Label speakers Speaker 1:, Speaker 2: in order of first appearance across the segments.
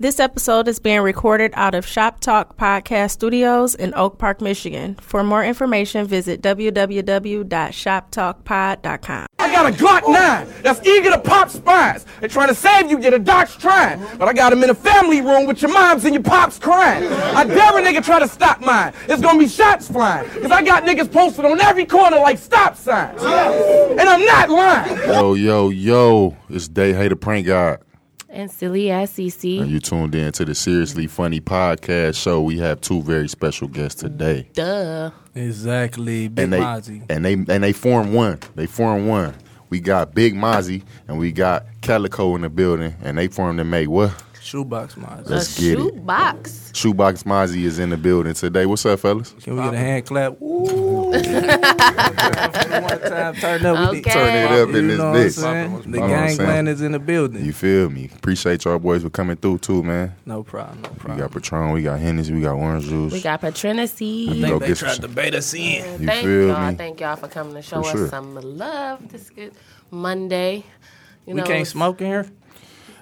Speaker 1: This episode is being recorded out of Shop Talk Podcast Studios in Oak Park, Michigan. For more information, visit www.shoptalkpod.com.
Speaker 2: I got a Glock 9 that's eager to pop spines. They're trying to save you, yet a doc's trying. But I got him in a family room with your moms and your pops crying. I dare a nigga try to stop mine. It's gonna be shots flying. Cause I got niggas posted on every corner like stop signs. And I'm not lying.
Speaker 3: Yo, yo, yo, it's Day Hater Prank God.
Speaker 4: And silly ass
Speaker 3: And
Speaker 4: CC.
Speaker 3: you tuned in to the Seriously Funny Podcast Show. We have two very special guests today.
Speaker 4: Duh.
Speaker 5: Exactly, Big
Speaker 3: And they
Speaker 5: Mozzie.
Speaker 3: and they and they form one. They form one. We got Big Mozzie and we got Calico in the building and they formed to make what?
Speaker 5: Shoebox Mozzie.
Speaker 3: Let's
Speaker 4: a
Speaker 3: get
Speaker 4: shoe
Speaker 3: it.
Speaker 4: box.
Speaker 3: Shoebox Mozzie is in the building today. What's up, fellas?
Speaker 5: Can we get a hand clap? Ooh. One time, turn up. We did-
Speaker 4: Okay.
Speaker 3: Turn it up in
Speaker 5: You
Speaker 3: this
Speaker 5: know what I'm
Speaker 3: bitch.
Speaker 5: saying? The
Speaker 3: You know what I'm
Speaker 5: gang
Speaker 3: saying?
Speaker 5: plan is in the building.
Speaker 3: You feel me? Appreciate y'all boys for coming through too, man.
Speaker 5: No problem, no
Speaker 3: We
Speaker 5: problem.
Speaker 3: got Patron, we got Hennessy, we got orange juice.
Speaker 4: We got Patrinacy.
Speaker 3: go
Speaker 5: Think they
Speaker 3: get some-
Speaker 5: tried to bait us in.
Speaker 3: you
Speaker 4: Thank
Speaker 3: feel
Speaker 4: y'all.
Speaker 3: me?
Speaker 4: Thank y'all for coming to show
Speaker 3: For
Speaker 4: us
Speaker 3: sure.
Speaker 4: some love this good Monday. You
Speaker 5: We
Speaker 4: know,
Speaker 5: can't
Speaker 4: it's-
Speaker 5: smoke in here.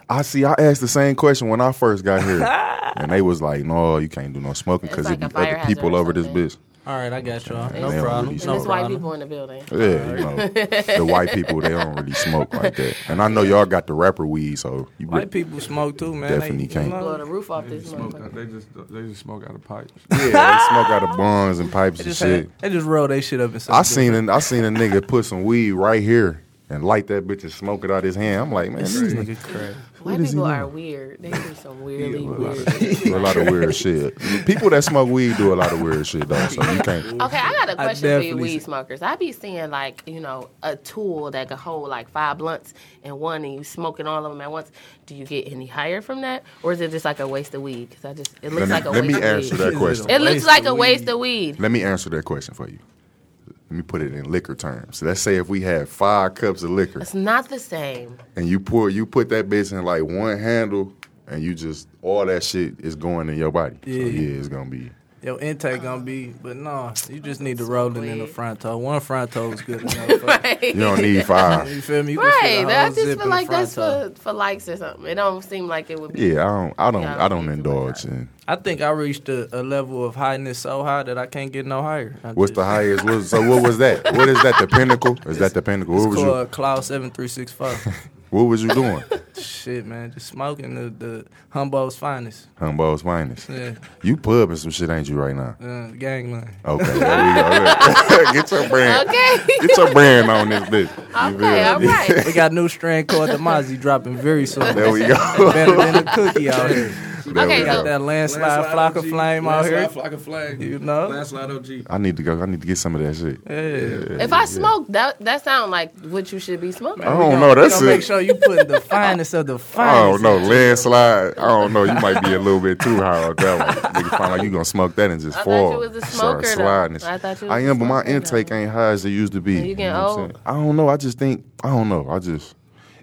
Speaker 3: I see. I asked the same question when I first got here, and they was like, "No, you can't do no smoking
Speaker 4: It's
Speaker 3: because
Speaker 4: like
Speaker 3: it
Speaker 4: a
Speaker 3: be
Speaker 4: fire
Speaker 3: other
Speaker 4: hazard
Speaker 3: people
Speaker 4: or
Speaker 3: over this
Speaker 4: something.
Speaker 3: bitch."
Speaker 5: All right, I got y'all.
Speaker 3: They
Speaker 5: No
Speaker 3: don't
Speaker 5: problem.
Speaker 3: really
Speaker 4: And
Speaker 5: No
Speaker 4: it's white
Speaker 5: problem.
Speaker 4: people in the building.
Speaker 3: Yeah, you know, the white people they don't really smoke like that, and I know y'all got the rapper weed, so you
Speaker 5: White people smoke too, man.
Speaker 3: Definitely
Speaker 5: you
Speaker 3: can't.
Speaker 4: Blow
Speaker 5: know,
Speaker 4: the roof off this motherfucker.
Speaker 6: They just they just smoke out of pipes.
Speaker 3: yeah, they smoke out of buns and pipes
Speaker 5: They
Speaker 3: and
Speaker 5: just,
Speaker 3: shit.
Speaker 5: had, they just roll their shit up and
Speaker 3: I seen an, I seen a nigga put some weed right here and light that bitch and smoke it out his hand. I'm like, man, this
Speaker 5: This
Speaker 3: nigga
Speaker 5: nigga crazy.
Speaker 4: White people are weird. They do some weirdly weird.
Speaker 3: do a lot of weird shit. People that smoke weed do a lot of weird shit though, so you can't.
Speaker 4: Okay, I got a question for you,
Speaker 5: definitely
Speaker 4: weed
Speaker 5: see-
Speaker 4: smokers. I be seeing like you know a tool that could hold like five blunts in one, and you smoking all of them at once. Do you get any higher from that, or is it just like a waste of weed? Because I just
Speaker 3: Let
Speaker 4: it looks
Speaker 3: me,
Speaker 4: like a
Speaker 3: let
Speaker 4: waste
Speaker 3: me
Speaker 4: of
Speaker 3: answer
Speaker 4: weed.
Speaker 3: that
Speaker 5: Is it
Speaker 3: question.
Speaker 5: a
Speaker 4: It looks
Speaker 5: Waste
Speaker 4: like
Speaker 5: of
Speaker 4: a waste
Speaker 5: weed.
Speaker 4: of weed.
Speaker 3: Let me answer that question for you. Let me put it in liquor terms. So let's say if we had five cups of liquor
Speaker 4: It's not the same.
Speaker 3: and you pour you put that bitch in like one handle and you just all that shit is going in your body. So
Speaker 5: Yeah.
Speaker 3: yeah, it's gonna be
Speaker 5: Your intake gonna be, but no, you just need to roll it in the front toe. One front toe is good enough.
Speaker 3: you don't need five.
Speaker 5: You feel me? You can fit a
Speaker 4: Right,
Speaker 5: whole
Speaker 4: I just
Speaker 5: zip in
Speaker 4: feel
Speaker 5: the
Speaker 4: like
Speaker 5: front
Speaker 4: that's
Speaker 5: toe.
Speaker 4: for, for likes or something. It don't seem like it would be.
Speaker 3: Yeah, I don't I don't
Speaker 4: Yeah,
Speaker 3: I don't
Speaker 4: me too,
Speaker 3: indulge
Speaker 4: but
Speaker 3: in
Speaker 5: I think I reached a, a level of highness so high that I can't get no higher. I
Speaker 3: what's
Speaker 5: just-
Speaker 3: the highest what, so what was that? What is that? The pinnacle? Is that the pinnacle?
Speaker 5: It's
Speaker 3: What was you
Speaker 5: called Cloud Seven Three Six Five.
Speaker 3: what was you doing?
Speaker 5: Shit, man, just smoking the the Humbo's finest.
Speaker 3: Humbo's finest.
Speaker 5: Yeah,
Speaker 3: You pubbing some shit, ain't you, right now?
Speaker 5: uh, gangland.
Speaker 3: Okay, there we go. Get your brand.
Speaker 4: Okay.
Speaker 3: Get your brand on this bitch. You feel me?
Speaker 4: Okay, all right.
Speaker 5: We got new strand called the Mozzie dropping very soon.
Speaker 3: There we go.
Speaker 5: Better than a cookie out here.
Speaker 3: There we
Speaker 4: Okay, so-
Speaker 3: go.
Speaker 5: Got that landslide, flock of flame out here.
Speaker 6: Flock of flag.
Speaker 5: You know?
Speaker 6: Landslide OG.
Speaker 3: I need to go. I need to get some of that shit.
Speaker 5: Yeah.
Speaker 4: If I smoke, that that sound like what you should be smoking.
Speaker 3: I don't know.
Speaker 5: We
Speaker 3: That's Oh,
Speaker 5: gonna make
Speaker 3: it.
Speaker 5: sure you put the finest of the
Speaker 3: I don't
Speaker 5: finest.
Speaker 3: know. Landslide. I don't know. You might be a little bit too high on that one. Nigga, find out you gonna smoke that and just
Speaker 4: I thought
Speaker 3: fall.
Speaker 4: you was a
Speaker 3: Start
Speaker 4: smoker, though.
Speaker 3: sliding.
Speaker 4: I thought you
Speaker 3: I
Speaker 4: was a
Speaker 3: am, but my
Speaker 4: smoker,
Speaker 3: intake
Speaker 4: though.
Speaker 3: ain't high as it used to be.
Speaker 4: you getting
Speaker 3: what I'm
Speaker 4: old.
Speaker 3: saying? I don't know. I just think I don't know. I just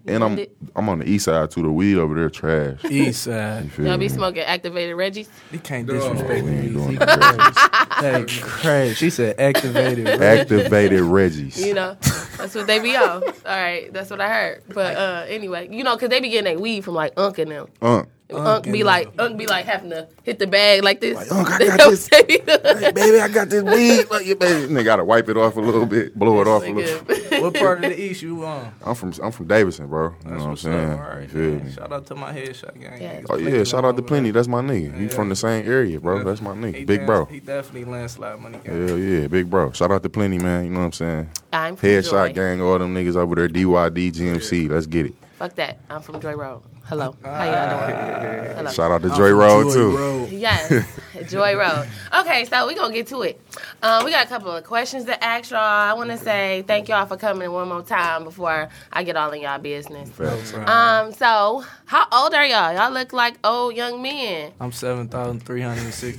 Speaker 3: and I'm
Speaker 4: did-
Speaker 3: I'm on the east side too. The weed over there trash. You
Speaker 5: East side.
Speaker 3: feel
Speaker 4: Y'all
Speaker 3: me?
Speaker 4: be smoking activated Reggie's.
Speaker 5: You can't
Speaker 6: Dog.
Speaker 5: disrespect
Speaker 3: We ain't
Speaker 5: me.
Speaker 3: doing
Speaker 5: He
Speaker 3: that.
Speaker 5: Hey, crazy. She said activated. right?
Speaker 3: Activated Reggie's.
Speaker 4: You know, that's what they be on. All right, that's what I heard. But uh, anyway, you know, 'cause they be getting that weed from like Unc and them.
Speaker 3: Uh,
Speaker 4: Unc, be like, Unc be like having to hit the bag like this.
Speaker 3: Unc, I
Speaker 4: They
Speaker 3: got
Speaker 4: don't
Speaker 3: this.
Speaker 4: say nothing.
Speaker 3: baby, I got this weed. Like, yeah, baby. And they gotta wipe it off a little bit, blow it off a little.
Speaker 4: Nigga.
Speaker 5: What part of the East you on?
Speaker 3: I'm from I'm from Davidson, bro. You know what I'm
Speaker 5: What's
Speaker 3: saying?
Speaker 5: up? All right,
Speaker 3: You feel
Speaker 5: man.
Speaker 3: me?
Speaker 5: Shout out to my headshot gang.
Speaker 4: Yes.
Speaker 3: Oh yeah, shout out to Plenty. That's my nigga. He
Speaker 5: Yeah.
Speaker 3: from the same area, bro. That's my
Speaker 5: He
Speaker 3: nigga. Big
Speaker 5: def-
Speaker 3: bro.
Speaker 5: He definitely landslide money gang.
Speaker 3: Hell yeah, big bro. Shout out to Plenty, man. You know what I'm saying?
Speaker 4: I'm from Joy.
Speaker 3: Headshot gang, all them niggas over there. DYD, GMC. Let's get it.
Speaker 4: Fuck that. I'm from Joy Road. Hello. How y'all doing? Hello.
Speaker 3: Shout out to Joy Road too.
Speaker 5: Bro.
Speaker 4: Yes, Joy Road. Okay, so we're gonna get to it. Um, we got a couple of questions to ask y'all. I wanna say thank y'all for coming one more time before I get all in y'all business.
Speaker 3: Facts.
Speaker 4: Um, so how old are y'all? Y'all look like old young men.
Speaker 5: I'm 7,360.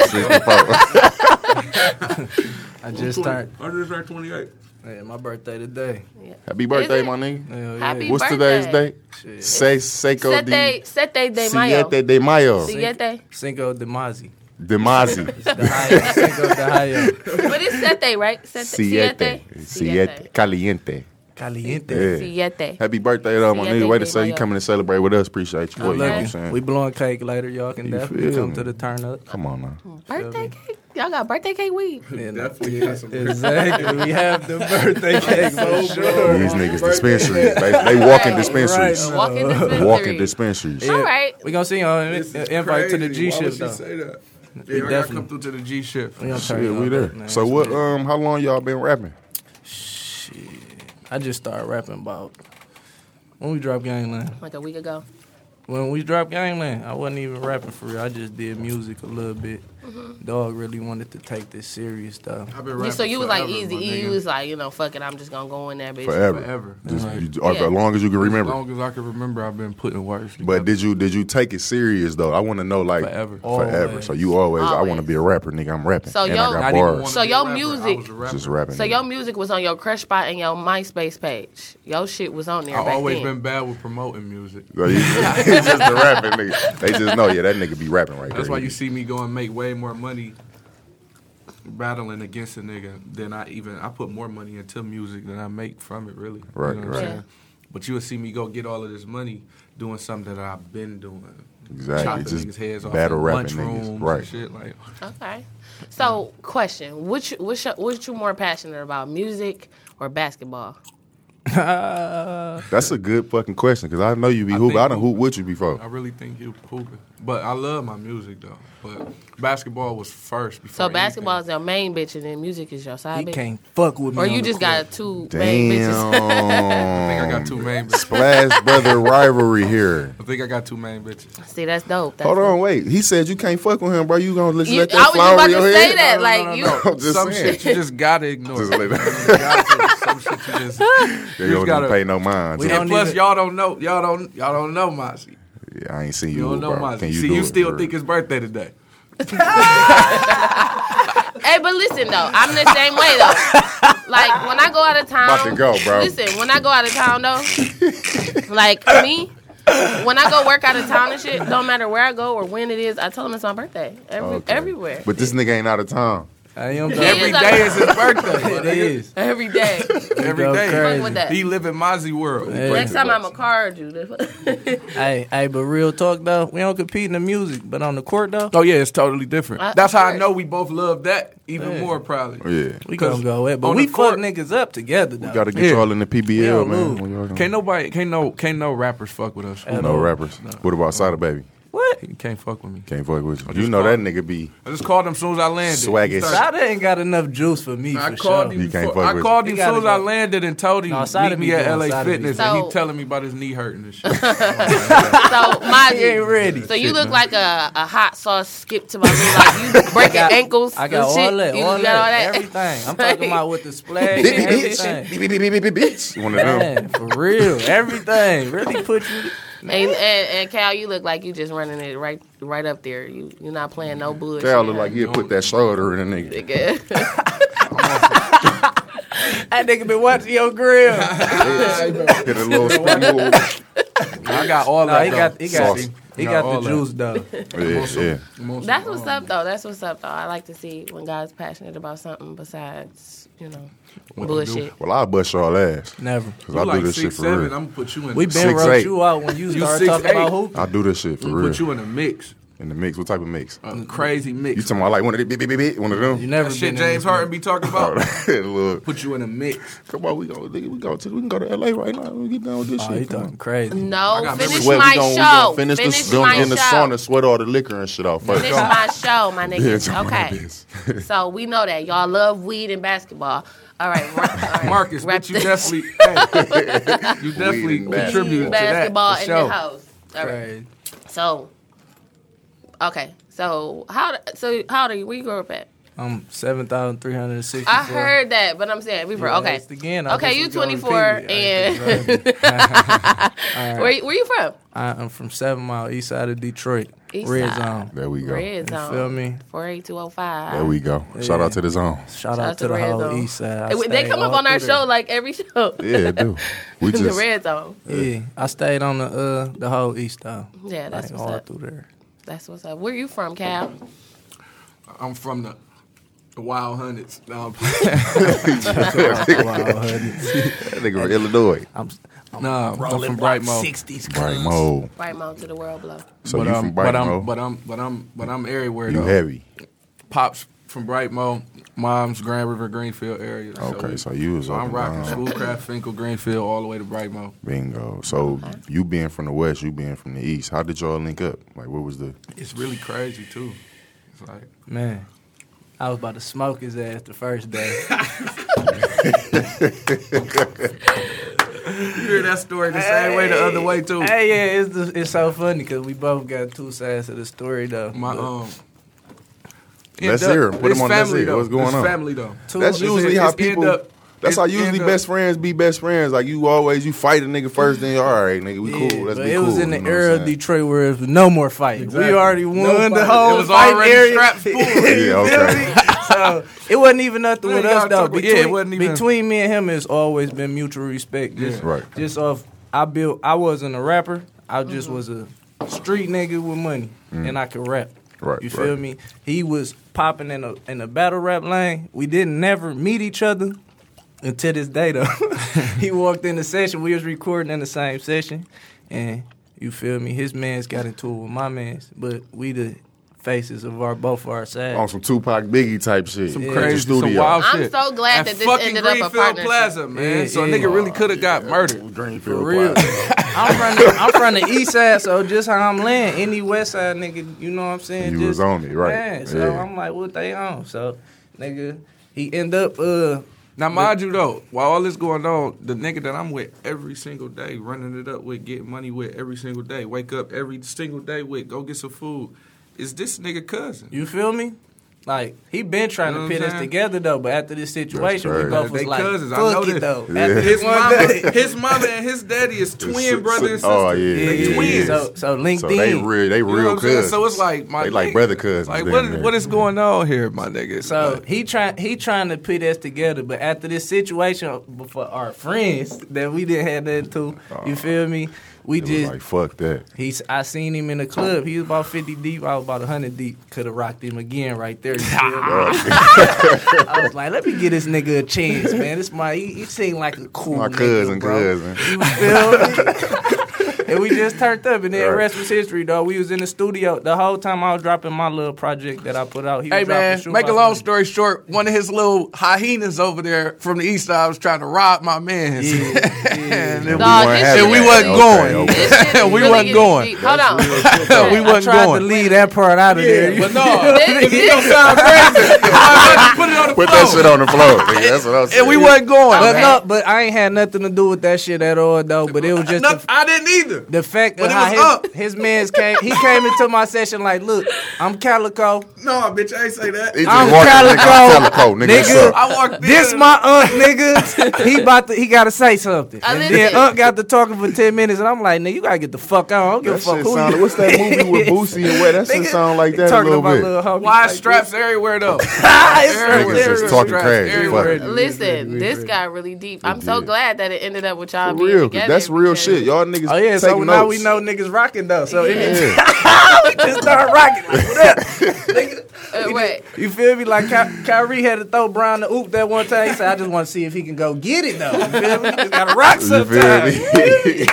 Speaker 5: I just turned.
Speaker 6: I just turned 28.
Speaker 5: Yeah, my birthday today.
Speaker 3: Happy birthday,
Speaker 4: it?
Speaker 3: my nigga.
Speaker 5: Hell yeah.
Speaker 4: Happy
Speaker 3: What's
Speaker 4: birthday.
Speaker 3: today's date?
Speaker 5: Shit.
Speaker 3: Say Seiko
Speaker 4: Sete,
Speaker 3: de
Speaker 4: sete de mayo.
Speaker 3: Siete de Mayo.
Speaker 4: Siete.
Speaker 5: Cinco de Mazi.
Speaker 3: Demazi.
Speaker 5: The high- Cinco de Mayo.
Speaker 4: But it's sete, right? Sete.
Speaker 3: Siete. Siete. Caliente.
Speaker 5: Caliente.
Speaker 3: Yeah.
Speaker 4: Siete.
Speaker 3: Happy birthday though, my
Speaker 4: Yeah,
Speaker 3: nigga.
Speaker 4: thank
Speaker 3: Way to
Speaker 4: you,
Speaker 3: say
Speaker 4: my
Speaker 3: you
Speaker 4: guy.
Speaker 3: coming to celebrate with us. Appreciate you. boy, you know what I'm
Speaker 5: Look,
Speaker 3: saying?
Speaker 5: we blowing cake later. Y'all can
Speaker 3: You
Speaker 5: definitely
Speaker 3: feel
Speaker 5: come
Speaker 3: me?
Speaker 5: to the turn up.
Speaker 3: Come on now.
Speaker 4: Birthday cake. Y'all got birthday cake weed.
Speaker 5: Yeah, no.
Speaker 6: Definitely got some good-
Speaker 5: Exactly. We have the birthday cake for sure.
Speaker 3: These niggas dispensaries. They, they walk in dispensaries.
Speaker 5: Right.
Speaker 4: Walking dispensary.
Speaker 3: Walking dispensaries.
Speaker 4: All right.
Speaker 5: We gonna see y'all an
Speaker 6: This is
Speaker 5: invite to the
Speaker 6: crazy.
Speaker 5: G
Speaker 6: Why would
Speaker 5: shift
Speaker 6: she
Speaker 5: though.
Speaker 6: say that? Yeah, I
Speaker 5: We
Speaker 6: gotta
Speaker 5: definitely-
Speaker 6: come through to the G shift.
Speaker 5: We gonna turn
Speaker 3: Yeah,
Speaker 5: y'all
Speaker 3: we
Speaker 5: up,
Speaker 3: there.
Speaker 5: man.
Speaker 3: So what? Um, how long y'all been rapping?
Speaker 5: I just started rapping about when we dropped Gangland.
Speaker 4: Like a week ago.
Speaker 5: When we dropped Gangland, I wasn't even rapping for real. I just did music a little bit.
Speaker 4: Mm-hmm.
Speaker 5: Dog really wanted to take this serious though.
Speaker 6: I've been
Speaker 4: You-
Speaker 6: rapping
Speaker 4: So you was
Speaker 6: forever,
Speaker 4: like easy.
Speaker 6: my
Speaker 4: E. You
Speaker 6: nigga.
Speaker 4: was like, you know, fuck it. I'm just gonna go in there, bitch.
Speaker 3: Forever.
Speaker 6: forever.
Speaker 3: Just,
Speaker 6: Like,
Speaker 3: you, or
Speaker 4: Yeah.
Speaker 3: As long as you can
Speaker 6: as
Speaker 3: remember.
Speaker 6: long as I can remember, I've been putting words.
Speaker 3: But did you did you take it serious though? I want to know like
Speaker 6: Forever.
Speaker 3: forever.
Speaker 5: Always.
Speaker 3: So you always, I want to
Speaker 4: Always.
Speaker 3: be a rapper, nigga. I'm rapping.
Speaker 4: So
Speaker 3: and
Speaker 4: y'all-
Speaker 3: I got
Speaker 5: Not even
Speaker 3: bars.
Speaker 4: So your music-
Speaker 3: Just rapping.
Speaker 4: So
Speaker 3: nigga.
Speaker 4: your music was on your crush spot and your MySpace page. Your shit was on there.
Speaker 6: I've
Speaker 4: back
Speaker 6: always
Speaker 4: then.
Speaker 6: been bad with promoting music.
Speaker 3: So you- it's just the rapping, nigga. They just know, yeah, that nigga be rapping right
Speaker 6: That's
Speaker 3: there.
Speaker 6: why you see me go and make way more money battling against a nigga than I even I put more money into music than I make from it really.
Speaker 3: Right,
Speaker 6: you know
Speaker 3: right.
Speaker 6: What I'm
Speaker 4: Yeah.
Speaker 6: saying? But you would see me go get all of this money doing something that I've been doing.
Speaker 3: Exactly,
Speaker 6: Chopping
Speaker 3: just
Speaker 6: niggas' heads off
Speaker 3: battle
Speaker 6: in
Speaker 3: rapping
Speaker 6: lunch
Speaker 3: niggas,
Speaker 6: rooms and
Speaker 3: right.
Speaker 6: shit, like,
Speaker 4: Okay. So, question: Which which which you more passionate about, music or basketball?
Speaker 3: That's a good fucking question because I know you be hooping. I
Speaker 6: think-
Speaker 3: done hoop with you
Speaker 6: I
Speaker 3: before.
Speaker 6: really think you pooping. But I love my music though. But basketball was first before
Speaker 4: So basketball
Speaker 6: anything.
Speaker 4: is your main bitch, and then music is your
Speaker 5: He
Speaker 4: side bitch.
Speaker 5: can't fuck with me.
Speaker 4: Or
Speaker 5: on
Speaker 4: you
Speaker 5: the
Speaker 4: just
Speaker 5: court.
Speaker 4: got two main bitches.
Speaker 3: Damn.
Speaker 6: I think I got two main bitches.
Speaker 3: Splash brother rivalry here.
Speaker 6: I think I got two main bitches.
Speaker 4: See, that's dope. That's
Speaker 3: Hold
Speaker 4: dope.
Speaker 3: on, wait. He said you can't fuck with him, bro. You gonna let,
Speaker 4: You,
Speaker 3: let that
Speaker 4: I was just
Speaker 3: flower
Speaker 4: about
Speaker 3: in your
Speaker 4: to
Speaker 3: head?
Speaker 4: say that. like you,
Speaker 3: I'm just
Speaker 6: some
Speaker 3: saying.
Speaker 6: shit you just gotta ignore.
Speaker 3: Just let it-
Speaker 6: You gotta- some shit you just.
Speaker 3: They
Speaker 6: you just
Speaker 3: don't
Speaker 6: gotta-
Speaker 3: pay no mind.
Speaker 5: We
Speaker 3: to-
Speaker 5: don't
Speaker 6: And plus,
Speaker 5: even-
Speaker 6: y'all don't know. Y'all don't. Y'all don't know Mozzie.
Speaker 3: Yeah, I ain't seen you.
Speaker 6: You don't
Speaker 3: hoop,
Speaker 6: know
Speaker 3: bro. Can
Speaker 6: Mozzie.
Speaker 3: you
Speaker 6: See,
Speaker 3: do
Speaker 6: you
Speaker 3: it,
Speaker 6: still
Speaker 3: bro?
Speaker 6: think it's birthday today.
Speaker 4: Hey, but listen though, I'm the same way though. Like when I go out of town,
Speaker 3: About to go, bro.
Speaker 4: Listen, when I go out of town though, like me, when I go work out of town and shit, don't matter where I go or when it is, I tell them it's my birthday. Every,
Speaker 3: Okay.
Speaker 4: everywhere,
Speaker 3: But this nigga ain't out of town.
Speaker 5: I am
Speaker 6: Every
Speaker 4: is out
Speaker 6: day
Speaker 4: of-
Speaker 6: is his birthday.
Speaker 5: it is.
Speaker 4: every day.
Speaker 6: Every
Speaker 5: go
Speaker 6: day.
Speaker 5: crazy.
Speaker 4: Fuck with that.
Speaker 6: He live in Mozzie world.
Speaker 5: Hey.
Speaker 4: Next time I'ma card you.
Speaker 5: Hey, hey, but real talk though, we don't compete in the music, but on the court though,
Speaker 6: Oh yeah, it's totally different.
Speaker 4: I-
Speaker 6: That's how I
Speaker 4: sure.
Speaker 6: know we both love that even
Speaker 5: Oh, Yeah.
Speaker 6: more probably.
Speaker 3: Yeah.
Speaker 5: we gonna go at. But
Speaker 6: on
Speaker 5: we
Speaker 6: the court-
Speaker 5: fuck niggas up together though.
Speaker 3: Gotta get
Speaker 6: Yeah.
Speaker 3: y'all in the PBL,
Speaker 5: don't
Speaker 3: man.
Speaker 5: lose.
Speaker 3: When y'all gonna-
Speaker 6: Can't nobody. Can't no. Can't no rappers fuck with us.
Speaker 3: No rappers. What about Sada Baby?
Speaker 5: what?
Speaker 6: He can't fuck with me.
Speaker 3: Can't fuck with you.
Speaker 6: just
Speaker 3: You know that
Speaker 6: call-
Speaker 3: nigga be.
Speaker 6: I just called him as soon as I landed.
Speaker 3: Swag
Speaker 6: He
Speaker 3: as
Speaker 6: started-
Speaker 5: Sada ain't got enough juice for me.
Speaker 6: I
Speaker 5: for
Speaker 6: called
Speaker 5: sure.
Speaker 6: him.
Speaker 3: You can't
Speaker 6: before-
Speaker 3: fuck
Speaker 6: I
Speaker 3: with
Speaker 6: called
Speaker 5: it.
Speaker 6: him
Speaker 5: You
Speaker 6: as soon as
Speaker 5: gotta
Speaker 6: I
Speaker 5: go.
Speaker 6: landed and told him
Speaker 5: No,
Speaker 6: meet
Speaker 5: Sada
Speaker 6: me
Speaker 5: be
Speaker 6: at
Speaker 5: doing-
Speaker 6: LA
Speaker 5: Sada be
Speaker 6: Fitness,
Speaker 4: doing-
Speaker 6: and
Speaker 4: So-
Speaker 6: he telling me about his knee hurting and shit.
Speaker 4: So Maji,
Speaker 5: He ain't ready.
Speaker 4: So you look like a, a hot sauce skip to my room. Like you breaking
Speaker 5: got-
Speaker 4: ankles.
Speaker 5: I got
Speaker 4: and shit.
Speaker 5: all that,
Speaker 4: You
Speaker 5: all
Speaker 4: got
Speaker 5: that,
Speaker 4: all that.
Speaker 5: everything. I'm talking about with the splash,
Speaker 3: Bitch,
Speaker 5: everything.
Speaker 3: bitch, bitch, bitch, bitch. One of them.
Speaker 5: Man, for real, everything really put you.
Speaker 4: And, and and Cal, you look like you just running it right right up there. You you're not playing no bullshit.
Speaker 3: Cal look like he'll put that shoulder in a nigga.
Speaker 4: Nigga.
Speaker 5: That nigga been watching your grill.
Speaker 3: Hit a little spring
Speaker 6: I got all
Speaker 5: No,
Speaker 6: that.
Speaker 5: he got, he got,
Speaker 3: Sauce.
Speaker 5: he
Speaker 6: Got
Speaker 5: got
Speaker 6: all
Speaker 5: the
Speaker 6: that.
Speaker 5: juice though.
Speaker 3: Yeah, yeah.
Speaker 4: That's what's up though. That's what's up though. I like to see when God's passionate about something besides you know bullshit.
Speaker 3: Well, I'll bust y'all ass.
Speaker 5: Never.
Speaker 3: Because
Speaker 6: You
Speaker 3: I do
Speaker 6: like
Speaker 3: this shit
Speaker 6: six
Speaker 3: for
Speaker 6: seven? I'm
Speaker 3: real.
Speaker 6: gonna put you in.
Speaker 5: We been
Speaker 3: Six,
Speaker 5: wrote
Speaker 3: eight.
Speaker 5: you out when you
Speaker 6: You
Speaker 5: started
Speaker 6: six,
Speaker 5: talking
Speaker 6: eight.
Speaker 5: about hoop.
Speaker 3: I do this shit for
Speaker 6: put
Speaker 3: real.
Speaker 6: you in a mix,
Speaker 3: In the mix. What type of mix?
Speaker 6: a crazy
Speaker 3: You
Speaker 6: mix.
Speaker 3: talking about like one of the bit, bit, bit, bit, one of
Speaker 5: You
Speaker 3: them? Oh,
Speaker 5: never
Speaker 6: That shit
Speaker 5: been in
Speaker 6: James
Speaker 5: this
Speaker 6: Harden be talking about.
Speaker 3: Look,
Speaker 6: Put you in a mix.
Speaker 3: come on, we go, nigga, we go to, we can go to LA right now. We get down with this
Speaker 5: Oh, he
Speaker 3: shit. Come on.
Speaker 5: talking crazy.
Speaker 4: No,
Speaker 6: got
Speaker 4: finish
Speaker 6: memories.
Speaker 4: my
Speaker 3: we gon' we
Speaker 4: show.
Speaker 3: gon' finish, this.
Speaker 4: my
Speaker 3: Gonna get in the
Speaker 4: show.
Speaker 3: sauna, sweat all the liquor and shit off. First.
Speaker 4: Finish my show, my
Speaker 3: Yeah,
Speaker 4: niggas.
Speaker 3: it's all right,
Speaker 4: okay. so we know that y'all love weed and basketball. All right, Mar- all right.
Speaker 6: Marcus,
Speaker 4: Wrap
Speaker 6: but you
Speaker 4: this-
Speaker 6: definitely, hey, you definitely
Speaker 3: Weed and
Speaker 6: contributed to that.
Speaker 4: basketball
Speaker 6: for
Speaker 4: in
Speaker 6: sure.
Speaker 4: the house. All right.
Speaker 5: Crazy.
Speaker 4: So, okay. So how so how do you where you grew up at?
Speaker 5: I'm seven thousand three hundred sixty.
Speaker 4: I heard that, but I'm saying we were
Speaker 5: You
Speaker 4: okay.
Speaker 5: asked again, I
Speaker 4: okay,
Speaker 5: just
Speaker 4: you
Speaker 5: was gonna
Speaker 4: 24
Speaker 5: repeat it. I
Speaker 4: and where you- where you from?
Speaker 5: I am from Seven Mile, east side of Detroit,
Speaker 4: East
Speaker 5: red
Speaker 4: side.
Speaker 5: zone.
Speaker 3: There we go.
Speaker 4: Red
Speaker 5: You
Speaker 4: zone.
Speaker 5: feel me?
Speaker 4: Four eight two zero five.
Speaker 3: There we go. Shout out to the zone.
Speaker 5: Shout,
Speaker 4: Shout
Speaker 5: out to the
Speaker 4: Red
Speaker 5: whole
Speaker 4: Zone.
Speaker 5: east side. I
Speaker 4: They- They
Speaker 5: stayed
Speaker 4: come up
Speaker 5: all
Speaker 4: on our
Speaker 5: through
Speaker 4: show
Speaker 5: there.
Speaker 4: like every show.
Speaker 3: Yeah, it do. We
Speaker 4: the
Speaker 3: just
Speaker 4: red zone.
Speaker 5: Yeah, I stayed on the uh the whole east side.
Speaker 4: Yeah, that's
Speaker 5: like,
Speaker 4: what's
Speaker 5: all
Speaker 4: up.
Speaker 5: through there.
Speaker 4: That's what's up. Where you from, Cal?
Speaker 6: I'm from the The Wild Hundreds. No, I'm-
Speaker 5: Wow, honey.
Speaker 3: That nigga from Illinois.
Speaker 5: I'm, I'm, nah, I'm from
Speaker 6: Block
Speaker 5: Brightmo.
Speaker 6: 60s.
Speaker 3: Right, Mo.
Speaker 4: Right mouth to the world, blow.
Speaker 3: So
Speaker 6: but,
Speaker 3: you
Speaker 6: um,
Speaker 3: from
Speaker 6: but I'm,
Speaker 3: Brightmo.
Speaker 6: but I'm, but I'm, but I'm everywhere
Speaker 3: You
Speaker 6: though.
Speaker 3: heavy.
Speaker 6: Pops from Brightmo, mom's Grand River Greenfield area.
Speaker 3: Okay,
Speaker 6: we-
Speaker 3: so you was
Speaker 6: so I'm
Speaker 3: up
Speaker 6: rocking
Speaker 3: and down.
Speaker 6: Schoolcraft, Finkel, Greenfield, all the way to Brightmo.
Speaker 3: Bingo. So you being from the West, you being from the East, how did y'all link up? Like, what was the.
Speaker 6: It's really crazy too. It's like
Speaker 5: Man, I was about to smoke his ass the first day.
Speaker 6: you hear that story the same way the other way too.
Speaker 5: Hey, yeah, it's the, it's so funny because we both got two sides of the story though.
Speaker 6: My
Speaker 5: But
Speaker 6: um.
Speaker 3: Let's
Speaker 6: end up-
Speaker 3: hear 'em. Put
Speaker 6: it's
Speaker 3: 'em on Let's
Speaker 6: family,
Speaker 3: Hear 'em.
Speaker 6: though.
Speaker 3: What's going
Speaker 6: It's
Speaker 3: on?
Speaker 6: Family though.
Speaker 5: Two-
Speaker 3: That's
Speaker 5: it's-
Speaker 3: usually
Speaker 6: it's
Speaker 3: how
Speaker 6: end
Speaker 3: people.
Speaker 6: up-
Speaker 3: that's
Speaker 6: it's
Speaker 3: how usually
Speaker 6: end up-
Speaker 3: best friends be best friends. Like you always, you fighting nigga first, then you all right, nigga, we
Speaker 5: yeah,
Speaker 3: cool. Let's
Speaker 5: but
Speaker 3: be
Speaker 5: it
Speaker 3: cool.
Speaker 5: was in
Speaker 3: you know what
Speaker 5: the
Speaker 3: I'm
Speaker 5: era of
Speaker 3: saying?
Speaker 5: Detroit where it was no more fighting.
Speaker 6: Exactly.
Speaker 5: We already won the
Speaker 6: fighting.
Speaker 5: whole
Speaker 6: It was
Speaker 5: fight
Speaker 6: already
Speaker 5: area.
Speaker 6: strapped full.
Speaker 3: Yeah, okay.
Speaker 5: so it wasn't even nothing
Speaker 6: Yeah,
Speaker 5: with
Speaker 6: y'all
Speaker 5: us though.
Speaker 6: talk- yeah,
Speaker 5: Between,
Speaker 6: it wasn't even-
Speaker 5: between me and him, it's always been mutual respect. Just,
Speaker 6: Yeah.
Speaker 3: Right.
Speaker 5: Just off, I built. I wasn't a rapper. I just was a street nigga with money, and I could rap.
Speaker 3: Mm. Right,
Speaker 5: You feel
Speaker 3: right.
Speaker 5: me? He was popping in a in a battle rap lane. We didn't never meet each other. Until this day though, he walked in the session. We was recording in the same session, and you feel me. His man's got into it with my man's, but we the faces of our both our sides.
Speaker 3: on some Tupac Biggie type shit.
Speaker 6: Some
Speaker 3: At the
Speaker 6: crazy, some
Speaker 3: studio.
Speaker 6: wild
Speaker 4: I'm
Speaker 6: shit.
Speaker 4: so glad
Speaker 6: And
Speaker 4: that this
Speaker 6: fucking
Speaker 4: ended up a
Speaker 6: Greenfield
Speaker 4: partnership.
Speaker 6: Plaza, man.
Speaker 5: Yeah,
Speaker 6: so a
Speaker 5: yeah.
Speaker 6: nigga really could have got murdered.
Speaker 3: Greenfield
Speaker 5: For real.
Speaker 3: Plaza.
Speaker 5: I'm from the, I'm from the east side, so just how I'm laying, any west side nigga, you know what I'm saying?
Speaker 3: You
Speaker 5: just,
Speaker 3: was on it, right.
Speaker 5: Yeah, so
Speaker 3: Yeah.
Speaker 5: I'm like, what they on? So, nigga, he end up, uh,
Speaker 6: Now, mind you, though, while all this going on, the nigga that I'm with every single day, running it up with, getting money with every single day, wake up every single day with, go get some food, is this nigga cousin.
Speaker 5: you feel me? Like, he been trying
Speaker 6: You know what
Speaker 5: to
Speaker 6: I'm
Speaker 5: pit us
Speaker 6: saying?
Speaker 5: together, though, but after this situation, we
Speaker 3: crazy.
Speaker 5: both was
Speaker 6: They
Speaker 5: like,
Speaker 6: cousins, I know
Speaker 5: fuck
Speaker 6: this.
Speaker 5: it, though.
Speaker 3: Yeah.
Speaker 5: After
Speaker 6: His
Speaker 5: this one
Speaker 6: mama,
Speaker 5: day.
Speaker 6: his mama and his daddy is
Speaker 3: It's
Speaker 6: twin
Speaker 3: si-
Speaker 6: brother and
Speaker 3: si-
Speaker 6: sister.
Speaker 3: Oh yeah,
Speaker 6: They
Speaker 3: yeah, yeah.
Speaker 6: twins.
Speaker 5: So, so LinkedIn.
Speaker 3: So they real, they
Speaker 6: You know
Speaker 3: real
Speaker 6: what I'm saying?
Speaker 3: cousins.
Speaker 6: So it's like my
Speaker 3: they like
Speaker 6: nigga,
Speaker 3: brother cousins.
Speaker 6: Like
Speaker 3: damn
Speaker 6: what,
Speaker 3: near.
Speaker 6: what is going on here, my nigga?
Speaker 5: So
Speaker 6: Like,
Speaker 5: he try he trying to put us together, but after this situation for our friends that we didn't have that to, you feel me?
Speaker 3: Oh, It
Speaker 5: We
Speaker 3: was
Speaker 5: just
Speaker 3: like fuck that.
Speaker 5: He's. I seen him in the club. He was about fifty deep. I was about hundred deep. Could have rocked him again right there. you feel me? I was like, let me get this nigga a chance, man. This my. He, he seemed like a cool.
Speaker 3: My
Speaker 5: nigga,
Speaker 3: cousin,
Speaker 5: bro.
Speaker 3: cousin.
Speaker 5: You feel me? and we just turned up, and then
Speaker 3: Right.
Speaker 5: rest was history, dog. We was in the studio the whole time. I was dropping my little project that I put out. He was
Speaker 7: Hey
Speaker 5: dropping
Speaker 7: man,
Speaker 5: shoebox
Speaker 7: make a long
Speaker 5: music.
Speaker 7: story short, one of his little hyenas over there from the east side was trying to rob my man. and then
Speaker 4: Dog,
Speaker 3: weren't
Speaker 4: this
Speaker 3: having
Speaker 4: shit-
Speaker 7: we
Speaker 3: that.
Speaker 7: wasn't
Speaker 3: Okay,
Speaker 7: going.
Speaker 3: okay.
Speaker 4: This shit is
Speaker 7: We
Speaker 4: really
Speaker 7: wasn't
Speaker 4: getting
Speaker 7: going.
Speaker 4: deep. Hold on.
Speaker 7: we
Speaker 5: I
Speaker 7: wasn't
Speaker 5: tried to
Speaker 7: going.
Speaker 5: leave that part out of there.
Speaker 7: But no,
Speaker 4: This, this,
Speaker 7: put it on the
Speaker 3: Put
Speaker 7: floor.
Speaker 3: that shit on the floor. nigga. That's what I'm saying.
Speaker 7: and we wasn't going.
Speaker 5: But
Speaker 7: But
Speaker 5: no, but I ain't had nothing to do with that shit at all, though. But it was just the,
Speaker 7: I didn't either.
Speaker 5: the fact
Speaker 7: But
Speaker 5: of
Speaker 7: it
Speaker 5: how
Speaker 7: was
Speaker 5: his,
Speaker 7: up.
Speaker 5: his man's came. He came into my session like, "Look, I'm Calico.
Speaker 7: No, bitch, I ain't say that.
Speaker 3: He just
Speaker 5: I'm
Speaker 3: walked up, nigga, I'm
Speaker 5: Calico,
Speaker 3: Calico, nigga.
Speaker 5: nigga.
Speaker 3: What's up?
Speaker 7: I walked in.
Speaker 5: This my aunt, nigga. He about to, he gotta say something.
Speaker 4: I
Speaker 5: And then
Speaker 4: listen.
Speaker 5: aunt got to talking for ten minutes, and I'm like, "Nigga, you gotta get the fuck out. I don't give a
Speaker 3: That
Speaker 5: fuck
Speaker 3: shit
Speaker 5: who
Speaker 3: sounded.
Speaker 5: you."
Speaker 3: What's that movie with Boosie and what? That shit
Speaker 5: Nigga,
Speaker 3: sound like that a
Speaker 5: talking
Speaker 3: little
Speaker 5: about
Speaker 3: bit.
Speaker 5: little homies.
Speaker 6: wide
Speaker 5: like
Speaker 6: straps everywhere though.
Speaker 5: this. It's
Speaker 6: everywhere.
Speaker 3: Niggas
Speaker 5: everywhere.
Speaker 3: just talking
Speaker 6: Straps
Speaker 3: crazy. Fuck.
Speaker 6: everywhere.
Speaker 3: it.
Speaker 4: listen, this got really deep. I'm so
Speaker 3: did.
Speaker 4: glad that it ended up with y'all
Speaker 3: For
Speaker 4: being
Speaker 3: real, 'cause
Speaker 4: together.
Speaker 3: that's real
Speaker 4: because-
Speaker 3: shit. Y'all niggas.
Speaker 5: Oh yeah,
Speaker 3: take
Speaker 5: so
Speaker 3: notes.
Speaker 5: now we know niggas rocking though. So any
Speaker 3: Yeah.
Speaker 5: just start rocking like, what up?
Speaker 4: Uh, wait,
Speaker 5: You feel me? Like Ky- Kyrie had to throw Brown the oop that one time. He said, "I just want to see if he can go get it though." You feel me? You just gotta rock
Speaker 3: You feel
Speaker 5: sometimes.
Speaker 3: me?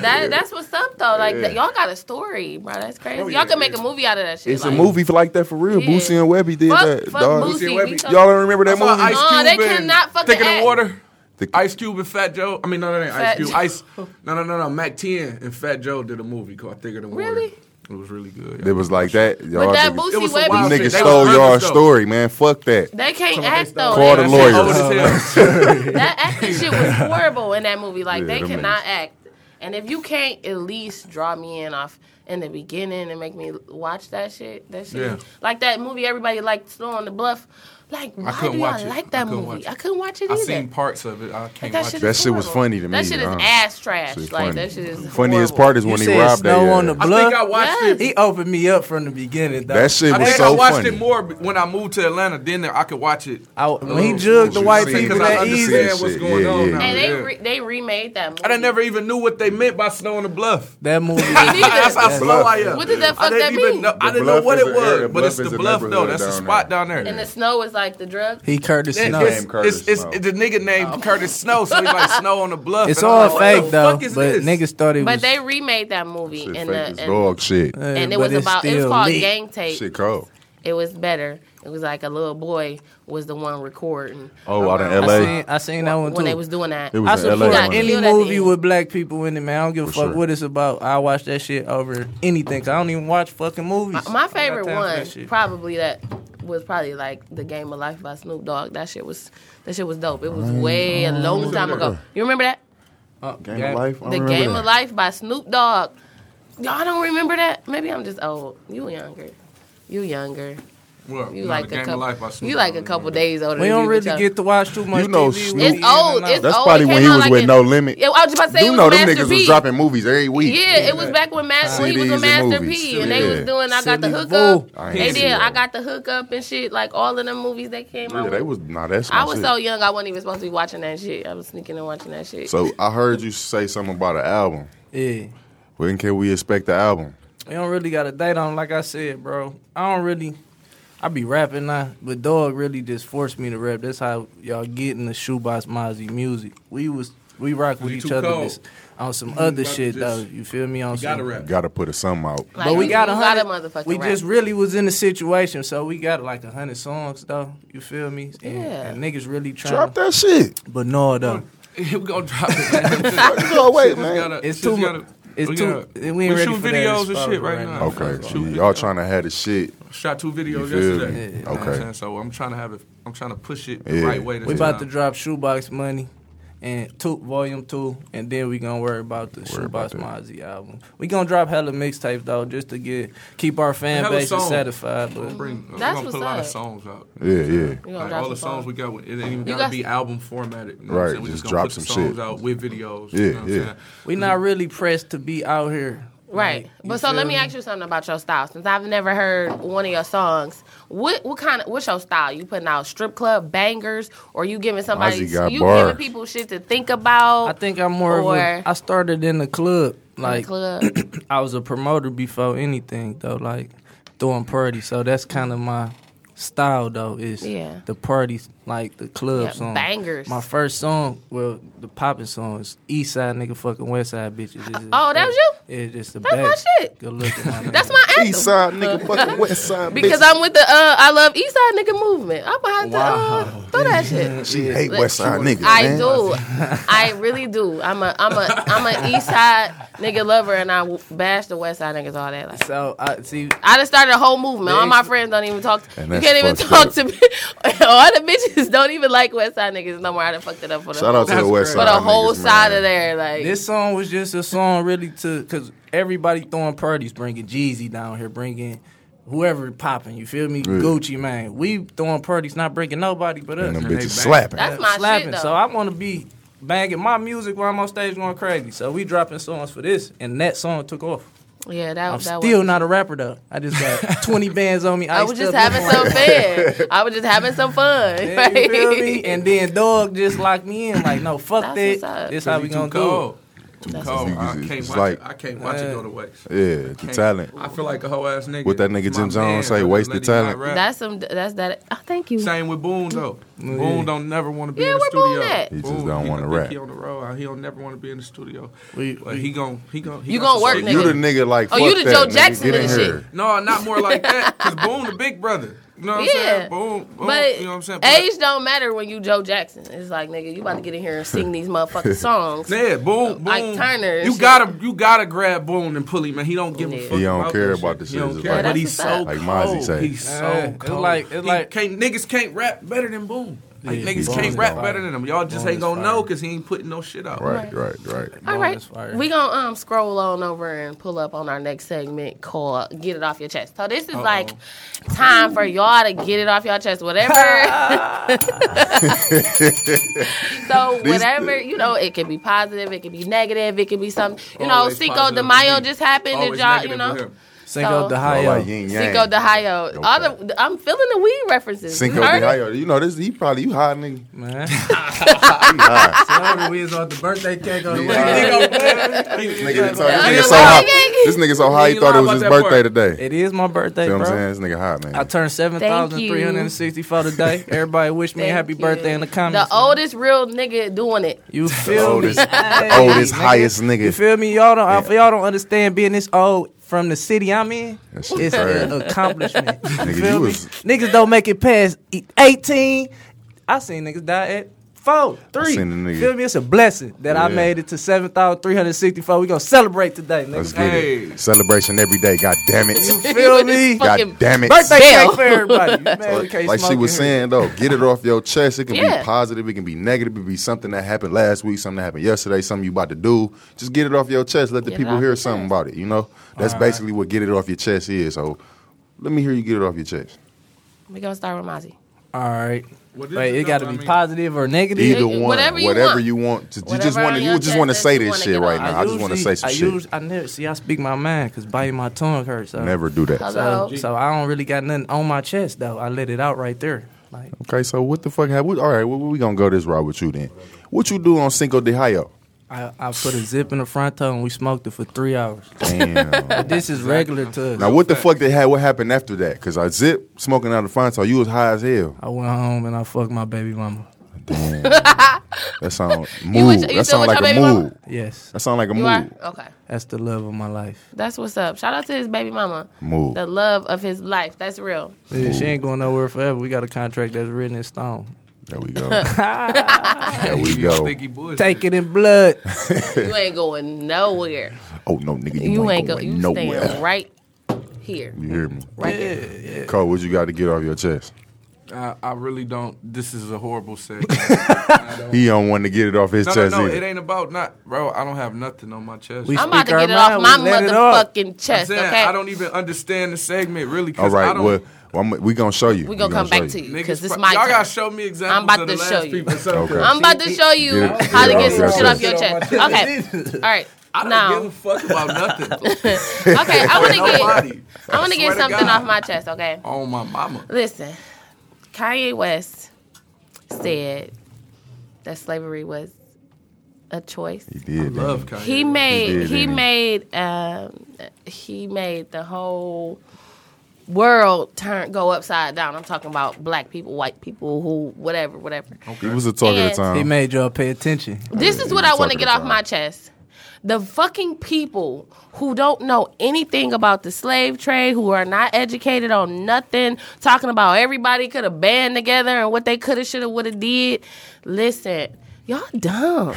Speaker 4: that that's what's up though. Like th- y'all got a story, bro. That's crazy. y'all can make a movie out of that shit.
Speaker 3: It's a
Speaker 4: like,
Speaker 3: movie for like that for real.
Speaker 4: Yeah.
Speaker 3: Boosie and Webby did
Speaker 4: Fuck,
Speaker 3: that.
Speaker 4: fuck
Speaker 3: dog.
Speaker 4: Boosie.
Speaker 6: Webby.
Speaker 4: we talk-
Speaker 3: Y'all don't remember that
Speaker 6: I saw
Speaker 3: movie?
Speaker 6: Ice
Speaker 4: Uh,
Speaker 6: Cube
Speaker 4: they
Speaker 6: and
Speaker 4: cannot fucking
Speaker 6: Thick in
Speaker 4: act.
Speaker 6: the water.
Speaker 3: The-
Speaker 6: Ice Cube and Fat Joe. I mean, no, no, no,
Speaker 4: Fat
Speaker 6: Ice Cube.
Speaker 4: Joe.
Speaker 6: Ice. No, no, no, no. Mac 10 and Fat Joe did a movie called Thicker Than Water.
Speaker 4: Really?
Speaker 6: It was really good.
Speaker 3: It was like that. Y'all
Speaker 4: But that
Speaker 3: niggas-
Speaker 4: Boosie
Speaker 6: was some wild
Speaker 4: Webby,
Speaker 6: shit.
Speaker 3: These
Speaker 6: They
Speaker 3: niggas
Speaker 6: was
Speaker 3: stole y'all
Speaker 6: rappers, though.
Speaker 3: story, man. Fuck that.
Speaker 4: they can't act though.
Speaker 3: Call the
Speaker 4: That-
Speaker 3: lawyer.
Speaker 6: Old as hell.
Speaker 4: That acting shit was horrible in that movie. Like
Speaker 3: Yeah,
Speaker 4: they
Speaker 3: them
Speaker 4: cannot
Speaker 3: niggas.
Speaker 4: act. And if you can't at least draw me in off in the beginning and make me watch that shit, that shit,
Speaker 6: Yeah.
Speaker 4: like that movie everybody liked Snow on the Bluff. Like why
Speaker 6: couldn't
Speaker 4: do
Speaker 6: watch
Speaker 4: y'all
Speaker 6: it.
Speaker 4: like
Speaker 6: I
Speaker 4: that
Speaker 6: couldn't watch
Speaker 4: movie?
Speaker 6: it.
Speaker 4: I couldn't watch it
Speaker 6: I
Speaker 4: either.
Speaker 6: seen parts of it. I can't
Speaker 4: that
Speaker 6: watch
Speaker 4: shit,
Speaker 6: it.
Speaker 3: That
Speaker 4: is
Speaker 3: shit was
Speaker 4: horrible.
Speaker 3: funny to me,
Speaker 4: That shit is
Speaker 3: huh?
Speaker 4: ass trash.
Speaker 3: Shit
Speaker 4: Like
Speaker 3: funny.
Speaker 4: that shit is
Speaker 3: Funniest
Speaker 4: horrible.
Speaker 3: part is
Speaker 5: You
Speaker 3: when he
Speaker 5: said
Speaker 3: robbed
Speaker 5: snow on the
Speaker 3: that. ass.
Speaker 6: I think I
Speaker 5: bluff.
Speaker 6: watched
Speaker 4: Yes.
Speaker 6: it.
Speaker 5: He opened me up from the beginning. Though.
Speaker 3: That shit
Speaker 6: I
Speaker 3: was
Speaker 6: think I
Speaker 3: so
Speaker 6: watched
Speaker 3: funny.
Speaker 6: it more b- when I moved to Atlanta. Then there, I could watch it.
Speaker 5: I, when he
Speaker 6: Oh,
Speaker 5: jugged the
Speaker 3: you
Speaker 5: white
Speaker 3: see,
Speaker 5: people
Speaker 6: because I
Speaker 5: that
Speaker 6: understand
Speaker 5: easy,
Speaker 3: shit.
Speaker 6: what's going
Speaker 3: Yeah,
Speaker 6: on
Speaker 3: yeah,
Speaker 6: now.
Speaker 3: yeah.
Speaker 4: And they
Speaker 6: Yeah.
Speaker 4: re- they remade that movie.
Speaker 6: I done never even knew what they meant by snow on the bluff.
Speaker 5: that movie.
Speaker 4: Me neither.
Speaker 5: Was,
Speaker 6: I, I, I
Speaker 4: bluff.
Speaker 3: bluff.
Speaker 6: I am.
Speaker 4: What did that
Speaker 6: I
Speaker 4: fuck
Speaker 6: didn't
Speaker 4: that
Speaker 6: even
Speaker 4: mean?
Speaker 6: know. I
Speaker 3: The
Speaker 6: didn't know
Speaker 3: bluff
Speaker 6: what
Speaker 3: is
Speaker 6: it
Speaker 3: a area-
Speaker 6: was, but
Speaker 3: bluff
Speaker 6: it's the
Speaker 3: is a
Speaker 6: bluff though.
Speaker 3: neighborhood
Speaker 6: That's the
Speaker 3: down
Speaker 6: spot
Speaker 3: there.
Speaker 6: down there.
Speaker 4: And the snow is like the drug.
Speaker 5: He Curtis
Speaker 6: It's,
Speaker 5: Snow.
Speaker 6: it's,
Speaker 3: Name Curtis
Speaker 6: it's, it's,
Speaker 3: Snow.
Speaker 6: the nigga
Speaker 4: Oh.
Speaker 6: named Curtis Snow, so he like Snow on the bluff.
Speaker 5: It's
Speaker 6: and I'm
Speaker 5: all
Speaker 6: like, what
Speaker 5: fake
Speaker 6: the
Speaker 5: though,
Speaker 6: fuck
Speaker 5: but
Speaker 6: is this?
Speaker 5: niggas thought he was.
Speaker 4: But they remade that movie
Speaker 3: Shit,
Speaker 4: in
Speaker 3: fake as
Speaker 4: the and,
Speaker 3: dog shit.
Speaker 4: and it
Speaker 5: But
Speaker 4: was
Speaker 5: it's
Speaker 4: about it was
Speaker 5: still
Speaker 4: called
Speaker 5: lit.
Speaker 4: gang tape.
Speaker 3: Shit cold.
Speaker 4: It was better. It was like a little boy was the one recording
Speaker 3: Oh, out in
Speaker 5: I
Speaker 3: L.A.
Speaker 5: seen, I seen that one
Speaker 4: when they
Speaker 5: too.
Speaker 4: was doing that.
Speaker 3: It was
Speaker 5: I
Speaker 3: in L.A.
Speaker 5: support
Speaker 4: Like,
Speaker 3: one.
Speaker 4: it-
Speaker 5: any
Speaker 4: Feel that
Speaker 5: movie
Speaker 4: thing.
Speaker 5: with black people in it, man. I don't give a
Speaker 3: For
Speaker 5: fuck
Speaker 3: sure.
Speaker 5: what it's about. I watch that shit over anything. 'cause I don't even watch fucking movies.
Speaker 4: My
Speaker 5: I got
Speaker 4: favorite
Speaker 5: time for that
Speaker 4: one,
Speaker 5: shit.
Speaker 4: probably that was probably like the Game of Life by Snoop Dogg. That shit was that shit was dope. It was way a long time ago. You remember that?
Speaker 5: Uh,
Speaker 3: Game
Speaker 5: yeah.
Speaker 3: of Life. I
Speaker 4: The
Speaker 3: remember
Speaker 4: Game
Speaker 3: that.
Speaker 4: of Life by Snoop Dogg. Y'all don't remember that? Maybe I'm just old. You younger. You younger.
Speaker 6: Well,
Speaker 4: You
Speaker 6: not
Speaker 4: like
Speaker 6: the
Speaker 4: a
Speaker 6: Game of Life by
Speaker 4: couple.
Speaker 6: Snoop
Speaker 4: You like a
Speaker 6: Dogg.
Speaker 4: couple days older.
Speaker 5: We
Speaker 4: than
Speaker 5: don't
Speaker 4: you,
Speaker 5: really
Speaker 4: but
Speaker 5: get to watch too much.
Speaker 3: You know
Speaker 5: TV.
Speaker 3: Snoop-
Speaker 5: We
Speaker 4: It's
Speaker 5: in and
Speaker 4: old.
Speaker 5: out.
Speaker 4: It's
Speaker 3: That's
Speaker 4: old.
Speaker 3: probably
Speaker 4: Oh, It
Speaker 3: when
Speaker 4: came
Speaker 3: he
Speaker 4: out
Speaker 3: was
Speaker 4: like
Speaker 3: with
Speaker 4: in-
Speaker 3: No Limit.
Speaker 4: Yeah, I was about to say
Speaker 3: you
Speaker 4: it
Speaker 3: know
Speaker 4: was
Speaker 3: them
Speaker 4: Master
Speaker 3: niggas
Speaker 4: P.
Speaker 3: was dropping movies every week.
Speaker 4: Yeah, it was back when Mas- when he was
Speaker 3: CDs
Speaker 4: with
Speaker 3: and
Speaker 4: Master
Speaker 3: movies.
Speaker 4: P, and they was
Speaker 3: Yeah.
Speaker 4: doing I got the
Speaker 5: Silly
Speaker 4: hookup.
Speaker 5: Vogue.
Speaker 3: I ain't
Speaker 4: They
Speaker 3: see
Speaker 4: did.
Speaker 3: that
Speaker 4: I
Speaker 3: one.
Speaker 4: got the hookup and shit. Like all of them movies they came
Speaker 3: Yeah,
Speaker 4: out.
Speaker 3: they
Speaker 4: with.
Speaker 3: was nah. That's my
Speaker 4: I was
Speaker 3: shit.
Speaker 4: so young. I wasn't even supposed to be watching that shit. I was sneaking and watching that shit.
Speaker 3: So I heard you say something about an album.
Speaker 5: Yeah.
Speaker 3: When can we expect the album?
Speaker 5: We don't really got a date on, like I said, bro. I don't really. I be rapping now, but dog really just forced me to rap. That's how y'all get in the shoebox Mozzie music. We was we rock with
Speaker 6: You
Speaker 5: each
Speaker 6: too
Speaker 5: other
Speaker 6: cold.
Speaker 5: this- on some
Speaker 6: about to
Speaker 5: other shit
Speaker 6: just-
Speaker 5: though. You feel me? On some,
Speaker 6: Gotta rap.
Speaker 3: Got to put a something out.
Speaker 4: Like,
Speaker 5: But we got a
Speaker 4: we got a
Speaker 5: hundred.
Speaker 4: motherfucking
Speaker 5: We
Speaker 4: rap.
Speaker 5: just really was in a situation, so we got like a hundred songs though. You feel me? And,
Speaker 4: Yeah.
Speaker 5: and niggas really trying.
Speaker 3: Drop that shit.
Speaker 5: But no though.
Speaker 6: we gonna drop it.
Speaker 3: Go away, man.
Speaker 6: Gotta-
Speaker 5: It's
Speaker 6: just
Speaker 5: too mu-
Speaker 6: gotta-
Speaker 5: it's
Speaker 6: we
Speaker 5: too-
Speaker 6: gotta-
Speaker 5: we ain't
Speaker 6: we
Speaker 5: ready
Speaker 6: shoot
Speaker 5: for that
Speaker 6: videos
Speaker 5: exposure
Speaker 6: and shit right
Speaker 5: right
Speaker 6: now.
Speaker 5: now.
Speaker 3: Okay,
Speaker 6: Shoot
Speaker 3: so y'all
Speaker 6: videos.
Speaker 3: trying to have the shit.
Speaker 6: Shot two
Speaker 3: You feel
Speaker 6: videos
Speaker 3: me?
Speaker 6: yesterday. You know what I'm
Speaker 3: Okay.
Speaker 6: saying? So I'm trying to have it. I'm trying to push it the
Speaker 3: Yeah.
Speaker 6: right way. This
Speaker 5: We about to
Speaker 6: time.
Speaker 5: drop Shoebox Money and two, Volume Two, and then we gonna worry about the Shoebox Mozzie album. We gonna drop hella mixtapes though, just to get keep our fan
Speaker 6: Hella
Speaker 5: base
Speaker 6: songs.
Speaker 5: satisfied.
Speaker 6: We'll
Speaker 5: But
Speaker 6: Bring,
Speaker 4: That's
Speaker 6: we're gonna
Speaker 4: what's
Speaker 6: put a lot of
Speaker 4: up.
Speaker 6: songs out.
Speaker 3: Yeah, yeah.
Speaker 4: You gonna
Speaker 6: Like,
Speaker 4: drop
Speaker 6: all the
Speaker 4: some
Speaker 6: songs we got, it ain't even
Speaker 4: You
Speaker 6: gotta
Speaker 4: got-
Speaker 6: be album formatted. You know what I'm
Speaker 3: Right,
Speaker 6: saying? We
Speaker 3: just
Speaker 6: gonna
Speaker 3: drop
Speaker 6: put the
Speaker 3: some
Speaker 6: songs
Speaker 3: shit.
Speaker 6: out with videos.
Speaker 3: Yeah,
Speaker 6: you know what I'm
Speaker 3: yeah.
Speaker 6: saying?
Speaker 5: we not really pressed to be out here,
Speaker 4: Right.
Speaker 5: Like, you
Speaker 4: but so
Speaker 5: feel
Speaker 4: let me ask you something about your style. Since I've never heard one of your songs, what what kind of what's your style? You putting out strip club bangers or you giving somebody
Speaker 3: Mozzie got
Speaker 4: you
Speaker 3: bars.
Speaker 4: giving people shit to think about?
Speaker 5: I think I'm more of
Speaker 4: Or-
Speaker 5: a, I started in the club. Like
Speaker 4: club.
Speaker 5: I was a promoter before anything though, like throwing parties. So that's kind of my style though is
Speaker 4: Yeah.
Speaker 5: the parties, like the club
Speaker 4: Yeah,
Speaker 5: song.
Speaker 4: bangers.
Speaker 5: My first song, well, the popping song is East Side nigga fucking West Side bitches. It's just-
Speaker 4: Oh, that was you?
Speaker 5: Yeah, just the
Speaker 4: That's my
Speaker 5: best.
Speaker 4: shit.
Speaker 5: Good look at my name.
Speaker 4: That's my anthem.
Speaker 3: East side nigga, fucking west side.
Speaker 4: Because
Speaker 3: bitch.
Speaker 4: I'm with the uh, I love East Side nigga movement. I'm gonna have to
Speaker 5: Wow.
Speaker 4: uh, throw that shit.
Speaker 3: she hate west side niggas.
Speaker 4: I
Speaker 3: man.
Speaker 4: do. I really do. I'm a I'm a I'm an East Side nigga lover, and I w- bash the West Side niggas all that. Like,
Speaker 5: so I see.
Speaker 4: I just started a whole movement. All my
Speaker 5: Thanks.
Speaker 4: friends don't even talk.
Speaker 3: And
Speaker 4: you
Speaker 3: that's
Speaker 4: can't even
Speaker 3: fucked
Speaker 4: talk
Speaker 3: up.
Speaker 4: to me. All the bitches don't even like West Side niggas no more. I done fucked it up for the
Speaker 3: Shout
Speaker 4: whole,
Speaker 3: out to the west
Speaker 4: for
Speaker 3: side.
Speaker 4: the whole
Speaker 3: niggas,
Speaker 4: side
Speaker 3: man.
Speaker 4: of there. Like
Speaker 5: This song was just a song really to because everybody throwing parties, bringing Jeezy down here, bringing whoever popping. You feel me? Gucci man, we throwing parties, not breaking nobody but us.
Speaker 3: And them
Speaker 6: they
Speaker 3: bitches
Speaker 6: bang.
Speaker 3: slapping.
Speaker 4: that's my
Speaker 5: slapping.
Speaker 4: shit though.
Speaker 5: so I want to be banging my music while I'm on stage going crazy. So we dropping songs for this, and that song took off.
Speaker 4: yeah, that,
Speaker 5: I'm
Speaker 4: that
Speaker 5: still
Speaker 4: was.
Speaker 5: not a rapper though. I just got 20 bands on me.
Speaker 4: I was just having some fun. I was just having some fun.
Speaker 5: Yeah,
Speaker 4: right?
Speaker 5: you feel me? And then dog just locked me in like, no, fuck
Speaker 4: That's what's
Speaker 5: that.
Speaker 4: up.
Speaker 5: This how we
Speaker 6: Too
Speaker 5: gonna
Speaker 6: cold.
Speaker 5: go.
Speaker 6: Too cold. I
Speaker 3: It's
Speaker 6: can't watch
Speaker 3: like-
Speaker 6: it. I can't watch it go to waste.
Speaker 3: Yeah, the
Speaker 6: Can't-
Speaker 3: talent.
Speaker 6: I feel like a whole ass nigga.
Speaker 3: What that nigga
Speaker 6: It's
Speaker 3: Jim
Speaker 6: my
Speaker 3: Jones
Speaker 6: man,
Speaker 3: say,
Speaker 6: brother.
Speaker 3: waste
Speaker 6: Let
Speaker 3: the
Speaker 6: him not
Speaker 3: talent.
Speaker 6: rap.
Speaker 4: That's some. That's that. Oh, thank you.
Speaker 6: Same with Boone though.
Speaker 5: yeah.
Speaker 6: Boone don't never want to be
Speaker 4: Yeah,
Speaker 6: in the
Speaker 4: where Boone
Speaker 6: studio.
Speaker 4: at?
Speaker 3: He just
Speaker 6: Boone,
Speaker 3: don't wanna
Speaker 6: I think
Speaker 3: rap.
Speaker 6: He on the road. He'll never want to be in the studio.
Speaker 5: We-
Speaker 6: But
Speaker 5: we-
Speaker 6: he gon' he gon' he
Speaker 4: You
Speaker 6: got
Speaker 4: gonna work,
Speaker 6: some-
Speaker 4: nigga.
Speaker 3: You the nigga like
Speaker 4: Oh,
Speaker 3: fuck
Speaker 4: you the
Speaker 3: that,
Speaker 4: Joe
Speaker 3: nigga,
Speaker 4: Jackson
Speaker 3: get
Speaker 4: of
Speaker 3: in
Speaker 4: this
Speaker 3: here.
Speaker 4: shit.
Speaker 6: No, not more like that. Cause Boone the big brother. You know what I'm
Speaker 4: Yeah,
Speaker 6: saying? Boone, Boone,
Speaker 4: but
Speaker 6: you know what I'm saying? But-
Speaker 4: age don't matter when you Joe Jackson. It's like nigga, you about to get in here and sing these motherfucking songs.
Speaker 6: Yeah, boom, boom.
Speaker 4: Ike Turner and
Speaker 6: You
Speaker 4: shit.
Speaker 6: gotta, you gotta grab Boone and pull him, man. He don't give a
Speaker 4: Yeah.
Speaker 6: fuck.
Speaker 3: He don't
Speaker 6: about
Speaker 3: care
Speaker 6: this
Speaker 3: about
Speaker 6: shit.
Speaker 3: this
Speaker 6: He
Speaker 3: shit.
Speaker 6: don't
Speaker 3: It's
Speaker 6: care,
Speaker 3: like-
Speaker 6: but he's so
Speaker 4: Yeah,
Speaker 3: Like
Speaker 6: cold.
Speaker 3: Mozzie say.
Speaker 6: he's so
Speaker 5: Yeah, it's
Speaker 6: cold.
Speaker 5: like- it's
Speaker 6: He
Speaker 5: like-
Speaker 6: can't niggas can't rap better than Boone. Like
Speaker 5: Yeah,
Speaker 6: niggas
Speaker 5: Boone
Speaker 6: can't
Speaker 5: is
Speaker 6: rap
Speaker 5: fire.
Speaker 6: better than him. Y'all just
Speaker 5: Boone
Speaker 6: ain't
Speaker 5: is
Speaker 6: gonna
Speaker 5: fire.
Speaker 6: know because he ain't putting no shit out.
Speaker 3: Right, right, right.
Speaker 4: All right,
Speaker 5: Bonus fire.
Speaker 4: we gonna um scroll on over and pull up on our next segment called "Get It Off Your Chest." So this is like time for y'all to get it off your chest, whatever. so whatever you know, it can be positive, it can be negative, it can be something. You know,
Speaker 6: Always
Speaker 4: Cinco de
Speaker 6: positive
Speaker 4: Mayo
Speaker 6: with me.
Speaker 4: just happened. Did
Speaker 6: Always
Speaker 4: y'all, you
Speaker 6: negative
Speaker 4: know?
Speaker 6: with him.
Speaker 5: Cinco
Speaker 4: So-
Speaker 5: de
Speaker 3: Y'all
Speaker 5: Mayo.
Speaker 3: Oh, like yin yang.
Speaker 4: Cinco de Mayo.
Speaker 3: Okay.
Speaker 4: All the, I'm feeling the weed references.
Speaker 3: Cinco
Speaker 4: you
Speaker 3: de
Speaker 4: heard it?
Speaker 3: Mayo. You know this. He probably you high nigga.
Speaker 5: Man,
Speaker 3: He high.
Speaker 5: Florida we is on the birthday cake on the
Speaker 3: Yeah.
Speaker 5: way.
Speaker 3: nigga, this nigga
Speaker 4: Yeah.
Speaker 3: so high.
Speaker 4: Yeah.
Speaker 3: This nigga so high. He
Speaker 6: You
Speaker 3: thought
Speaker 6: lie
Speaker 3: it was
Speaker 6: about
Speaker 3: his
Speaker 6: that
Speaker 3: birthday
Speaker 6: part.
Speaker 3: today.
Speaker 5: It is my birthday,
Speaker 3: You know what I'm
Speaker 5: bro.
Speaker 3: saying? This nigga hot,
Speaker 5: I
Speaker 3: man.
Speaker 5: turned seven thousand three hundred and sixty-four today. Everybody wish me a
Speaker 4: Thank
Speaker 5: happy
Speaker 4: you.
Speaker 5: birthday in the comments.
Speaker 4: The oldest real nigga doing it.
Speaker 5: you
Speaker 3: The
Speaker 5: feel me?
Speaker 3: oldest, the
Speaker 5: Hey,
Speaker 3: oldest,
Speaker 5: nigga.
Speaker 3: highest nigga.
Speaker 5: You feel me? Y'all don't y'all don't understand being this old from the city I'm in.
Speaker 3: That shit
Speaker 5: It's
Speaker 3: crazy.
Speaker 5: an accomplishment.
Speaker 3: Nigga,
Speaker 5: You
Speaker 3: you
Speaker 5: feel me?
Speaker 3: was-
Speaker 5: Niggas don't make it past e- 18. I seen niggas die at four, three.
Speaker 3: seen a nigga-
Speaker 5: Feel me? It's a blessing that I
Speaker 3: Yeah.
Speaker 5: made it to 7,364. We gonna celebrate today,
Speaker 3: Let's
Speaker 5: nigga.
Speaker 3: get
Speaker 6: Hey.
Speaker 3: it. Celebration every day. God damn it.
Speaker 5: Feel
Speaker 4: With his
Speaker 5: me?
Speaker 4: fucking-
Speaker 3: God damn it.
Speaker 5: Birthday
Speaker 4: Bill.
Speaker 5: cake for everybody. You mad we can't
Speaker 3: like she
Speaker 5: smoke
Speaker 3: was
Speaker 5: in here.
Speaker 3: saying though, get it off your chest. It can
Speaker 4: Yeah.
Speaker 3: be positive, it can be negative, it can be something that happened last week, something that happened yesterday, something you about to do. Just get it off your chest. Let the
Speaker 4: Get it
Speaker 3: people
Speaker 4: off
Speaker 3: hear
Speaker 4: your
Speaker 3: something
Speaker 4: chest.
Speaker 3: about it. You know, that's basically what get it off your chest is. So let me hear you get it off your chest.
Speaker 4: We gonna start with Mozzie.
Speaker 5: All right.
Speaker 6: What is
Speaker 5: Wait,
Speaker 6: it
Speaker 5: it
Speaker 6: though?
Speaker 5: gotta
Speaker 6: I
Speaker 5: be
Speaker 6: mean-
Speaker 5: positive or negative.
Speaker 3: Either
Speaker 4: Yeah,
Speaker 3: one,
Speaker 4: whatever
Speaker 3: whatever
Speaker 4: you
Speaker 3: you
Speaker 4: want.
Speaker 3: want, to, you just
Speaker 4: Whatever
Speaker 3: want to,
Speaker 4: on
Speaker 3: you
Speaker 4: your
Speaker 3: just want to
Speaker 4: chest
Speaker 3: say
Speaker 4: that you
Speaker 3: this
Speaker 4: wanna
Speaker 3: shit
Speaker 4: get
Speaker 3: right
Speaker 4: off.
Speaker 3: now. I, just want to say
Speaker 5: usually-
Speaker 3: some
Speaker 5: I
Speaker 3: shit.
Speaker 5: usually- I never see I speak my mind because biting my tongue hurts. So.
Speaker 3: Never do that.
Speaker 4: Hello.
Speaker 5: So, so I don't really got nothing on my chest though. I let it out right there. Like
Speaker 3: Okay, so what the fuck happened? All right, well, we gonna go this route with you then. What you do on Cinco de Mayo?
Speaker 5: I, I put a zip in the front toe and we smoked it for three hours.
Speaker 3: Damn.
Speaker 5: This is regular to us.
Speaker 3: now what the fuck they had? What happened after that? Because I zip smoking out of Fonto, you was high as hell.
Speaker 5: I went home and I fucked my baby mama.
Speaker 3: Damn. that sound
Speaker 4: You
Speaker 3: move.
Speaker 4: with- you
Speaker 3: that
Speaker 4: still
Speaker 3: sound
Speaker 4: with
Speaker 3: like
Speaker 4: your
Speaker 3: a
Speaker 4: baby
Speaker 3: move.
Speaker 4: mama?
Speaker 5: Yes,
Speaker 3: That sound like a
Speaker 4: You
Speaker 3: move.
Speaker 4: are okay.
Speaker 5: that's the love of my life.
Speaker 4: That's what's up. Shout out to his baby mama.
Speaker 3: Move.
Speaker 4: The love of his life. That's real.
Speaker 5: Yeah, she ain't going nowhere forever. We got a contract that's written in stone.
Speaker 3: There we go. there we go.
Speaker 6: Stinky bullshit.
Speaker 5: Take it in blood.
Speaker 4: You ain't going nowhere.
Speaker 3: Oh no, nigga, you,
Speaker 4: You ain't go.
Speaker 3: going
Speaker 4: You
Speaker 3: nowhere.
Speaker 4: staying right here.
Speaker 3: You hear me?
Speaker 4: Right there.
Speaker 3: Cole, what you got to get off your chest?
Speaker 6: I, I really don't. This is a horrible sex.
Speaker 3: He don't want to get it off his
Speaker 6: no, no,
Speaker 3: chest
Speaker 6: no.
Speaker 3: either.
Speaker 6: It ain't about not, bro. I don't have nothing on my chest.
Speaker 5: We
Speaker 6: I'm
Speaker 4: I'm about to
Speaker 5: Speak our
Speaker 4: get it off my
Speaker 5: mind, we let it up.
Speaker 4: motherfucking chest.
Speaker 6: saying,
Speaker 4: okay.
Speaker 6: I don't even understand the segment really. 'cause
Speaker 3: All
Speaker 6: I
Speaker 3: right,
Speaker 6: don't,
Speaker 3: well, well I'm, we gonna show you.
Speaker 4: we gonna
Speaker 3: We
Speaker 4: come
Speaker 3: show
Speaker 4: back to you
Speaker 6: niggas
Speaker 4: because this
Speaker 6: pro-
Speaker 4: my
Speaker 6: y'all
Speaker 4: turn.
Speaker 6: gotta show me examples.
Speaker 4: I'm about
Speaker 6: of the
Speaker 4: to
Speaker 6: last
Speaker 4: show you.
Speaker 6: people. So,
Speaker 3: Okay.
Speaker 4: I'm about to show you
Speaker 3: Get it-
Speaker 4: how to
Speaker 3: get
Speaker 4: get
Speaker 3: it
Speaker 4: some
Speaker 3: off
Speaker 4: shit
Speaker 3: your
Speaker 4: off your chest. Okay. All right.
Speaker 6: I don't
Speaker 4: now,
Speaker 6: give a fuck about nothing.
Speaker 4: okay. I want to get.
Speaker 6: Nobody.
Speaker 4: I want to
Speaker 6: swear
Speaker 4: get
Speaker 6: to
Speaker 4: something
Speaker 6: God.
Speaker 4: off my chest. Okay.
Speaker 6: On my mama.
Speaker 4: Listen, Kanye West said that slavery was a choice.
Speaker 3: He did.
Speaker 6: Love
Speaker 3: didn't
Speaker 6: Kanye.
Speaker 4: He made
Speaker 3: did,
Speaker 4: he
Speaker 3: didn't he?
Speaker 4: made um, he made the whole world turn go upside down. I'm talking about black people, white people, who whatever, whatever.
Speaker 3: he? He was a talk at
Speaker 4: And-
Speaker 3: the time.
Speaker 5: He made y'all pay attention.
Speaker 4: This is
Speaker 3: he
Speaker 4: what
Speaker 3: was
Speaker 4: I want to
Speaker 3: talking
Speaker 4: get off
Speaker 3: about-
Speaker 4: my chest. The fucking people who don't know anything about the slave trade, who are not educated on nothing, talking about everybody could have band together and what they could have, should have, would have did. Listen, y'all dumb.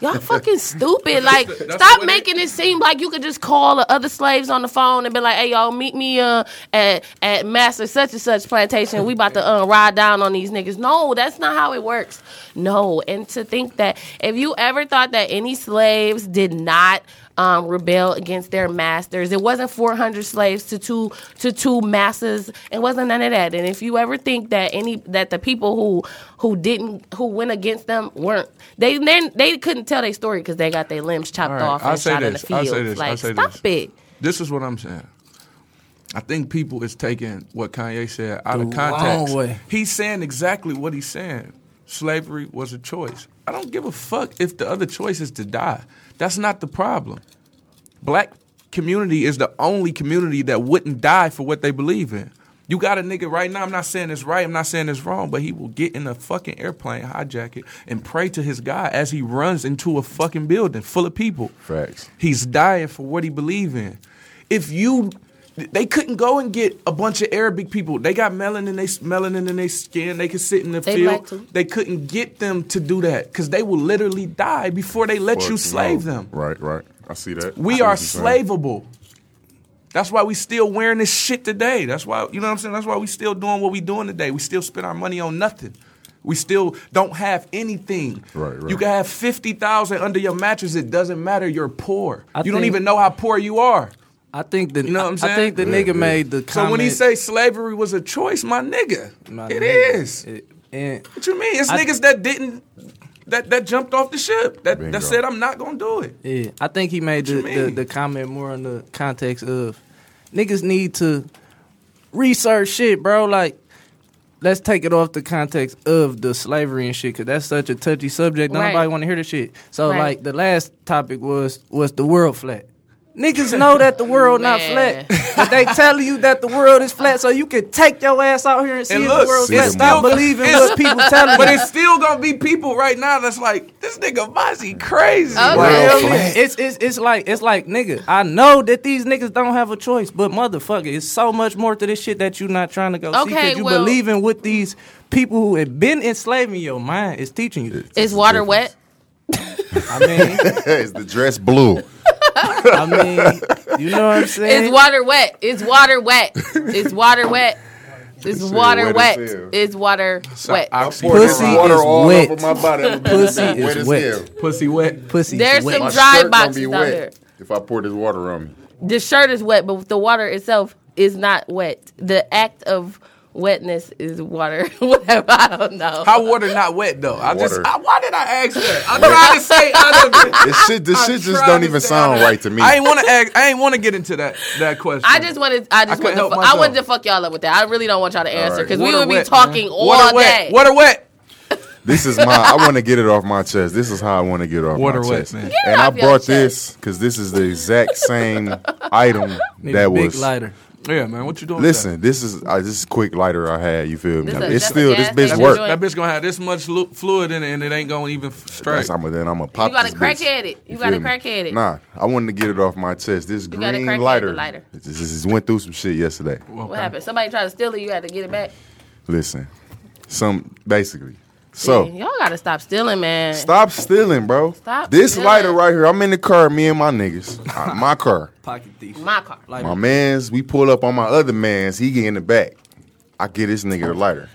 Speaker 4: Y'all fucking stupid. Like, stop
Speaker 6: what
Speaker 4: making it seem like you could just call the other slaves on the phone and be like, "Hey, y'all, meet me uh, at at Master such and such plantation. We about to uh, ride down on these niggas." No, that's not how it works. No, and to think that if you ever thought that any slaves did not um, rebel against their masters. It wasn't 400 slaves to two to two masses. It wasn't none of that. And if you ever think that any that the people who who didn't who went against them weren't they then they couldn't tell their story because they got their limbs chopped
Speaker 6: All right,
Speaker 4: off
Speaker 6: I'll
Speaker 4: and
Speaker 6: say
Speaker 4: shot in the
Speaker 6: this, I'll
Speaker 4: field.
Speaker 6: say this,
Speaker 4: like
Speaker 6: I'll say
Speaker 4: stop
Speaker 6: this.
Speaker 4: it.
Speaker 6: This is what I'm saying. I think people is taking what Kanye said out of
Speaker 5: The
Speaker 6: context.
Speaker 5: wrong way.
Speaker 6: He's saying exactly what he's saying. Slavery was a choice. I don't give a fuck if the other choice is to die. That's not the problem. Black community is the only community that wouldn't die for what they believe in. You got a nigga right now. I'm not saying it's right. I'm not saying it's wrong, but he will get in a fucking airplane, hijack it, and pray to his God as he runs into a fucking building full of people.
Speaker 3: Facts.
Speaker 6: He's dying for what he believe in. If you, they couldn't go and get a bunch of Arabic people. They got melanin, they melanin in their skin. They could sit in the
Speaker 4: They black
Speaker 6: field.
Speaker 4: too.
Speaker 6: They couldn't get them to do that because they will literally die before they let
Speaker 3: Fuck
Speaker 6: you
Speaker 3: no.
Speaker 6: slave them.
Speaker 3: Right, right. I see that. I
Speaker 6: We
Speaker 3: see what
Speaker 6: are
Speaker 3: you're saying.
Speaker 6: slavable. That's why we still wearing this shit today. That's why you know what I'm saying. That's why we still doing what we doing today. We still spend our money on nothing. We still don't have anything.
Speaker 3: Right, right.
Speaker 6: You can have fifty thousand under your mattress. It doesn't matter. You're poor.
Speaker 5: I
Speaker 6: you don't
Speaker 5: think-
Speaker 6: even know how poor you are.
Speaker 5: I think the
Speaker 6: You know what I'm
Speaker 5: I- I think the
Speaker 6: saying?
Speaker 5: nigga
Speaker 3: Yeah, yeah.
Speaker 5: made the
Speaker 6: So
Speaker 5: comment.
Speaker 6: when he say slavery was a choice, my nigga,
Speaker 5: My
Speaker 6: it
Speaker 5: nigga,
Speaker 6: is.
Speaker 5: it- and
Speaker 6: What you mean? It's
Speaker 5: I-
Speaker 6: niggas that didn't that that jumped off the ship that
Speaker 3: Bingo.
Speaker 6: that said I'm not gonna do it.
Speaker 5: Yeah, I think he made the,
Speaker 6: you
Speaker 5: the,
Speaker 6: mean?
Speaker 5: the comment more in the context of niggas need to research shit, bro. Like, let's take it off the context of the slavery and shit, because that's such a touchy subject.
Speaker 4: Right.
Speaker 5: Nobody want to hear the shit. So,
Speaker 4: Right.
Speaker 5: like, the last topic was was the world flat. Niggas know that the world not
Speaker 4: Man.
Speaker 5: flat, but they telling you that the world is flat, so you can take your ass out here and see
Speaker 6: And
Speaker 5: if
Speaker 6: look,
Speaker 5: the world's
Speaker 3: see
Speaker 5: flat.
Speaker 3: the
Speaker 5: Stop
Speaker 3: world.
Speaker 5: believing what people telling you.
Speaker 6: But it's still gonna be people right now that's like, this nigga Mozzie crazy.
Speaker 4: Okay.
Speaker 3: World
Speaker 5: Hell yeah. It's, it's it's like it's like nigga. I know that these niggas don't have a choice, but motherfucker, it's so much more to this shit that you not trying to go see
Speaker 4: Okay,
Speaker 5: because you
Speaker 4: well-
Speaker 5: believe in what these people who have been enslaving your mind is teaching you.
Speaker 4: Is water wet?
Speaker 5: I mean,
Speaker 3: it's the dress blue.
Speaker 5: I mean, you know what I'm saying?
Speaker 4: It's water wet. It's water wet. It's water wet. It's
Speaker 3: Shit,
Speaker 4: water
Speaker 3: wet
Speaker 4: wet.
Speaker 3: as hell.
Speaker 4: It's water wet.
Speaker 6: Oxy-
Speaker 5: Pussy
Speaker 3: water
Speaker 5: is
Speaker 3: all
Speaker 5: wet.
Speaker 3: over my body. I'm gonna be
Speaker 5: Pussy is
Speaker 3: wet as
Speaker 5: wet.
Speaker 3: hell.
Speaker 6: pussy wet.
Speaker 5: Pussy.
Speaker 4: There's
Speaker 5: wet.
Speaker 4: some
Speaker 3: My
Speaker 4: dry
Speaker 3: shirt gonna
Speaker 4: boxes
Speaker 3: be
Speaker 4: down
Speaker 3: wet
Speaker 4: there.
Speaker 3: if I pour this water on me.
Speaker 4: The shirt is wet, but the water itself is not wet. The act of wetness is water. Whatever. I don't know.
Speaker 6: How water not wet though? I just
Speaker 3: Water.
Speaker 6: I, why did I ask that? I'm trying to stay out of it.
Speaker 3: This shit, this shit just
Speaker 6: trying
Speaker 3: don't
Speaker 6: to
Speaker 3: even
Speaker 6: stay out
Speaker 3: sound
Speaker 6: of it.
Speaker 3: right to me.
Speaker 6: I ain't want to ask. I ain't want to get into that that question.
Speaker 4: I just wanted. I just wanted.
Speaker 6: couldn't
Speaker 4: To
Speaker 6: help
Speaker 4: fu- I
Speaker 6: myself.
Speaker 4: wanted to fuck y'all up with that. I really don't want y'all to answer
Speaker 3: right.
Speaker 4: because we
Speaker 6: Water
Speaker 4: would be
Speaker 6: wet,
Speaker 4: talking
Speaker 6: man.
Speaker 4: all
Speaker 6: water
Speaker 4: day.
Speaker 6: Wet. Water wet.
Speaker 3: This is my. I want to get it off my chest. This is how I want to get it off
Speaker 6: Water
Speaker 3: my
Speaker 6: wet,
Speaker 3: chest.
Speaker 6: man. Get
Speaker 4: it
Speaker 3: and I
Speaker 4: off your
Speaker 3: brought
Speaker 4: chest.
Speaker 3: this because this is the exact same item
Speaker 5: Need a
Speaker 3: that
Speaker 5: big
Speaker 3: was.
Speaker 5: lighter.
Speaker 6: Yeah, man. What you doing? with
Speaker 3: Listen, this is uh, this is quick lighter I had. You feel me?
Speaker 4: This is
Speaker 3: it's
Speaker 4: just
Speaker 3: still
Speaker 4: a
Speaker 3: this
Speaker 4: gas
Speaker 3: bitch
Speaker 4: station
Speaker 3: work.
Speaker 4: joint.
Speaker 6: that? That bitch gonna have this much lu- fluid in it, and it ain't gonna even f- strike.
Speaker 3: That's, I'm gonna, then I'm gonna pop.
Speaker 4: You gotta
Speaker 3: this
Speaker 4: crack
Speaker 3: bitch.
Speaker 4: at it. You
Speaker 3: feel
Speaker 4: gotta
Speaker 3: me?
Speaker 4: crack at it.
Speaker 3: Nah, I wanted to get it off my chest. This
Speaker 4: gotta
Speaker 3: green
Speaker 4: crack at the
Speaker 3: lighter.
Speaker 4: lighter.
Speaker 3: This is- went through some shit yesterday.
Speaker 4: What happened? Somebody tried to steal it. You had to get it back.
Speaker 3: Listen, some basically. So
Speaker 4: Yeah, y'all gotta stop stealing, man.
Speaker 3: Stop stealing, bro.
Speaker 4: Stop
Speaker 3: this
Speaker 4: stealing.
Speaker 3: lighter right here. I'm in the car, me and my niggas. Uh, my car.
Speaker 5: Pocket thief.
Speaker 4: My car.
Speaker 5: Like
Speaker 3: My man's, we pull up on my other man's, he get in the back. I get this nigga a lighter.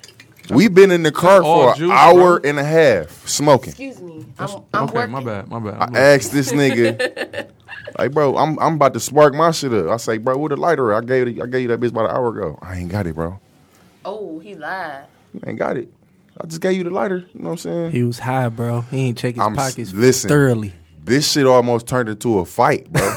Speaker 3: We been in the car
Speaker 6: all
Speaker 3: for an
Speaker 6: juice,
Speaker 3: hour and a half smoking.
Speaker 4: Excuse me. I'm, I'm
Speaker 6: okay,
Speaker 4: working.
Speaker 6: my bad. My bad.
Speaker 3: I asked this nigga, like, bro, I'm I'm about to spark my shit up. I say, bro, where the lighter? at? I gave it, I gave you that bitch about an hour ago. I ain't got it, bro.
Speaker 4: Oh, he lied.
Speaker 3: You ain't got it. I just gave you the lighter. You know what I'm saying?
Speaker 5: he was high, bro. He ain't check his
Speaker 3: I'm s-
Speaker 5: pockets
Speaker 3: listen.
Speaker 5: thoroughly.
Speaker 3: This shit almost turned into a fight, bro.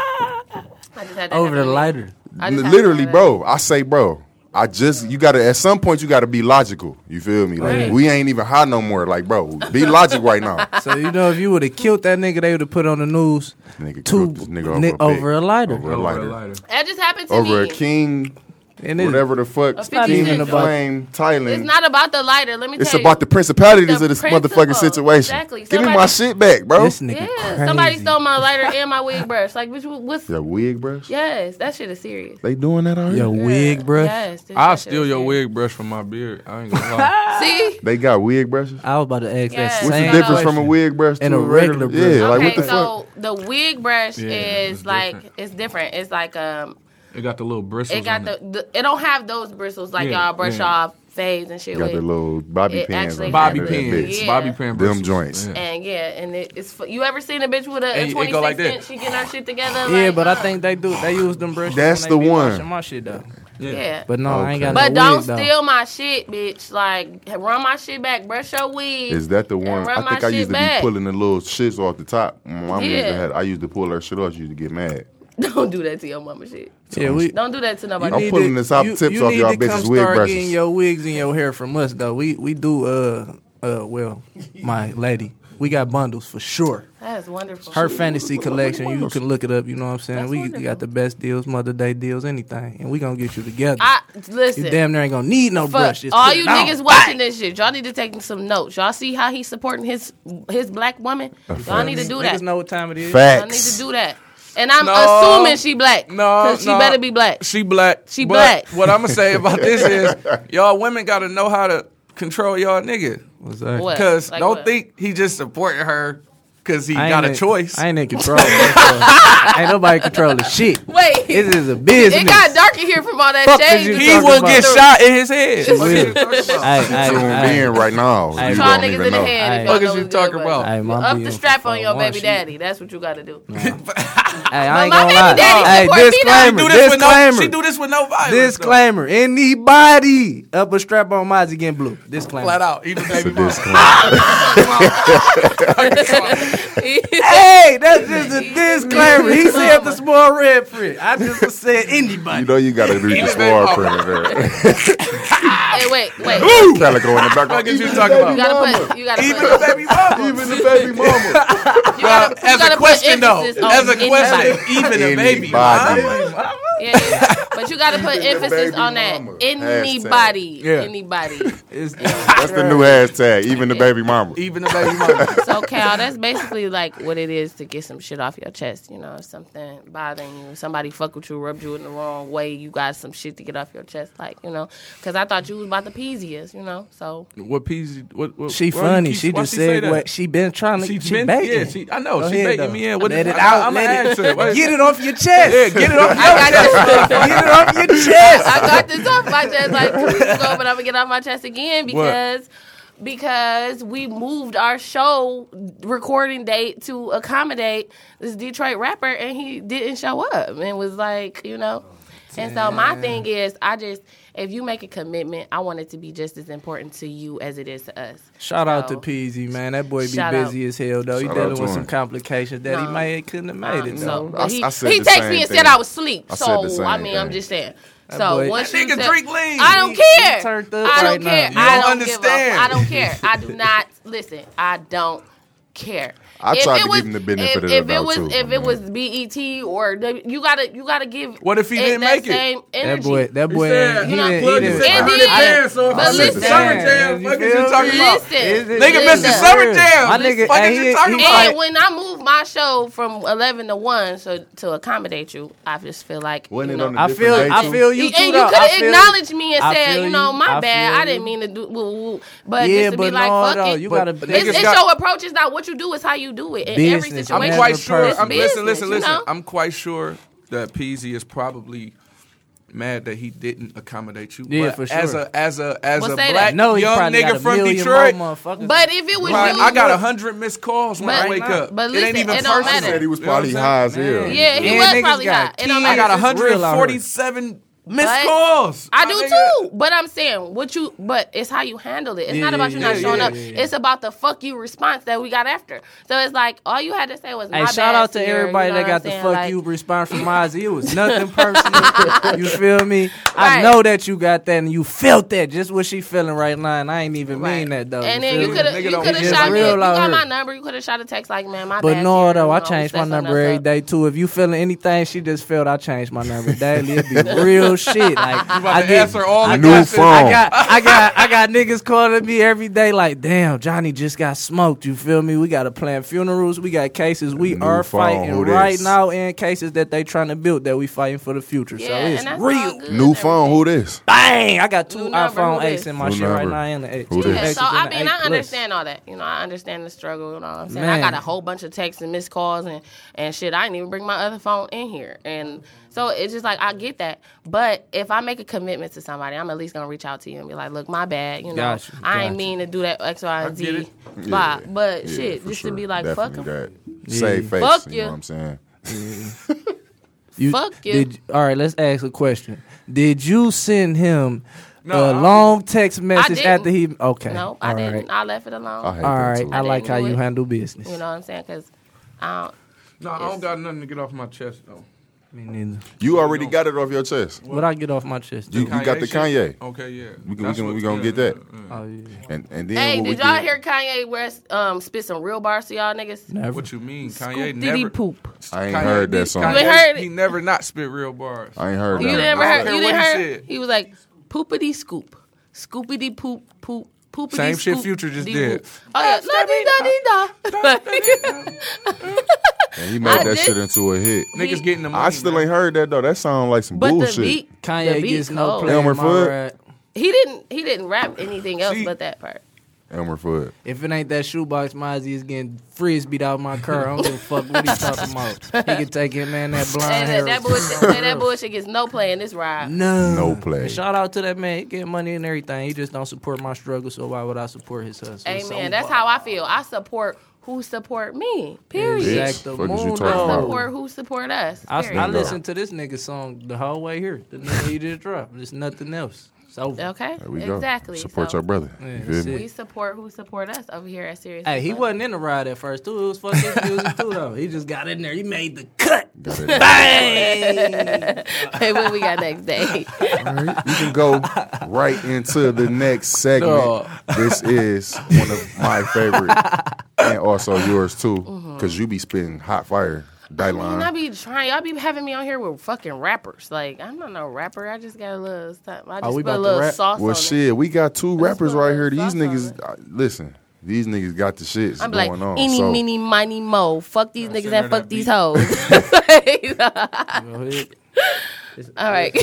Speaker 4: I just had that
Speaker 5: Over the
Speaker 4: happen.
Speaker 5: lighter.
Speaker 4: I just had to
Speaker 3: literally,
Speaker 4: know that.
Speaker 3: bro. I say, bro. I just you gotta at some point you gotta be logical. You feel me? Like
Speaker 4: Right.
Speaker 3: we ain't even hot no more. Like, bro, be logic right now.
Speaker 5: So you know, if you would have killed that nigga, they would have put on the news
Speaker 3: Nigga
Speaker 5: two
Speaker 3: killed this nigga
Speaker 5: ni-
Speaker 3: over a pig.
Speaker 5: over a lighter.
Speaker 3: Over a
Speaker 6: Over
Speaker 3: lighter.
Speaker 6: a
Speaker 3: Over,
Speaker 6: lighter.
Speaker 4: That just happened to
Speaker 3: a
Speaker 4: me.
Speaker 3: king,
Speaker 5: And it-
Speaker 3: whatever the fuck.
Speaker 4: It's not
Speaker 3: king
Speaker 5: even
Speaker 3: of
Speaker 5: about-
Speaker 3: flame, Thailand.
Speaker 4: It's not about the lighter. Let me
Speaker 3: It's
Speaker 4: tell
Speaker 3: about the
Speaker 4: you.
Speaker 3: principalities
Speaker 4: The
Speaker 3: of this
Speaker 4: principle.
Speaker 3: motherfucking situation.
Speaker 4: Exactly.
Speaker 3: Give me
Speaker 4: Somebody-
Speaker 3: my shit back, bro.
Speaker 5: This nigga
Speaker 4: Yeah,
Speaker 5: crazy.
Speaker 4: somebody stole my lighter and my wig brush. Like, bitch, what- what's.
Speaker 3: Your wig, bro.
Speaker 4: Yes, that shit is serious.
Speaker 3: They doing that out here.
Speaker 5: Your
Speaker 4: Yeah,
Speaker 5: wig, bruh.
Speaker 4: Yes, this-
Speaker 6: I'll
Speaker 4: that shit
Speaker 6: steal
Speaker 4: is
Speaker 6: your
Speaker 4: serious.
Speaker 6: wig brush from my beard. I ain't gonna lie.
Speaker 4: See?
Speaker 3: They got wig brushes.
Speaker 5: I was about to
Speaker 4: Yes.
Speaker 5: ask that
Speaker 4: What's
Speaker 3: What's
Speaker 5: same
Speaker 3: the difference from a
Speaker 5: question.
Speaker 3: wig brush
Speaker 5: And
Speaker 3: to
Speaker 5: a regular brush.
Speaker 3: Yeah, like
Speaker 4: okay,
Speaker 3: what the fuck?
Speaker 4: so the wig brush
Speaker 6: Yeah,
Speaker 4: is
Speaker 6: it's
Speaker 4: like
Speaker 6: different.
Speaker 4: it's different. It's like um,
Speaker 6: It got the little bristles.
Speaker 4: it got
Speaker 6: on
Speaker 4: the, the it don't have those bristles like
Speaker 6: Yeah,
Speaker 4: y'all brush
Speaker 6: yeah.
Speaker 4: off fades and shit
Speaker 3: Got
Speaker 4: with.
Speaker 3: the little bobby
Speaker 4: It
Speaker 3: pins.
Speaker 4: actually
Speaker 3: on
Speaker 6: bobby
Speaker 3: that bitch.
Speaker 6: pins,
Speaker 4: Yeah.
Speaker 6: bobby pin
Speaker 3: Them
Speaker 6: bristles.
Speaker 3: joints.
Speaker 6: Yeah.
Speaker 4: And yeah, and it, it's fu- you ever seen a bitch with a,
Speaker 6: And
Speaker 4: a
Speaker 6: it
Speaker 4: twenty
Speaker 6: go
Speaker 4: six
Speaker 6: like that.
Speaker 4: inch? She getting her shit together.
Speaker 5: Yeah,
Speaker 4: like,
Speaker 5: but I
Speaker 4: uh,
Speaker 5: think they do. They use them brushes.
Speaker 3: That's
Speaker 5: when
Speaker 3: the
Speaker 5: they be
Speaker 3: one.
Speaker 5: washing My shit though.
Speaker 4: yeah. But,
Speaker 5: But no, I ain't got no
Speaker 4: don't
Speaker 5: wig though.
Speaker 4: steal my shit, bitch. Like run my shit back, brush your wig.
Speaker 3: Is that the one?
Speaker 4: And run
Speaker 3: I think
Speaker 4: my
Speaker 3: I
Speaker 4: shit
Speaker 3: used to
Speaker 4: back.
Speaker 3: be pulling the little shits off the top. My mom used
Speaker 4: Yeah.
Speaker 3: to have. I used to pull her shit off. She used to get mad.
Speaker 4: don't do that to your mama shit.
Speaker 5: yeah, we.
Speaker 4: Don't do that to
Speaker 5: you
Speaker 4: nobody.
Speaker 5: need
Speaker 3: pulling
Speaker 5: to-
Speaker 3: the top
Speaker 5: you-
Speaker 3: tips
Speaker 5: you
Speaker 3: off
Speaker 5: need
Speaker 3: y'all
Speaker 5: to come
Speaker 3: bitches' wig
Speaker 5: start
Speaker 3: brushes.
Speaker 5: getting your wigs and your hair from us though. We we do uh uh well, my lady. We got bundles for sure.
Speaker 4: That's wonderful.
Speaker 5: Her fantasy collection, you can look it up. You know what I'm saying?
Speaker 4: That's
Speaker 5: We
Speaker 4: wonderful.
Speaker 5: got the best deals, Mother Day deals, anything, and we gonna get you together.
Speaker 4: I
Speaker 5: you
Speaker 4: listen.
Speaker 5: damn near ain't gonna need no
Speaker 4: Fuck
Speaker 5: brushes.
Speaker 4: all you niggas watching this shit, y'all need to take some notes. Y'all see how he's supporting his his black woman. Y'all need to do that.
Speaker 5: Niggas know what time it is.
Speaker 4: Y'all need to
Speaker 3: Facts.
Speaker 4: do that. And I'm
Speaker 6: No.
Speaker 4: assuming she black.
Speaker 6: No,
Speaker 4: cause she
Speaker 6: no.
Speaker 4: better be black.
Speaker 6: She black.
Speaker 4: She
Speaker 6: but
Speaker 4: black.
Speaker 6: What I'm gonna say about this is, y'all women gotta know how to control y'all nigga.
Speaker 5: What's that?
Speaker 4: What?
Speaker 6: Because
Speaker 4: Like
Speaker 6: don't
Speaker 4: what?
Speaker 6: think he just supporting her because he
Speaker 5: I
Speaker 6: got
Speaker 5: ain't
Speaker 6: a
Speaker 5: in-
Speaker 6: choice.
Speaker 5: I ain't in control. of that shit. ain't nobody controlling shit.
Speaker 4: Wait.
Speaker 5: This is a business.
Speaker 4: It got dark in here from all that
Speaker 5: Fuck is
Speaker 4: shade.
Speaker 5: you
Speaker 6: he
Speaker 5: talking
Speaker 6: will
Speaker 5: about-
Speaker 6: get shot in his head.
Speaker 5: Will.
Speaker 6: What you talking
Speaker 5: Hey,
Speaker 6: about?
Speaker 5: hey,
Speaker 3: Tune
Speaker 5: hey.
Speaker 3: in right now.
Speaker 5: Hey,
Speaker 3: You
Speaker 5: bro.
Speaker 4: Try
Speaker 3: don't
Speaker 4: niggas
Speaker 3: even
Speaker 4: in the
Speaker 3: know.
Speaker 4: head. if y'all
Speaker 5: Fuck
Speaker 4: know
Speaker 6: is you
Speaker 4: what's good,
Speaker 6: talking
Speaker 4: but-
Speaker 6: about?
Speaker 5: Hey, my
Speaker 4: Up the
Speaker 5: beautiful
Speaker 4: strap on your
Speaker 5: phone. Why
Speaker 4: baby
Speaker 5: she-
Speaker 4: daddy. That's what you gotta do.
Speaker 5: Hey, I ain't
Speaker 4: my
Speaker 5: gonna
Speaker 4: baby
Speaker 5: lie.
Speaker 4: daddy
Speaker 5: Hey,
Speaker 4: support me, though.
Speaker 6: do
Speaker 5: disclaimer.
Speaker 6: this with no,
Speaker 5: disclaimer.
Speaker 6: she do this with no violence.
Speaker 5: disclaimer. Anybody up a strap on Mozzie getting
Speaker 6: though.
Speaker 5: blue.
Speaker 6: Flat
Speaker 5: Disclaimer.
Speaker 6: out. Even baby
Speaker 3: It's a
Speaker 6: mama.
Speaker 3: disclaimer.
Speaker 5: Hey, that's just a disclaimer. He said the small red print. I just was saying
Speaker 3: You
Speaker 5: anybody.
Speaker 3: know you gotta read the small print of it.
Speaker 4: Hey, wait, wait.
Speaker 3: Calico in the back.
Speaker 6: Fuck is you talking about?
Speaker 4: You gotta put. You gotta
Speaker 6: Even the
Speaker 4: put.
Speaker 6: baby mama.
Speaker 3: Even the baby mama.
Speaker 4: You gotta, you
Speaker 6: As
Speaker 4: gotta
Speaker 6: a question,
Speaker 4: put
Speaker 6: though.
Speaker 4: emphasis on
Speaker 6: As a question,
Speaker 4: anybody.
Speaker 6: even a baby
Speaker 3: Anybody.
Speaker 6: mama.
Speaker 4: Yeah, yeah. but you gotta put
Speaker 3: Even the
Speaker 4: emphasis
Speaker 3: baby
Speaker 4: on that.
Speaker 3: mama.
Speaker 4: Anybody,
Speaker 6: Yeah.
Speaker 4: anybody.
Speaker 5: It's,
Speaker 3: That's the new hashtag. Even the baby mama.
Speaker 6: Even a baby mama.
Speaker 4: So Cal, that's basically like what it is to get some shit off your chest. You know, if something bothering you, somebody fuck with you, rubbed you in the wrong way. You got some shit to get off your chest, like you know. Because I thought you was about the peasiest, you know. So
Speaker 6: What peasy? What, what,
Speaker 5: she
Speaker 6: why
Speaker 5: funny.
Speaker 6: you keep-
Speaker 5: She
Speaker 6: why
Speaker 5: just
Speaker 6: say
Speaker 5: said
Speaker 6: that?
Speaker 5: what she been trying to.
Speaker 6: She's
Speaker 5: she
Speaker 6: been,
Speaker 5: baiting.
Speaker 6: yeah, she, I know,
Speaker 5: Go
Speaker 6: she
Speaker 5: ahead,
Speaker 6: baiting
Speaker 5: though.
Speaker 6: me in. What
Speaker 5: let
Speaker 6: the-
Speaker 5: it
Speaker 6: I-
Speaker 5: out.
Speaker 6: I'm
Speaker 5: let
Speaker 6: an
Speaker 5: it,
Speaker 6: actor. What-
Speaker 5: Get it off your chest.
Speaker 6: Yeah, get it off.
Speaker 4: I got this.
Speaker 5: Get it off your chest.
Speaker 4: I got this off my chest like two weeks ago, but I'm gonna get it off my chest again because because we moved our show recording date to accommodate this Detroit rapper, and he didn't show up and was like, you know. And so my thing is, I just if you make a commitment, I want it to be just as important to you as it is to us.
Speaker 5: Shout out to
Speaker 4: So,
Speaker 5: Peasy, man. That boy be busy
Speaker 4: Shout out.
Speaker 5: as hell though. He
Speaker 3: Shout out
Speaker 5: dealing
Speaker 3: to
Speaker 5: with
Speaker 3: him.
Speaker 5: some complications that he
Speaker 4: Nah.
Speaker 5: may couldn't have made
Speaker 4: Um,
Speaker 5: it.
Speaker 4: so
Speaker 5: though.
Speaker 4: but
Speaker 3: I-
Speaker 4: he,
Speaker 3: I said
Speaker 4: he
Speaker 3: the
Speaker 4: texted
Speaker 3: same
Speaker 4: me and
Speaker 3: thing.
Speaker 4: said I was asleep.
Speaker 3: I said
Speaker 4: so
Speaker 3: the same
Speaker 4: I mean, I'm
Speaker 3: thing.
Speaker 4: just saying. So
Speaker 5: boy-
Speaker 4: once
Speaker 6: That
Speaker 4: you
Speaker 6: nigga
Speaker 4: tell-
Speaker 6: drink lean.
Speaker 4: I don't
Speaker 5: He-
Speaker 4: care.
Speaker 5: he turned up
Speaker 4: I don't
Speaker 5: right now.
Speaker 4: care.
Speaker 5: You
Speaker 4: I
Speaker 6: don't
Speaker 4: don't, give a,
Speaker 6: understand.
Speaker 4: I don't care. I do not listen. I don't care.
Speaker 3: I
Speaker 4: If
Speaker 3: tried
Speaker 4: it
Speaker 3: to
Speaker 4: was-
Speaker 3: give him the benefit
Speaker 4: if,
Speaker 3: of the
Speaker 4: if it
Speaker 3: doubt,
Speaker 4: was
Speaker 3: too,
Speaker 4: if
Speaker 3: man.
Speaker 4: it was BET or W- you gotta you gotta give
Speaker 6: What if he
Speaker 4: it
Speaker 6: didn't
Speaker 4: that
Speaker 6: make it?
Speaker 4: same
Speaker 5: That
Speaker 4: energy.
Speaker 5: boy, that boy,
Speaker 6: said,
Speaker 5: he
Speaker 4: "You're not
Speaker 5: didn't. He
Speaker 4: plugged
Speaker 5: didn't.
Speaker 4: in."
Speaker 5: I-
Speaker 4: Indian.
Speaker 6: off.
Speaker 4: But
Speaker 6: I said
Speaker 4: listen.
Speaker 6: Summer jam. Fuck is you talking about?
Speaker 4: Listen.
Speaker 5: Is it-
Speaker 6: Nigga,
Speaker 5: is
Speaker 6: Mr.
Speaker 5: it-
Speaker 6: Summer Jam.
Speaker 5: My
Speaker 6: What the
Speaker 5: nigga,
Speaker 6: fuck
Speaker 5: hey,
Speaker 6: is you
Speaker 5: he-
Speaker 6: talking
Speaker 5: he
Speaker 6: about?
Speaker 5: like-
Speaker 4: And when I move my show from eleven to one, so to accommodate you, I just feel like
Speaker 3: Wasn't
Speaker 4: you
Speaker 3: it
Speaker 4: know,
Speaker 3: on the
Speaker 5: I feel, I
Speaker 3: Different
Speaker 5: feel
Speaker 4: You,
Speaker 5: you too.
Speaker 4: and you
Speaker 5: though.
Speaker 4: could
Speaker 5: I
Speaker 4: have
Speaker 5: feel-
Speaker 4: acknowledged me and
Speaker 5: I
Speaker 4: said,
Speaker 5: feel
Speaker 4: you know,
Speaker 5: you.
Speaker 4: my
Speaker 5: I
Speaker 4: bad.
Speaker 5: feel
Speaker 4: I didn't
Speaker 5: you.
Speaker 4: mean to do woo woo. But
Speaker 5: Yeah,
Speaker 4: just to be
Speaker 5: but
Speaker 4: like,
Speaker 5: no,
Speaker 4: fuck
Speaker 5: no,
Speaker 4: it.
Speaker 5: you
Speaker 6: But-
Speaker 5: gotta.
Speaker 6: but
Speaker 4: it's,
Speaker 6: niggas
Speaker 4: it's
Speaker 6: got-
Speaker 4: your approach. It's not what you do. It's how you do it in every
Speaker 5: Business,
Speaker 4: situation.
Speaker 5: man.
Speaker 6: I'm quite
Speaker 5: As a
Speaker 6: sure.
Speaker 5: person.
Speaker 6: I'm, listen,
Speaker 4: Business,
Speaker 6: listen,
Speaker 4: you
Speaker 6: listen.
Speaker 4: know?
Speaker 6: I'm quite sure that Peasy is probably mad that he didn't accommodate you.
Speaker 5: Yeah,
Speaker 6: but
Speaker 5: for
Speaker 6: As
Speaker 5: sure.
Speaker 6: a as a as
Speaker 4: Well,
Speaker 6: a
Speaker 4: say that.
Speaker 6: black
Speaker 5: no, he
Speaker 6: young
Speaker 5: probably got
Speaker 6: nigga
Speaker 5: a
Speaker 6: from
Speaker 5: million
Speaker 6: Detroit,
Speaker 5: more motherfuckers.
Speaker 4: But if it was
Speaker 6: like,
Speaker 4: you,
Speaker 6: I got a hundred missed calls when
Speaker 4: But-
Speaker 6: I wake up.
Speaker 4: but
Speaker 6: it
Speaker 4: listen,
Speaker 6: ain't even
Speaker 4: it don't
Speaker 6: personal.
Speaker 4: matter.
Speaker 3: Said he was probably
Speaker 6: You know what
Speaker 3: high
Speaker 6: I'm
Speaker 3: as hell.
Speaker 4: Yeah, he
Speaker 5: Yeah,
Speaker 4: was
Speaker 5: niggas
Speaker 4: probably
Speaker 5: got
Speaker 4: hot. It don't
Speaker 5: teeth.
Speaker 6: saying? I
Speaker 4: matter.
Speaker 6: got
Speaker 5: It's real out here.
Speaker 6: 147 missed
Speaker 4: But
Speaker 6: calls.
Speaker 4: I
Speaker 6: My
Speaker 4: do
Speaker 6: nigga.
Speaker 4: too. But I'm saying what you but it's how you handle it. It's not
Speaker 5: yeah,
Speaker 4: about you
Speaker 5: yeah,
Speaker 4: not
Speaker 5: yeah,
Speaker 4: showing
Speaker 5: yeah,
Speaker 4: up.
Speaker 5: yeah, yeah.
Speaker 4: It's about the fuck you response that we got after. So it's like all you had to say was my
Speaker 5: Hey,
Speaker 4: bad.
Speaker 5: shout out to
Speaker 4: Sierra,
Speaker 5: everybody
Speaker 4: you know what
Speaker 5: that
Speaker 4: I'm
Speaker 5: got the
Speaker 4: saying?
Speaker 5: fuck
Speaker 4: Like,
Speaker 5: you response from Ozzy. It was nothing personal. you feel me? I
Speaker 4: Right.
Speaker 5: know that you got that and you felt that. Just what she feeling right now, and I ain't even mean that though.
Speaker 4: And then you
Speaker 5: Oh,
Speaker 4: could
Speaker 5: feel me?
Speaker 4: have
Speaker 6: Nigga
Speaker 4: you
Speaker 6: don't
Speaker 4: could have
Speaker 5: care.
Speaker 4: shot me.
Speaker 5: Real
Speaker 4: You
Speaker 5: out
Speaker 4: got
Speaker 5: here.
Speaker 4: my number. You could have shot a text like, man, my
Speaker 5: But
Speaker 4: bad.
Speaker 5: no,
Speaker 4: Sierra,
Speaker 5: though
Speaker 4: you
Speaker 5: I
Speaker 4: know,
Speaker 5: changed my
Speaker 4: set something
Speaker 5: number every
Speaker 4: up.
Speaker 5: day too. If you feeling anything she just felt, I changed my number daily. It be real shit. Like I
Speaker 6: to
Speaker 5: didn't-
Speaker 6: answer all
Speaker 5: I
Speaker 6: the
Speaker 5: got-
Speaker 3: New phone.
Speaker 5: I got, I got, I got niggas calling me every day. Like, damn, Johnny just got smoked. You feel me? We got to plan funerals. We got cases. We
Speaker 3: New
Speaker 5: are
Speaker 3: phone,
Speaker 5: fighting
Speaker 3: who
Speaker 5: right
Speaker 3: this?
Speaker 5: now, and cases that they trying to build that we fighting for the future.
Speaker 4: Yeah,
Speaker 5: so
Speaker 4: and
Speaker 5: it's
Speaker 4: that's all
Speaker 5: real.
Speaker 4: good
Speaker 3: New
Speaker 4: and
Speaker 3: phone, who this?
Speaker 5: Bang! I got two
Speaker 4: New number,
Speaker 5: iPhone
Speaker 4: who
Speaker 5: eights
Speaker 4: this?
Speaker 5: in my
Speaker 3: New
Speaker 5: shit right
Speaker 3: number.
Speaker 5: now, and the eight.
Speaker 3: Who
Speaker 5: two
Speaker 3: this?
Speaker 4: Yeah,
Speaker 5: X's
Speaker 4: so I
Speaker 5: and the
Speaker 4: mean,
Speaker 5: eight
Speaker 4: I
Speaker 5: plus.
Speaker 4: understand all that. You know, I understand the struggle and all. I'm saying I
Speaker 5: Man.
Speaker 4: got a whole bunch of texts and missed calls and and shit. I didn't even bring my other phone in here, and so it's just like I get that. But if I make a commitment to somebody, I'm at least gonna reach out to you and be like, "Look, my bad. You know,
Speaker 5: Gotcha,
Speaker 4: I
Speaker 5: gotcha.
Speaker 4: ain't mean to do that X, Y, and
Speaker 6: get
Speaker 4: Z."
Speaker 6: it.
Speaker 4: Blah. But
Speaker 3: Yeah,
Speaker 4: shit,
Speaker 3: for
Speaker 4: just
Speaker 3: sure.
Speaker 4: to be like,
Speaker 3: Definitely
Speaker 4: "Fuck 'em."
Speaker 3: that. Save face.
Speaker 4: Fuck
Speaker 3: You know
Speaker 4: you.
Speaker 3: what I'm saying?
Speaker 5: You-
Speaker 4: Fuck you.
Speaker 5: Did, all right, let's ask a question. Did you send him
Speaker 6: No, I
Speaker 5: a
Speaker 6: don't-
Speaker 5: long text message
Speaker 4: didn't.
Speaker 5: after he? Okay.
Speaker 4: No, I
Speaker 5: all
Speaker 4: didn't.
Speaker 5: right.
Speaker 4: I left it alone.
Speaker 3: I hate
Speaker 5: All
Speaker 3: that
Speaker 5: right.
Speaker 3: too.
Speaker 5: I like
Speaker 4: didn't
Speaker 5: how
Speaker 4: do
Speaker 5: you
Speaker 4: it.
Speaker 5: handle business.
Speaker 4: You know what I'm saying? Because I don't.
Speaker 6: No, I don't got nothing to get off my chest though.
Speaker 5: Me neither.
Speaker 3: you already got it off your chest.
Speaker 5: What I get off my chest?
Speaker 3: You, you got the Kanye.
Speaker 6: shit? Okay, yeah.
Speaker 3: We can- we
Speaker 6: That's
Speaker 3: can-
Speaker 6: what-
Speaker 3: we gonna
Speaker 6: yeah,
Speaker 3: get that.
Speaker 6: yeah, yeah.
Speaker 5: Oh, yeah.
Speaker 3: And and then
Speaker 4: Hey,
Speaker 3: what we
Speaker 4: did y'all
Speaker 3: did-
Speaker 4: hear Kanye West um, spit some real bars to y'all niggas?
Speaker 5: Never.
Speaker 6: What you mean? Kanye
Speaker 4: Scoop
Speaker 6: never
Speaker 4: diddy poop.
Speaker 3: I ain't
Speaker 6: Kanye-
Speaker 3: heard that
Speaker 6: he-
Speaker 3: song.
Speaker 4: You ain't heard
Speaker 6: He
Speaker 4: it?
Speaker 6: never not spit real bars.
Speaker 3: I ain't heard
Speaker 4: You
Speaker 3: that.
Speaker 4: never
Speaker 6: I
Speaker 4: heard?
Speaker 6: don't
Speaker 4: You
Speaker 6: care
Speaker 4: didn't
Speaker 6: what
Speaker 4: heard?
Speaker 6: he
Speaker 4: He,
Speaker 6: said.
Speaker 4: was like poopity scoop, scoopity poop poop. Poopity
Speaker 6: Same shit
Speaker 4: scoop,
Speaker 6: Future just
Speaker 4: dee
Speaker 6: did.
Speaker 4: whoop. Oh yeah, la di da di da.
Speaker 3: And he made
Speaker 4: I
Speaker 3: that
Speaker 4: did-
Speaker 3: shit into a hit.
Speaker 6: Niggas getting the money.
Speaker 3: I still
Speaker 6: man.
Speaker 3: ain't heard that though. That sound like some
Speaker 4: But
Speaker 3: bullshit.
Speaker 4: the beat, the
Speaker 5: Kanye
Speaker 4: beat
Speaker 5: gets no
Speaker 4: cold.
Speaker 5: play. in
Speaker 3: Elmer
Speaker 5: my
Speaker 3: Fudd?
Speaker 5: rap.
Speaker 4: He didn't. He didn't rap anything else
Speaker 6: See-
Speaker 4: but that part.
Speaker 3: Elmer Fudd.
Speaker 5: If it ain't that shoebox, Mozzie is getting frisbeed out my car. I don't give a fuck what he's talking about. He can take it, man. That blind
Speaker 4: Say
Speaker 5: hair.
Speaker 4: that, that bullshit. say that bullshit gets no play in this ride.
Speaker 5: No.
Speaker 3: No play.
Speaker 5: And shout out to that man. He get money and everything. He just don't support my struggle, so why would I support his hustle?
Speaker 4: Amen.
Speaker 5: So
Speaker 4: That's how I feel. I support who support me. Period.
Speaker 3: Bitch,
Speaker 5: Exact
Speaker 3: fuck is you
Speaker 5: mundo.
Speaker 3: talking about?
Speaker 4: Support who support us.
Speaker 5: I,
Speaker 4: Period.
Speaker 5: I listened to this nigga song the whole way here. The nigga he just dropped. It's nothing else. So
Speaker 4: Okay.
Speaker 3: There we go.
Speaker 4: exactly.
Speaker 3: Support
Speaker 4: So
Speaker 3: your brother. you feel
Speaker 5: that's
Speaker 3: me?
Speaker 5: it.
Speaker 4: We support who support us over here at Serious.
Speaker 5: Hey, he
Speaker 4: Business.
Speaker 5: wasn't in the ride at first too. It was fucking his music too though. He just got in there. He made the cut.
Speaker 3: Got it.
Speaker 5: Bang!
Speaker 4: hey, what we got next day?
Speaker 3: You can go right into the next segment.
Speaker 5: Dog.
Speaker 3: This is one of my favorite, and also yours too, because you be spitting hot fire.
Speaker 4: Man, Mm-hmm. I
Speaker 3: Dylon.
Speaker 4: be trying. Y'all be having me on here with fucking rappers. Like I'm not no rapper. I just got a little. Stuff.
Speaker 3: Oh,
Speaker 4: I just
Speaker 5: we
Speaker 4: put a
Speaker 5: about to
Speaker 4: little
Speaker 5: rap?
Speaker 4: sauce
Speaker 3: Well,
Speaker 4: on it.
Speaker 3: shit, we got two rappers
Speaker 4: put a
Speaker 3: right here.
Speaker 4: little
Speaker 3: These
Speaker 4: sauce
Speaker 3: niggas, I- listen, these niggas got the shit
Speaker 4: I'm
Speaker 3: going
Speaker 4: like,
Speaker 3: on.
Speaker 4: any,
Speaker 3: so
Speaker 4: mini, miny, mo. Fuck these niggas
Speaker 6: send
Speaker 4: and
Speaker 6: her
Speaker 4: fuck
Speaker 6: that
Speaker 4: these
Speaker 6: beat.
Speaker 4: hoes.
Speaker 5: Go ahead.
Speaker 4: All right. I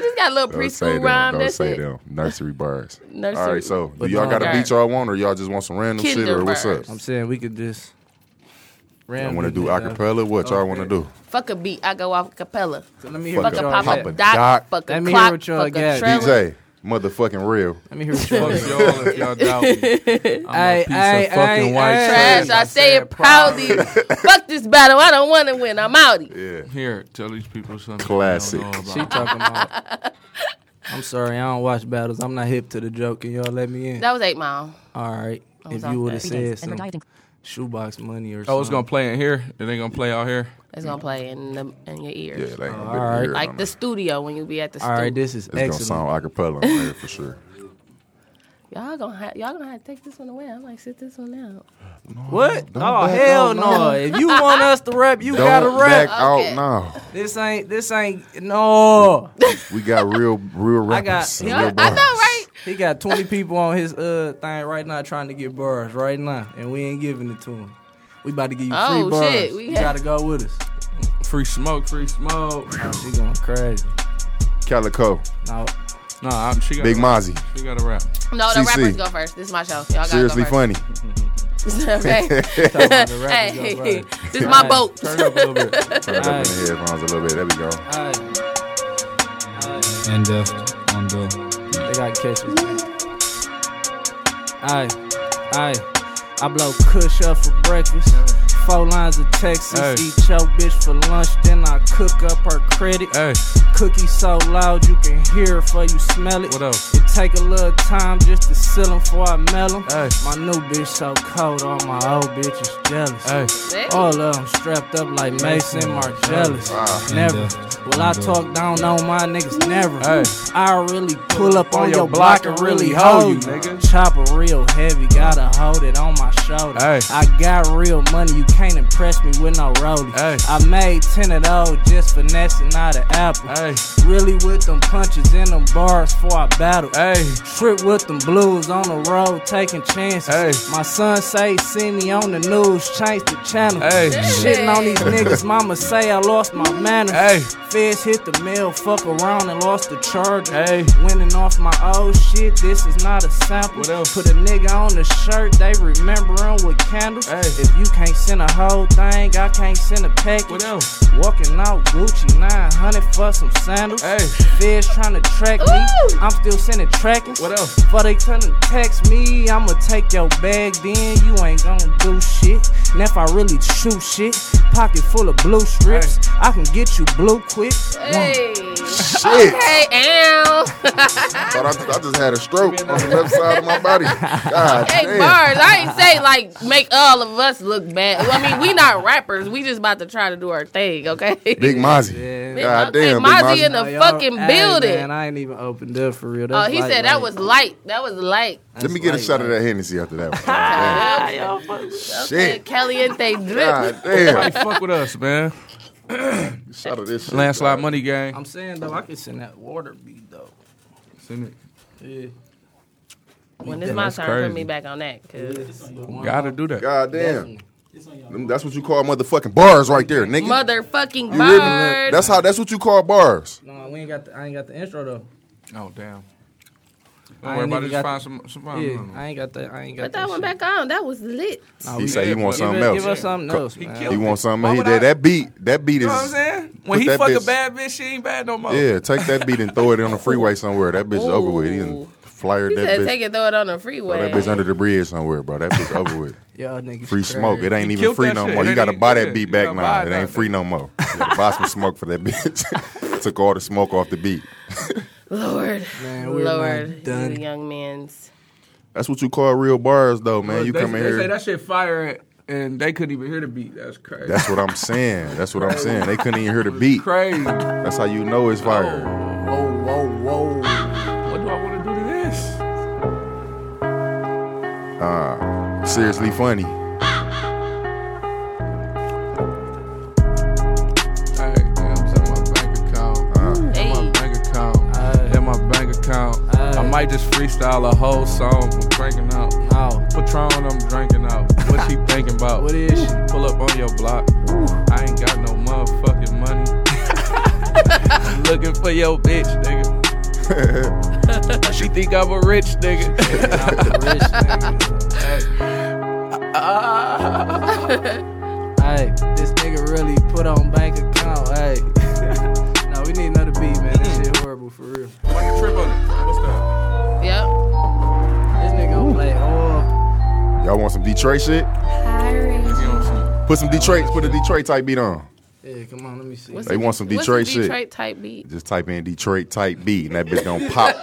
Speaker 4: just got a little
Speaker 3: don't say
Speaker 4: preschool
Speaker 3: them.
Speaker 4: rhyme.
Speaker 3: Don't
Speaker 4: That's
Speaker 3: say
Speaker 4: it.
Speaker 3: them. Nursery bars.
Speaker 4: Nursery-
Speaker 3: All right, so do
Speaker 5: But
Speaker 3: y'all
Speaker 5: no.
Speaker 3: got a
Speaker 4: Alright.
Speaker 3: beat y'all want, or y'all just want some random shit,
Speaker 4: Kinder
Speaker 3: or what's up?
Speaker 4: bars.
Speaker 5: I'm saying we could just.
Speaker 3: I
Speaker 5: Ram
Speaker 3: want to do acapella. What y'all want to do?
Speaker 4: Fuck a beat. I go off cappella.
Speaker 5: Let me hear
Speaker 4: Fuck
Speaker 5: what
Speaker 4: a
Speaker 5: y'all
Speaker 4: pop
Speaker 3: Papa
Speaker 4: a
Speaker 5: got.
Speaker 4: doc.
Speaker 3: Doc.
Speaker 4: Fuck a
Speaker 5: Let me hear
Speaker 4: clock.
Speaker 5: what y'all
Speaker 4: Fuck a
Speaker 5: got.
Speaker 4: trailer.
Speaker 3: DJ, motherfucking real.
Speaker 5: Let me hear what y'all
Speaker 6: Fuck y'all if y'all doubt me.
Speaker 5: Hey,
Speaker 6: piece
Speaker 5: hey,
Speaker 6: of fucking
Speaker 5: hey,
Speaker 6: white
Speaker 5: hey.
Speaker 4: Trash. I say it proudly. Fuck this battle. I don't want to win. I'm outie.
Speaker 3: Yeah.
Speaker 6: Here, tell these people something.
Speaker 3: Classic.
Speaker 6: They don't know
Speaker 5: She
Speaker 6: about.
Speaker 5: talking about. I'm sorry, I don't watch battles. I'm not hip to the joke. Can y'all let me in?
Speaker 4: That was eight mile.
Speaker 5: All right.
Speaker 3: Oh,
Speaker 4: I was
Speaker 5: If
Speaker 4: off
Speaker 5: you would have
Speaker 4: that.
Speaker 5: said some shoebox money or something.
Speaker 6: Oh, it's gonna play in here. It ain't gonna play out here.
Speaker 4: It's gonna play in the in your
Speaker 3: Yeah,
Speaker 4: ears,
Speaker 3: they ain't gonna
Speaker 5: All
Speaker 3: be
Speaker 5: right.
Speaker 3: weird on
Speaker 4: like the
Speaker 3: us.
Speaker 4: studio when you be at the
Speaker 5: All
Speaker 4: studio.
Speaker 5: right, this is
Speaker 3: It's
Speaker 5: excellent.
Speaker 3: gonna sound acapella on there for sure.
Speaker 4: Y'all gonna have, y'all gonna have to take this one away. I'm like, sit this one out.
Speaker 5: What?
Speaker 3: Don't
Speaker 5: oh
Speaker 3: back
Speaker 5: hell
Speaker 3: out,
Speaker 5: no!
Speaker 3: no.
Speaker 5: If you want us to rap, you gotta
Speaker 3: Don't back
Speaker 5: rap.
Speaker 4: Okay.
Speaker 3: out now.
Speaker 5: This ain't. This ain't. No.
Speaker 3: We got real, real rappers.
Speaker 5: I got-
Speaker 3: and
Speaker 4: I
Speaker 3: real
Speaker 4: know, right?
Speaker 5: He got 20 people on his uh thing right now trying to get bars right now, and we ain't giving it to him. We about to give you
Speaker 4: Oh,
Speaker 5: free bars.
Speaker 4: shit, we
Speaker 5: you
Speaker 4: had-
Speaker 5: gotta go with us.
Speaker 6: Free smoke, free smoke.
Speaker 8: Oh,
Speaker 5: She going crazy.
Speaker 3: Calico,
Speaker 5: No,
Speaker 6: No, I'm, she got
Speaker 3: Big Mozzie,
Speaker 6: She got to rap.
Speaker 4: No, the
Speaker 3: CC.
Speaker 4: rappers go first. This is my show. Y'all gotta
Speaker 3: seriously
Speaker 4: go
Speaker 3: funny.
Speaker 4: first. okay.
Speaker 5: the rappers
Speaker 4: hey,
Speaker 5: go first.
Speaker 4: this is my
Speaker 5: Alright.
Speaker 4: boat.
Speaker 6: Turn it up a little bit.
Speaker 3: Turn it up in the headphones a little bit. There we go.
Speaker 5: Alright,
Speaker 8: And uh, on the
Speaker 5: they got catches. Aye, aye. I blow Kush up for breakfast. Four lines of Texas.
Speaker 6: Hey.
Speaker 5: Eat your bitch for lunch. Then I cook up her credit.
Speaker 6: Hey,
Speaker 5: Cookie so loud you can hear it before you smell it.
Speaker 6: What else?
Speaker 5: It take a little time just to seal 'em before I melt 'em.
Speaker 6: Hey.
Speaker 5: My new bitch so cold, all my old bitches jealous.
Speaker 6: hey.
Speaker 4: Hey.
Speaker 5: All of them strapped up like Mason Marcellus. Never. Will I talk down on my niggas? Never.
Speaker 6: Hey.
Speaker 5: I really pull up on your block and really hold you,
Speaker 6: nigga.
Speaker 5: Chopper real heavy, gotta hold it on my shoulder.
Speaker 6: Hey.
Speaker 5: I got real money, you can't impress me with no rollie.
Speaker 6: Hey.
Speaker 5: I made 10 of those just finessing out of apple.
Speaker 6: Hey,
Speaker 5: Really with them punches and them bars before I battle.
Speaker 6: hey.
Speaker 5: Trip with them blues on the road, taking chances.
Speaker 6: Hey.
Speaker 5: My son say, see me on the news, change the channel.
Speaker 6: Hey.
Speaker 5: Shitting on these niggas, mama say I lost my manners.
Speaker 6: Hey.
Speaker 5: Feds hit the mail, fuck around and lost the charger.
Speaker 6: Hey.
Speaker 5: Winning off my old shit, this is not a sample.
Speaker 6: What else?
Speaker 5: Put a nigga on the shirt, they remember him with candles.
Speaker 6: Hey.
Speaker 5: If you can't send a whole thing, I can't send a package.
Speaker 6: What else?
Speaker 5: Walking out Gucci 900 for some sandals.
Speaker 6: Hey.
Speaker 5: Feds trying to track me.
Speaker 4: Ooh.
Speaker 5: I'm still sending tracking.
Speaker 6: What else?
Speaker 5: But they couldn't text me. I'ma take your bag, then you ain't gonna do shit. And if I really shoot shit, pocket full of blue strips, I can get you blue quick.
Speaker 4: Hey.
Speaker 3: Shit.
Speaker 4: Okay, and
Speaker 3: Thought I, I just had a stroke on the left side of my body. God
Speaker 4: hey
Speaker 3: damn.
Speaker 4: bars. I ain't say like make all of us look bad. Well, I mean, we not rappers. We just about to try to do our thing, okay?
Speaker 3: Big Mozzie.
Speaker 5: Yeah.
Speaker 3: God
Speaker 4: Okay,
Speaker 3: damn,
Speaker 4: Mozzie
Speaker 3: Big
Speaker 4: in
Speaker 3: Mozzie.
Speaker 4: the fucking building.
Speaker 5: Man, I ain't even opened up for real.
Speaker 4: Oh,
Speaker 5: That's
Speaker 4: he
Speaker 5: light,
Speaker 4: said that
Speaker 5: light.
Speaker 4: was light. That was light.
Speaker 3: Let me get a
Speaker 5: That's
Speaker 3: shot of
Speaker 5: light,
Speaker 3: that Hennessy after that one. God damn.
Speaker 4: Okay,
Speaker 3: Shit.
Speaker 4: Caliente drip.
Speaker 3: God damn.
Speaker 6: Hey, fuck with us, man.
Speaker 3: Shot of this shit.
Speaker 6: Landslide
Speaker 3: dog.
Speaker 6: Money Gang.
Speaker 5: I'm saying though, I could send that water beat though.
Speaker 6: Send
Speaker 5: Yeah.
Speaker 4: When it's my
Speaker 6: That's
Speaker 4: turn,
Speaker 6: crazy.
Speaker 4: put me back on that. 'cause
Speaker 6: it. Gotta do that.
Speaker 3: God damn. Them- That's what you call motherfucking bars right there, nigga.
Speaker 4: motherfucking
Speaker 3: You hear me?
Speaker 4: bird.
Speaker 3: That's how. That's what you call bars.
Speaker 5: No, we ain't got the, I ain't got the intro though.
Speaker 6: Oh, damn.
Speaker 5: I
Speaker 6: Don't worry
Speaker 5: ain't
Speaker 6: about
Speaker 5: even
Speaker 6: it.
Speaker 5: got
Speaker 6: Just find some. some find
Speaker 5: Yeah,
Speaker 6: one.
Speaker 5: I ain't got that. I ain't got
Speaker 4: Put that one
Speaker 5: shit.
Speaker 4: back on. That was lit.
Speaker 5: Nah,
Speaker 3: He
Speaker 5: we-
Speaker 3: say he want
Speaker 5: give
Speaker 3: something
Speaker 5: us-
Speaker 3: else.
Speaker 5: Give us something else,
Speaker 6: He
Speaker 5: man.
Speaker 6: killed
Speaker 3: He wants something.
Speaker 6: Why
Speaker 3: He
Speaker 6: would
Speaker 3: did
Speaker 6: I-
Speaker 3: that beat. That beat
Speaker 6: You
Speaker 3: is.
Speaker 6: know what I'm saying? When
Speaker 3: Put
Speaker 6: he
Speaker 3: that
Speaker 6: fuck a
Speaker 3: bitch-
Speaker 6: bad bitch, she ain't bad no more.
Speaker 3: Yeah, take that beat and throw it on the freeway somewhere. That bitch over with. He done
Speaker 4: Ooh.
Speaker 3: flyer
Speaker 4: He
Speaker 3: that
Speaker 4: said,
Speaker 3: bitch.
Speaker 4: take it, throw it on the
Speaker 3: Throw
Speaker 4: freeway.
Speaker 3: that bitch under the bridge somewhere, bro. That bitch over with.
Speaker 5: Y'all niggas
Speaker 3: Free
Speaker 5: crazy.
Speaker 3: smoke. It ain't
Speaker 6: He
Speaker 3: even
Speaker 6: killed
Speaker 3: free
Speaker 6: that
Speaker 3: no
Speaker 6: shit.
Speaker 3: more.
Speaker 6: It
Speaker 3: You
Speaker 6: ain't
Speaker 3: gotta
Speaker 6: even-
Speaker 3: buy that
Speaker 6: yeah,
Speaker 3: beat
Speaker 6: you
Speaker 3: back
Speaker 6: gotta
Speaker 3: now.
Speaker 6: buy
Speaker 3: It
Speaker 6: that
Speaker 3: ain't free no more. You gotta buy some smoke for that bitch. Took all the smoke off the beat.
Speaker 4: Lord,
Speaker 5: Man, we're not
Speaker 4: Lord,
Speaker 5: done.
Speaker 4: you young men's.
Speaker 3: That's what you call real bars, though, man. you
Speaker 6: they,
Speaker 3: come in
Speaker 6: they
Speaker 3: here.
Speaker 6: say that shit fire and- and they couldn't even hear the beat. That's crazy.
Speaker 3: That's what I'm saying. That's what I'm saying. They couldn't even hear the beat.
Speaker 6: crazy.
Speaker 3: That's how you know it's fire.
Speaker 5: Whoa, whoa, whoa.
Speaker 6: What do I want to do to this?
Speaker 3: Seriously funny.
Speaker 6: Hey, M's in my bank account. In my
Speaker 4: Hey.
Speaker 6: bank account. In my bank account. I might just freestyle a whole song from cranking out.
Speaker 5: Oh.
Speaker 6: Patron, I'm drinking out. What she thinking about?
Speaker 5: What is she?
Speaker 6: Pull up on your block. I ain't got no motherfucking money. Looking for your bitch, nigga. she think I'm a rich nigga.
Speaker 5: Hey, this nigga really put on bank account. Hey, no, we need another beat, man. This shit horrible for real.
Speaker 6: Why you trip on it? What's that?
Speaker 4: Yep.
Speaker 5: This nigga gonna play all.
Speaker 3: Y'all want some Detroit shit?
Speaker 6: You know what I'm
Speaker 3: Put some Detroit. Put a Detroit type beat on.
Speaker 5: Yeah, come on, let me see.
Speaker 4: What's
Speaker 3: They
Speaker 4: the-
Speaker 3: want some
Speaker 4: what's
Speaker 3: Detroit
Speaker 4: the
Speaker 3: shit.
Speaker 4: Detroit type beat.
Speaker 3: Just type in Detroit type beat, and that bitch gonna pop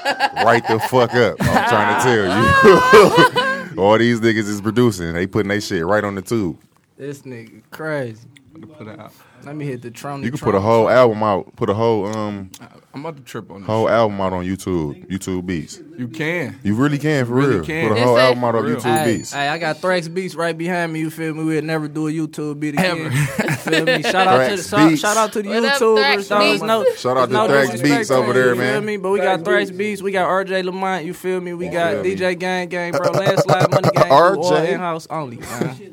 Speaker 3: right the fuck up. I'm trying to tell you. All these niggas is producing. They putting they shit right on the tube.
Speaker 5: This nigga crazy.
Speaker 6: saying? Put it out.
Speaker 5: Let me hit the Trump.
Speaker 3: You can put a whole album out. Put a whole um
Speaker 6: I'm about to trip on this.
Speaker 3: whole album out on YouTube. YouTube beats.
Speaker 6: You can.
Speaker 3: You really can for
Speaker 6: really
Speaker 3: real.
Speaker 6: can.
Speaker 3: Put a
Speaker 4: They
Speaker 3: whole
Speaker 4: say-
Speaker 3: album out on
Speaker 6: Real.
Speaker 3: YouTube
Speaker 5: Hey,
Speaker 3: beats.
Speaker 5: hey, I got Thrax Beats right behind me. You feel me? We'll never do a YouTube beat again.
Speaker 6: Ever.
Speaker 5: feel me? Shout out to the
Speaker 3: Thrax
Speaker 5: shout,
Speaker 3: Beats.
Speaker 5: shout out to the
Speaker 4: What up,
Speaker 5: YouTubers.
Speaker 4: Thrax
Speaker 5: though. It's
Speaker 4: Beats?
Speaker 5: no-
Speaker 3: Shout out to
Speaker 5: No
Speaker 3: Thrax
Speaker 5: disrespect
Speaker 3: Beats
Speaker 5: to
Speaker 3: over
Speaker 5: you,
Speaker 3: there,
Speaker 5: you feel
Speaker 3: man.
Speaker 5: me? But we got Thrax Beats, we got RJ Lamont, you feel me? We got DJ Gang Gang, bro. Landslide Money Gang,
Speaker 3: RJ.
Speaker 5: RJ. all in house only. man.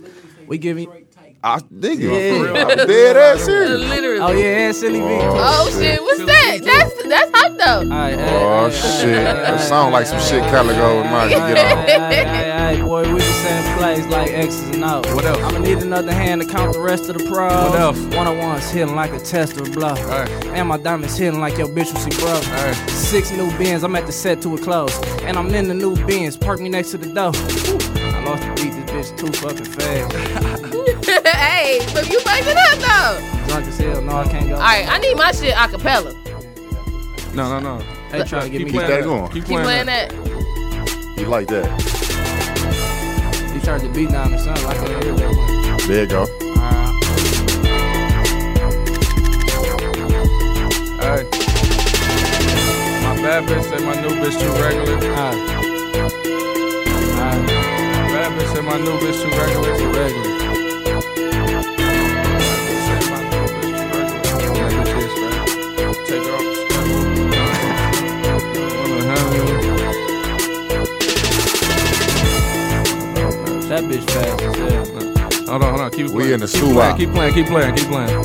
Speaker 5: We giving,
Speaker 3: I nigga,
Speaker 5: Yeah.
Speaker 3: for real. I'm dead ass serious.
Speaker 4: Literally.
Speaker 5: oh yeah, and Silly V.
Speaker 3: Oh.
Speaker 4: Oh shit, what's that? That's that's hot though.
Speaker 5: Alright,
Speaker 3: Oh
Speaker 5: alright,
Speaker 3: shit,
Speaker 5: alright,
Speaker 3: that
Speaker 5: alright,
Speaker 3: sound like some
Speaker 5: alright,
Speaker 3: shit
Speaker 5: alright,
Speaker 3: Caligo and
Speaker 5: alright,
Speaker 3: Monty get on.
Speaker 5: alright, alright, alright, boy, we the same place like X's and O's. What
Speaker 6: else?
Speaker 5: I'ma need another hand to count the rest of the pros.
Speaker 6: What else?
Speaker 5: One on one's hitting like a test or a bluff.
Speaker 6: Alright.
Speaker 5: And my diamonds hitting like your bitch will see bro.
Speaker 6: Alright.
Speaker 5: Six new bins, I'm at the set to a close. And I'm in the new bins, park me next to the door. I lost the beat, this bitch too fucking fast.
Speaker 4: hey, but you fucked it up though.
Speaker 5: Drunk as hell, no, I can't go.
Speaker 4: All right, I need my shit a cappella.
Speaker 6: No, no, no.
Speaker 5: They trying to get
Speaker 6: Keep
Speaker 5: me.
Speaker 6: playing
Speaker 3: that
Speaker 6: that.
Speaker 3: going.
Speaker 6: Keep
Speaker 4: Keep playing that.
Speaker 3: You like that?
Speaker 5: He turned the beat down or something like that.
Speaker 3: There you go.
Speaker 6: Hey. My bad bitch say my new bitch too regular. My
Speaker 5: Alright,
Speaker 6: bad bitch say my new bitch too regular. Too regular. Say my new bitch too regular. Yeah, bitch is regular. Take her off the schedule. Wanna have you.
Speaker 5: that bitch fast as hell.
Speaker 6: Hold on, hold on. Keep
Speaker 3: We
Speaker 6: playing.
Speaker 3: in the
Speaker 6: keep
Speaker 3: stool
Speaker 6: playing,
Speaker 3: out.
Speaker 6: keep playing. Keep playing. Keep playing.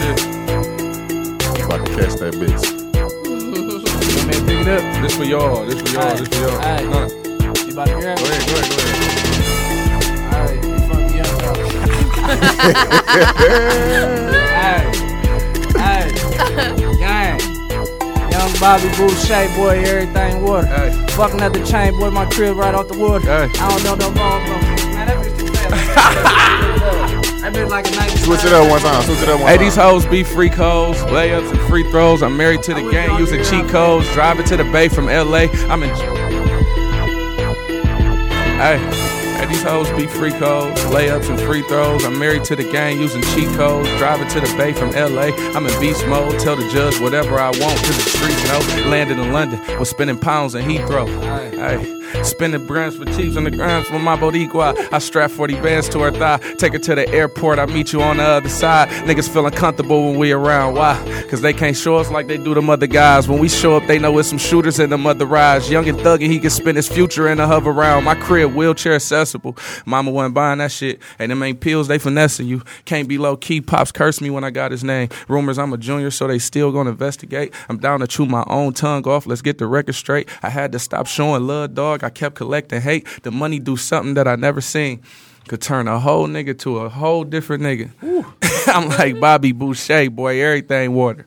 Speaker 6: That
Speaker 3: I'm about to catch that bitch.
Speaker 5: Man, pick it up.
Speaker 6: shit. This for y'all. This for y'all. This for y'all.
Speaker 5: Aight.
Speaker 6: Nah,
Speaker 5: You about to grab
Speaker 6: go
Speaker 5: it?
Speaker 6: ahead. Go ahead. Go ahead.
Speaker 5: Alright, you fuck me up, bro. Alright, alright. Gang. Young Bobby Boucher, boy, everything water.
Speaker 6: Hey.
Speaker 5: Fuck another chain, boy, my crib right off the wood.
Speaker 6: Hey.
Speaker 5: I don't know no more, bro. Man, that bitch too fast. That bitch like a nice
Speaker 3: Switch it up one time. Switch it up one
Speaker 6: Hey,
Speaker 3: time.
Speaker 6: these hoes be free codes, layups and free throws. I'm married to the game using cheat codes. Driving to the bay from LA. I'm in. Hey. Hey, these hoes be free codes, layups and free throws. I'm married to the gang using cheat codes. Driving to the bay from LA. I'm in beast mode. Tell the judge whatever I want to the streets know. Landed in London, was spending pounds in Heathrow. Hey, spending grams for cheese on the grams for my Boricua. I strap 40 bands to her thigh. Take her to the airport. I meet you on the other side. Niggas feeling comfortable when we around. Why? Cause they can't show us like they do them other guys. When we show up, they know it's some shooters in the mother rise. Young and thuggy, he can spend his future in a hover around. My crib, wheelchair accessible. Mama wasn't buying that shit. And them ain't pills, they finessing you. Can't be low key. Pops cursed me when I got his name. Rumors I'm a junior, so they still gonna investigate. I'm down to chew my own tongue off. Let's get the record straight. I had to stop showing love, dog. I kept collecting hate. The money do something that I never seen. Could turn a whole nigga to a whole different nigga. I'm like Bobby Boucher, boy, everything water.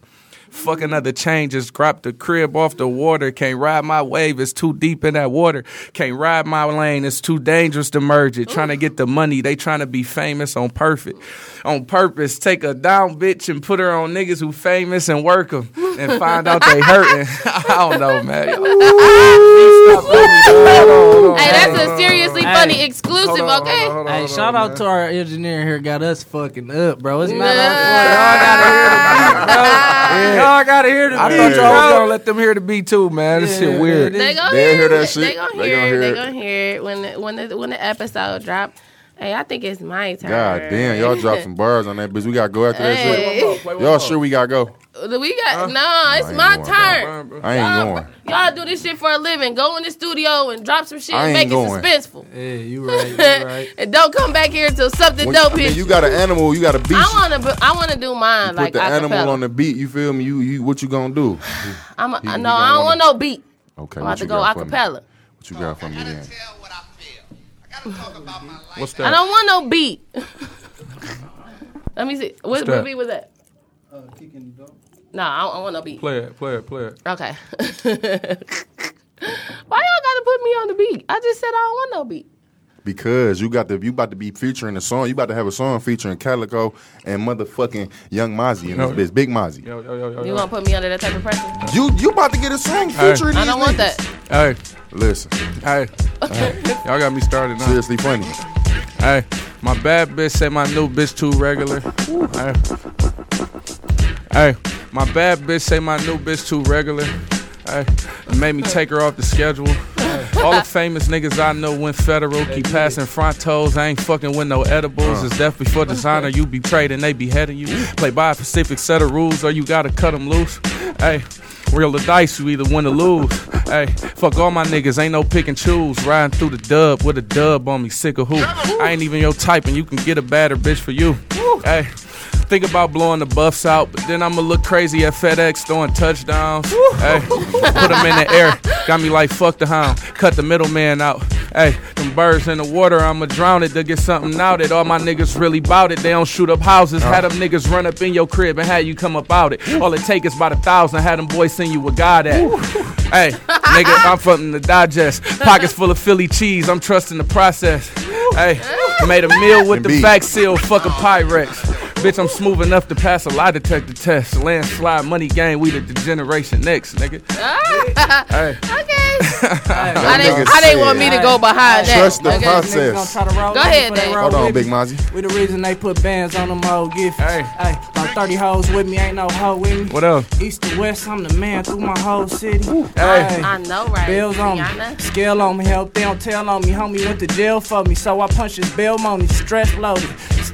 Speaker 6: Fuck another change, just drop the crib off the water. Can't ride my wave, it's too deep in that water. Can't ride my lane, it's too dangerous to merge it. Trying to get the money, they trying to be famous on perfect. On purpose, take a down bitch and put her on niggas who famous and work them and find out they hurting. I don't know, man.
Speaker 4: Hey, that's a seriously funny exclusive, okay?
Speaker 5: Hey, shout out to our engineer here. Got us fucking up, bro. It's not
Speaker 4: Uh,
Speaker 5: Y'all gotta hear the beat, bro. Y'all gotta hear the
Speaker 6: I
Speaker 5: beat,
Speaker 6: thought y'all was
Speaker 5: bro.
Speaker 6: gonna let them hear the beat too, man. This shit weird.
Speaker 4: They gonna
Speaker 3: They
Speaker 4: hear,
Speaker 3: hear that
Speaker 4: it. They
Speaker 3: shit.
Speaker 4: gonna
Speaker 3: They
Speaker 4: hear,
Speaker 3: gonna
Speaker 4: it.
Speaker 3: hear
Speaker 4: They
Speaker 3: it.
Speaker 4: gonna hear it when the, when the, when the episode drop. Hey, I think it's my turn.
Speaker 3: God damn, y'all dropped some bars on that bitch. We gotta go after that shit.
Speaker 4: Hey,
Speaker 3: Y'all sure we gotta go?
Speaker 4: we got nah. It's
Speaker 3: ain't
Speaker 4: my
Speaker 3: going,
Speaker 4: turn. Uh,
Speaker 3: I ain't going.
Speaker 4: Y'all do this shit for a living. Go in the studio and drop some shit
Speaker 3: I
Speaker 4: and make
Speaker 3: ain't
Speaker 4: it
Speaker 3: going.
Speaker 4: suspenseful.
Speaker 5: Yeah, you right, you right.
Speaker 4: and don't come back here until something
Speaker 3: When-
Speaker 4: dope
Speaker 3: I mean,
Speaker 4: hits.
Speaker 3: you got an animal, you got a beast.
Speaker 4: I wanna bu- I wanna do mine
Speaker 3: Put
Speaker 4: like
Speaker 3: the
Speaker 4: acapella.
Speaker 3: animal on the beat. You feel me? You you what you gonna do?
Speaker 4: I'm a,
Speaker 3: he
Speaker 4: no,
Speaker 3: don't
Speaker 4: I don't want
Speaker 3: wanna-
Speaker 4: no beat.
Speaker 3: Okay,
Speaker 4: I'm
Speaker 3: what
Speaker 4: about to
Speaker 3: you
Speaker 4: go
Speaker 3: got for me?
Speaker 4: acapella.
Speaker 3: What you got for me? Then?
Speaker 6: What's
Speaker 4: I
Speaker 6: that?
Speaker 4: don't want no beat. Let me see. What, what
Speaker 6: that?
Speaker 4: beat was that? No, I don't, I don't want no beat.
Speaker 6: Play it, play it, play it.
Speaker 4: Okay. Why y'all gotta put me on the beat? I just said I don't want no beat.
Speaker 3: Because you got the you about to be featuring a song. You about to have a song featuring Calico and motherfucking Young Mozzie and this bitch, Big Mozzie.
Speaker 6: Yo, yo, yo, yo,
Speaker 4: You
Speaker 6: yo.
Speaker 4: gonna put me under that type of pressure?
Speaker 3: You you about to get a song featuring
Speaker 4: I
Speaker 3: these
Speaker 4: don't want
Speaker 3: niggas.
Speaker 4: that.
Speaker 6: Hey,
Speaker 3: Listen,
Speaker 6: hey. Y'all got me started now.
Speaker 3: seriously funny.
Speaker 6: Hey, my bad bitch say my new bitch too regular. Hey. Hey, my bad bitch say my new bitch too regular. Hey, it made me take her off the schedule. All the famous niggas I know went federal. Keep passing front toes. I ain't fucking with no edibles. It's death before designer. You betrayed and they beheading you. Play by a specific set of rules or you gotta cut them loose. Hey. Reel the dice, you either win or lose. Hey, fuck all my niggas, ain't no pick and choose. Riding through the dub with a dub on me, sick of who? I ain't even your type, and you can get a badder bitch for you. Hey, think about blowing the buffs out, but then I'ma look crazy at FedEx throwing touchdowns. Hey, put them in the air, got me like fuck the hound. Cut the middleman out. Hey, them birds in the water, I'ma drown it to get something out it. All my niggas really bout it. They don't shoot up houses. Had them niggas run up in your crib and had you come up out it. All it take is about a thousand. Had them boys send you a god at. Hey, nigga, I'm from the digest. Pockets full of Philly cheese. I'm trusting the process. Hey, made a meal with the
Speaker 3: Indeed.
Speaker 6: back seal. Fuck a Pyrex. Bitch, I'm smooth enough to pass a lie detector test. Landslide, money game, we the generation next, nigga. Hey.
Speaker 4: Okay. Ah, I
Speaker 3: That
Speaker 4: didn't,
Speaker 3: nigga
Speaker 4: I didn't
Speaker 3: said,
Speaker 4: want me to go behind that.
Speaker 3: Trust the
Speaker 4: okay?
Speaker 5: Niggas gonna
Speaker 3: process.
Speaker 5: try to roll
Speaker 4: Go
Speaker 5: with
Speaker 4: ahead,
Speaker 5: me, but they
Speaker 4: Dave.
Speaker 5: roll
Speaker 3: Hold on,
Speaker 5: with
Speaker 3: Big
Speaker 5: me.
Speaker 3: Mozzie.
Speaker 5: We the reason they put bands on them old gifts.
Speaker 6: Hey.
Speaker 5: hey, about 30 hoes with me, ain't no hoe with me.
Speaker 6: What else?
Speaker 5: East to west, I'm the man through my whole city.
Speaker 6: Hey.
Speaker 4: I know, right?
Speaker 5: Bills on me,
Speaker 4: Rihanna.
Speaker 5: scale on me, help they don't tell on me. Homie went to jail for me, so I punch his bill money, stress loaded.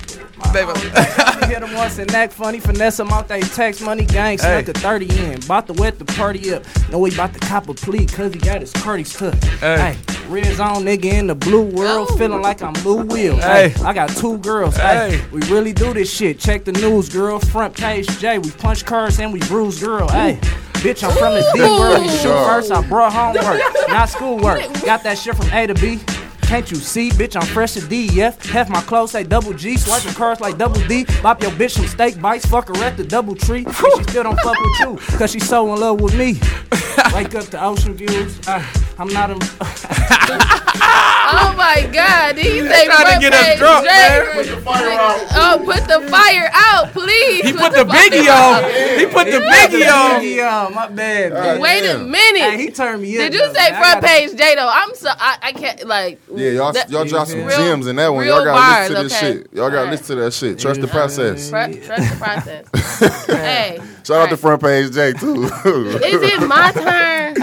Speaker 5: Hit him once and act funny, finesse him out they tax money, gang snuck
Speaker 6: Hey.
Speaker 5: a 30 in. Bout to wet the party up. Know he bout to cop a plea, cause he got his curtis tucked.
Speaker 6: Hey.
Speaker 5: Hey. Red zone nigga in the blue world,
Speaker 4: Oh.
Speaker 5: feeling like I'm Lou Will.
Speaker 6: Hey.
Speaker 5: Hey. I got two girls. Hey.
Speaker 6: Hey.
Speaker 5: we really do this shit. Check the news, girl. Front page J. We punch cars and we bruise, girl. Hey, bitch, I'm from the D world. You shoot first, I brought homework, not schoolwork. Got that shit from A to B. Can't you see, bitch? I'm fresh to DEF. Half my clothes say double G. Swiping cars like double D. Bop your bitch some steak bites. Fuck her at the double tree. And she still don't fuck with you, cause she so in love with me. Wake up to ocean views. Uh, I'm not a.
Speaker 4: Oh my God! Did he say
Speaker 6: trying to
Speaker 4: front
Speaker 6: get us
Speaker 4: page
Speaker 6: drunk,
Speaker 4: Drake?
Speaker 6: man.
Speaker 4: Oh, put the fire out, please.
Speaker 6: He put the biggie on. He put the biggie on.
Speaker 5: Yo, my bad, man.
Speaker 4: Wait a minute.
Speaker 5: Hey, he turned me in.
Speaker 4: Did you
Speaker 5: though,
Speaker 4: say
Speaker 5: man. I
Speaker 4: front
Speaker 5: gotta-
Speaker 4: page J though? I'm so I, I can't like.
Speaker 3: Yeah, y'all
Speaker 4: that-
Speaker 3: y'all dropped some
Speaker 4: real-
Speaker 3: gems in that one.
Speaker 4: real
Speaker 3: Y'all gotta listen to
Speaker 4: bars,
Speaker 3: this
Speaker 4: okay.
Speaker 3: shit. Y'all gotta
Speaker 4: Alright.
Speaker 3: listen to that shit. Trust the process.
Speaker 4: Fr- trust the process. hey,
Speaker 3: Shout out to front
Speaker 4: front.
Speaker 3: page J too.
Speaker 4: Is it my turn?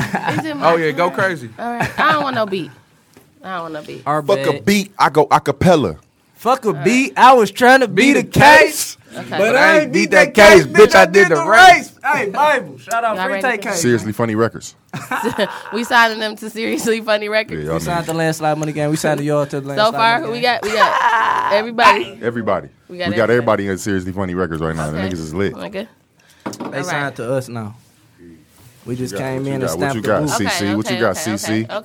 Speaker 4: Is it my
Speaker 6: Oh yeah, go
Speaker 4: turn?
Speaker 6: crazy.
Speaker 4: All right, I don't want no beat. I don't want no beat.
Speaker 5: Our
Speaker 3: Fuck a
Speaker 5: bad.
Speaker 3: beat, I go acapella.
Speaker 5: Fuck a beat. I was trying to beat a case. But I ain't beat that case, bitch. I did the race. Hey, Bible. Shout out
Speaker 4: Y'all
Speaker 5: Free
Speaker 4: ready
Speaker 5: Take
Speaker 4: to-
Speaker 5: Case.
Speaker 3: Seriously, funny records.
Speaker 4: We signing them to seriously funny
Speaker 3: Yeah,
Speaker 4: records.
Speaker 3: y'all
Speaker 5: We signed
Speaker 3: know.
Speaker 5: the landslide money game. We signed the yard to the landslide.
Speaker 4: so far,
Speaker 5: Money
Speaker 4: who we
Speaker 5: Gang.
Speaker 4: got we got everybody.
Speaker 3: Everybody.
Speaker 4: We
Speaker 3: We
Speaker 4: got
Speaker 3: got,
Speaker 4: everybody.
Speaker 3: everybody in seriously funny records right now.
Speaker 4: Okay.
Speaker 3: The niggas is lit.
Speaker 4: Okay.
Speaker 5: They signed to us now. We just
Speaker 3: You got-
Speaker 5: came
Speaker 3: what you
Speaker 5: in and
Speaker 3: got? What
Speaker 5: stamped
Speaker 3: you
Speaker 5: the
Speaker 3: got?
Speaker 5: booth.
Speaker 3: See? CC, what you got,
Speaker 4: okay,
Speaker 3: CC?
Speaker 4: Okay.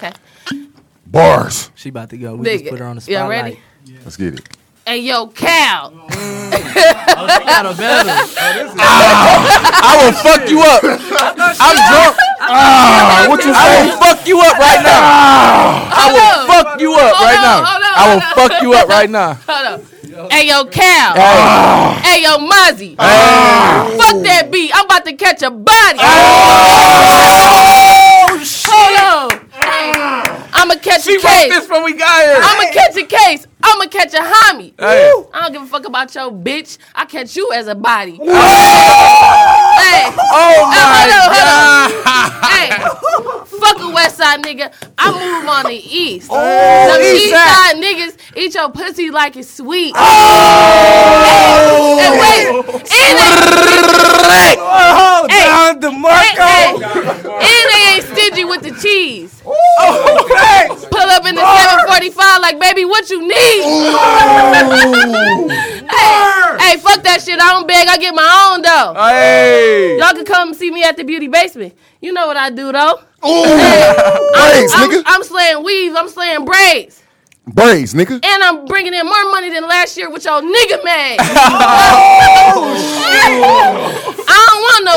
Speaker 4: okay.
Speaker 3: Bars.
Speaker 5: She about to go. We
Speaker 4: Dig
Speaker 5: just put her on the
Speaker 4: it. Y'all
Speaker 5: spotlight.
Speaker 4: ready?
Speaker 3: Let's get it.
Speaker 4: A and yo cow.
Speaker 5: Got a better.
Speaker 6: I will fuck you up. I'm drunk.
Speaker 3: Ah, what you
Speaker 6: I
Speaker 3: say?
Speaker 6: will fuck you up right now. I will fuck you up right now.
Speaker 4: Hold on,
Speaker 6: I will
Speaker 4: hold on.
Speaker 6: fuck you up right now.
Speaker 4: Hold up. Hey yo cow. Hey yo Mozzie. Fuck that beat. I'm about to catch a body. Hold on. I'ma catch
Speaker 6: Oh, Ah. She
Speaker 4: a
Speaker 6: wrote
Speaker 4: case.
Speaker 6: this when we got here.
Speaker 4: I'ma catch a case. I'ma catch a homie.
Speaker 6: Hey.
Speaker 4: I don't give a fuck about your bitch. I catch you as a body.
Speaker 5: Oh
Speaker 4: Hey.
Speaker 6: Oh
Speaker 4: Uh, hold on,
Speaker 6: my
Speaker 4: hold
Speaker 6: god.
Speaker 4: hey, fuck a West Side nigga. I move on the East. Oh,
Speaker 6: East
Speaker 4: east
Speaker 6: Side.
Speaker 4: Side niggas eat your pussy like it's sweet. And wait, and they,
Speaker 5: Oh,
Speaker 4: Hey.
Speaker 5: Don DeMarco.
Speaker 4: and, and they ain't stingy with the cheese.
Speaker 5: Oh, thanks.
Speaker 4: Pull up in the 745 like, baby, what you need? hey, hey, fuck that shit. I don't beg. I get my own though.
Speaker 6: Hey.
Speaker 4: Y'all can come see me at the beauty basement. You know what I do though.
Speaker 3: Braids,
Speaker 4: I'm,
Speaker 3: nigga.
Speaker 4: I'm slaying weave. I'm slaying braids.
Speaker 3: Braids, nigga.
Speaker 4: and I'm bringing in more money than last year with your nigga man. Oh,
Speaker 3: Oh,
Speaker 4: I don't want no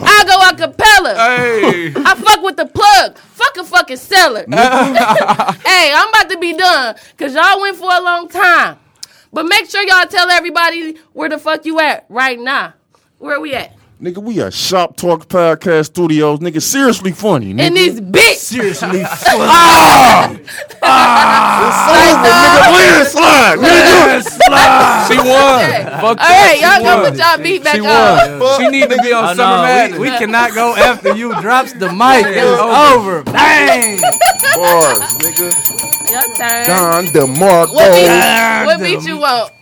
Speaker 4: fucking beat. I go a cappella.
Speaker 6: Hey.
Speaker 4: I fuck with the plug. Fuck a fucking seller. hey, I'm about to be done because y'all went for a long time. But make sure y'all tell everybody where the fuck you at right now. Where we at?
Speaker 3: Nigga, we are Shop Talk Podcast Studios. Nigga, seriously funny, nigga. Ah!
Speaker 4: In these bitch.
Speaker 5: Seriously.
Speaker 3: nigga, please slide, nigga.
Speaker 6: She won. Fuck
Speaker 4: All right, y'all gonna put y'all beat back
Speaker 6: She
Speaker 4: on.
Speaker 6: won. She need to be on
Speaker 5: Oh,
Speaker 6: Summer
Speaker 5: no,
Speaker 6: Madness.
Speaker 5: we, we cannot go after you drops the mic. It's over. Bang.
Speaker 3: Bars, nigga.
Speaker 4: Y'all turn.
Speaker 3: Don
Speaker 4: What
Speaker 3: DeMarco.
Speaker 4: beat, what beat you want?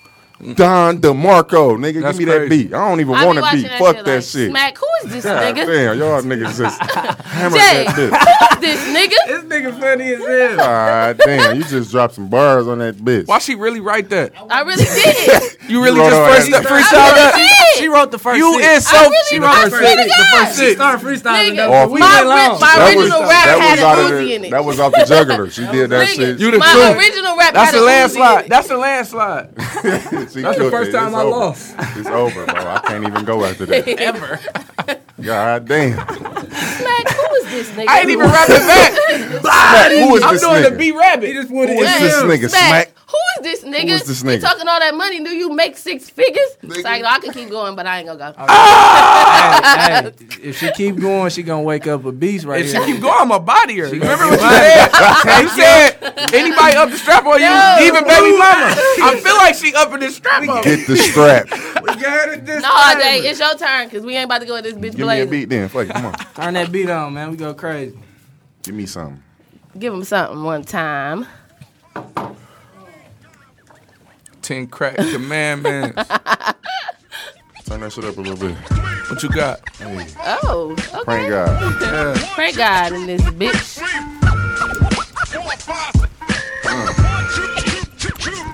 Speaker 3: Don DeMarco, nigga.
Speaker 6: That's
Speaker 3: give me that
Speaker 6: crazy.
Speaker 3: beat. I don't even
Speaker 4: I be
Speaker 3: want to
Speaker 4: watching
Speaker 3: beat.
Speaker 4: that
Speaker 3: Fuck
Speaker 4: shit
Speaker 3: that
Speaker 4: like,
Speaker 3: shit.
Speaker 4: Smack, who is this
Speaker 3: God
Speaker 4: nigga?
Speaker 3: damn, y'all niggas just hammered
Speaker 4: Jay.
Speaker 3: that bitch.
Speaker 4: Who is this nigga?
Speaker 5: This nigga funny as hell.
Speaker 3: God damn, you just dropped some bars on that bitch.
Speaker 6: Why she really write that?
Speaker 4: I really did.
Speaker 6: You really
Speaker 3: wrote
Speaker 6: just
Speaker 3: her
Speaker 6: first
Speaker 3: ass
Speaker 6: that
Speaker 3: down.
Speaker 6: freestyle
Speaker 4: I
Speaker 6: that?
Speaker 4: really
Speaker 5: She
Speaker 4: did.
Speaker 5: wrote the first
Speaker 6: You
Speaker 5: six.
Speaker 6: is
Speaker 4: I
Speaker 6: so.
Speaker 4: really
Speaker 6: She
Speaker 4: wrote
Speaker 6: wrote
Speaker 4: the
Speaker 6: the
Speaker 4: first
Speaker 6: first
Speaker 4: six.
Speaker 6: six. The first
Speaker 5: She
Speaker 6: six.
Speaker 5: started freestyling
Speaker 4: Nigga,
Speaker 5: though.
Speaker 3: Off-
Speaker 5: We
Speaker 4: my,
Speaker 5: went
Speaker 4: ri-
Speaker 5: long.
Speaker 4: my
Speaker 3: That was,
Speaker 4: original rap
Speaker 3: that
Speaker 4: had
Speaker 3: was out
Speaker 4: an
Speaker 3: of
Speaker 4: Uzi
Speaker 3: the,
Speaker 4: in it.
Speaker 3: That was off the juggler. She did that
Speaker 4: Nigga,
Speaker 3: shit.
Speaker 6: You the
Speaker 4: my
Speaker 6: truth.
Speaker 4: original rap
Speaker 6: That's
Speaker 4: had an Uzi
Speaker 6: a landslide.
Speaker 4: in it.
Speaker 6: That's a landslide.
Speaker 3: She
Speaker 6: That's the
Speaker 3: killed
Speaker 6: first
Speaker 3: it.
Speaker 6: time
Speaker 3: It's
Speaker 6: I
Speaker 3: over.
Speaker 6: lost.
Speaker 3: It's over, bro. I can't even go after that. Ever. God damn.
Speaker 4: Smack, who is this nigga?
Speaker 6: I ain't even rapping back.
Speaker 3: Who is
Speaker 6: I'm
Speaker 3: this
Speaker 6: doing the
Speaker 3: nigga?
Speaker 6: B rabbit. He just
Speaker 3: Who is this nigga?
Speaker 4: Smack.
Speaker 3: Smack.
Speaker 4: Who is this nigga?
Speaker 3: Who is this
Speaker 4: You
Speaker 3: nigga?
Speaker 4: talking all that money? Do you make six figures? It's like, no, I can keep going, but I ain't gonna go.
Speaker 5: Hey, if she keep going, she gonna wake up a beast right
Speaker 6: If she
Speaker 5: here.
Speaker 6: keep going, I'ma body her. You remember what you
Speaker 5: body
Speaker 6: said? you said anybody up the strap on you, even baby mama. I feel like she up in the strap on me.
Speaker 3: Get the strap.
Speaker 4: No, Jay, it's your turn because we ain't about to go with this bitch
Speaker 3: Give me a
Speaker 4: blazing.
Speaker 3: beat then. Fuck it, come on.
Speaker 5: Turn that beat on, man. We go crazy.
Speaker 3: Give me something.
Speaker 4: Give him something one time.
Speaker 6: Ten crack command man.
Speaker 3: Turn that shit up a little bit.
Speaker 6: What you got?
Speaker 4: Oh, okay.
Speaker 3: Prank God.
Speaker 4: Pray God in this bitch.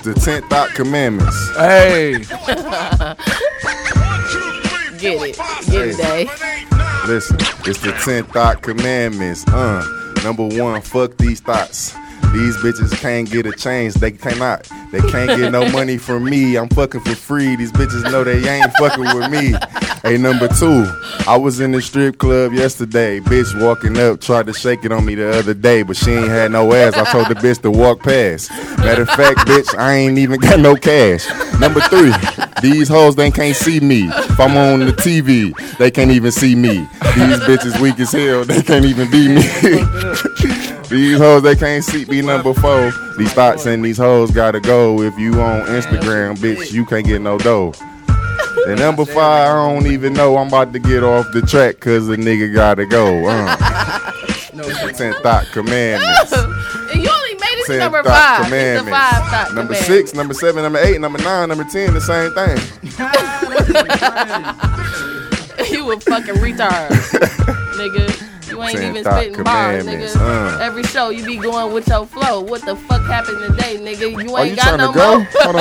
Speaker 3: The 10th Dot Commandments.
Speaker 6: Hey.
Speaker 4: Get it. Get it, Day.
Speaker 3: Listen, it's the 10 thought commandments. Uh, number one, fuck these thoughts. These bitches can't get a change. They cannot. They can't get no money from me. I'm fucking for free. These bitches know they ain't fucking with me. Hey, number two, I was in the strip club yesterday. Bitch walking up tried to shake it on me the other day, but she ain't had no ass. I told the bitch to walk past. Matter of fact, bitch, I ain't even got no cash. Number three, these hoes they can't see me. If I'm on the TV, they can't even see me. These bitches weak as hell. They can't even be me. These hoes they can't see be number four. These thoughts and these hoes gotta go. If you on Instagram, bitch, you can't get no dough. And number five, I don't even know. I'm about to get off the track because the nigga gotta go. Uh. Ten thought commandments.
Speaker 4: And you only made it to
Speaker 3: Ten
Speaker 4: number
Speaker 3: thought
Speaker 4: five. It's the
Speaker 3: commandments.
Speaker 4: five thought
Speaker 3: number
Speaker 4: commandments.
Speaker 3: six, number seven, number eight, number nine, number ten, the same thing.
Speaker 4: you a fucking retard, nigga. You ain't
Speaker 3: Ten
Speaker 4: even
Speaker 3: thought
Speaker 4: spitting bars,
Speaker 3: commandments, uh.
Speaker 4: nigga. Every show you be going with your flow. What the fuck happened today, nigga? You ain't
Speaker 3: Are you trying
Speaker 4: got no
Speaker 3: to go?
Speaker 4: more.
Speaker 3: Hold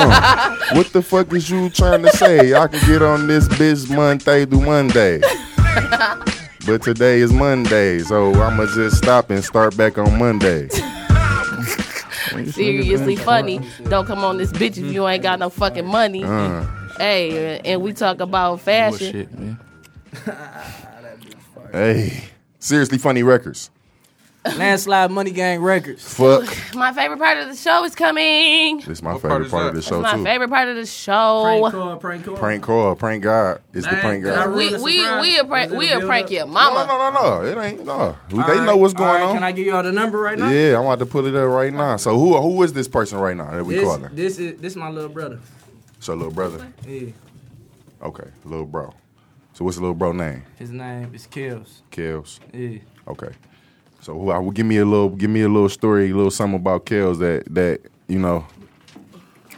Speaker 3: on. What the fuck is you trying to say? I can get on this bitch Monday through Monday. But today is Monday, so I'ma just stop and start back on Monday.
Speaker 4: seriously funny. Don't come on this bitch if you ain't got no fucking money.
Speaker 3: Uh.
Speaker 4: Hey, and we talk about fashion.
Speaker 7: Bullshit, man.
Speaker 3: Hey, seriously funny records.
Speaker 5: Landslide Money Gang Records.
Speaker 3: Fuck.
Speaker 4: My favorite part of the show is coming.
Speaker 3: This is my
Speaker 6: What part
Speaker 3: favorite
Speaker 6: is
Speaker 3: part of
Speaker 6: that?
Speaker 3: the show
Speaker 4: My
Speaker 3: too.
Speaker 4: favorite part of the show.
Speaker 5: call, prank call.
Speaker 3: Prank call, prank God is the
Speaker 5: Man,
Speaker 3: prank
Speaker 5: can I
Speaker 3: God.
Speaker 5: re-
Speaker 4: We we we a prank we a prank your
Speaker 3: No, no,
Speaker 4: mama.
Speaker 3: no, no, no. It ain't no. They know what's
Speaker 5: All
Speaker 3: going
Speaker 5: right, Can
Speaker 3: on.
Speaker 5: I give y'all the number right now?
Speaker 3: Yeah, I'm about to pull it up right now. So who who is this person right now that we
Speaker 5: This,
Speaker 3: calling?
Speaker 5: this is this my little brother.
Speaker 3: So little brother.
Speaker 5: Yeah.
Speaker 3: Okay, little bro. So what's the little bro name?
Speaker 5: His name is Kills.
Speaker 3: Kels.
Speaker 5: Yeah.
Speaker 3: Okay. So who I will give me a little give me a little story, a little something about Kels that that you know.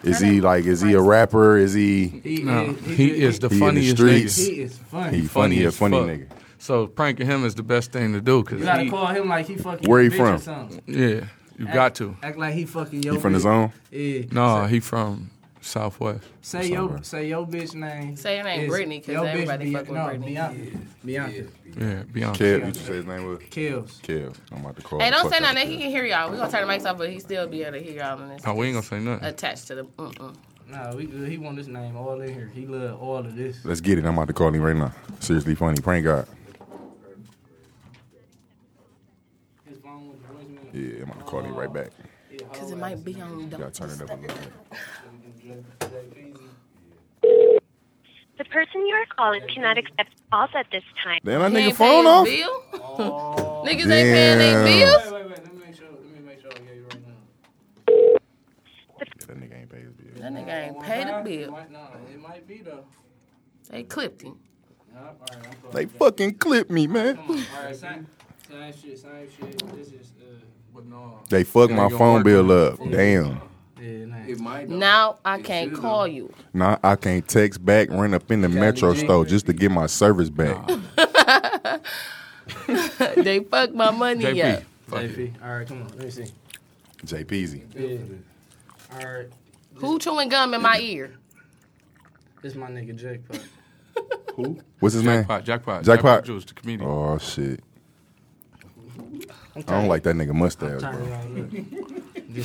Speaker 3: Is he like? Is he a rapper? Is he?
Speaker 5: He,
Speaker 6: No,
Speaker 5: he-
Speaker 6: he is the
Speaker 3: He in the
Speaker 6: funniest
Speaker 3: streets.
Speaker 6: nigga.
Speaker 5: He is funny.
Speaker 3: He funny, a
Speaker 6: as
Speaker 3: funny
Speaker 6: fuck.
Speaker 3: nigga.
Speaker 6: So pranking him is the best thing to do. Cause
Speaker 5: you gotta
Speaker 6: he-
Speaker 5: call him like he fucking
Speaker 3: Where
Speaker 5: your
Speaker 3: he
Speaker 5: bitch
Speaker 3: from?
Speaker 5: Or something.
Speaker 6: yeah, you got to.
Speaker 5: Act like he fucking your.
Speaker 3: He from the
Speaker 5: bitch.
Speaker 3: zone.
Speaker 5: Yeah.
Speaker 6: No, he from Southwest.
Speaker 5: Say your say your bitch name.
Speaker 4: Say her name
Speaker 5: is-
Speaker 4: Brittany, 'cause
Speaker 5: your bitch
Speaker 4: everybody
Speaker 5: Bey-
Speaker 4: fuck with
Speaker 5: no,
Speaker 4: Brittany.
Speaker 5: Beyonce. Beyonce.
Speaker 6: Yeah, Beyonce.
Speaker 3: Kev, what you say his name was?
Speaker 5: Kills.
Speaker 3: Kev. I'm about to call.
Speaker 4: Hey,
Speaker 3: the
Speaker 4: don't
Speaker 3: fuck
Speaker 4: say
Speaker 3: out of
Speaker 4: nothing. He
Speaker 3: Kev.
Speaker 4: can hear y'all. We gonna turn the mics off, but he still be able to hear y'all. And it's
Speaker 6: Oh, we ain't gonna say nothing.
Speaker 4: attached to the. Mm-mm.
Speaker 5: Nah, we good. He want this name all in here. He love all of this.
Speaker 3: Let's get it. I'm about to call him right now. Seriously funny. Prank God.
Speaker 5: His phone was voicemail.
Speaker 3: Yeah, I'm about to call him right back.
Speaker 4: Cause it might be on.
Speaker 3: Gotta turn it up a little bit.
Speaker 9: The person you are calling cannot accept calls at this time.
Speaker 3: Damn, that
Speaker 4: He
Speaker 3: nigga
Speaker 4: ain't paying
Speaker 3: phone off.
Speaker 4: his bill? Niggas ain't paying
Speaker 3: Damn.
Speaker 4: their bills.
Speaker 5: Wait, wait, let me make sure. Let me make sure I gave you right now.
Speaker 3: Yeah, that nigga ain't pay his bill.
Speaker 4: That nigga ain't paid a bill.
Speaker 5: Might, nah, it might be though.
Speaker 4: They clipped him.
Speaker 5: Nah, all right, I'm calling.
Speaker 3: They fucking clipped me, man.
Speaker 5: All right, same, same shit, same shit. This is uh, but no.
Speaker 3: They fucked my phone bill up. Damn.
Speaker 5: Yeah, nah. It might.
Speaker 4: Now I can't call you.
Speaker 3: Now I can't text back, run up in the metro store just to get my service back.
Speaker 4: they fucked my money
Speaker 6: JP.
Speaker 4: up.
Speaker 6: Fuck it.
Speaker 5: All right, come on. Let me see.
Speaker 3: JPZ.
Speaker 5: Yeah. All right,
Speaker 4: Who chewing gum in my ear?
Speaker 5: this my nigga Jackpot.
Speaker 3: What's his name?
Speaker 6: Jackpot, jackpot,
Speaker 3: Jackpot.
Speaker 6: Juice, the comedian.
Speaker 3: Oh shit. I don't like that nigga mustache,
Speaker 5: Turn
Speaker 3: bro.
Speaker 5: around, look.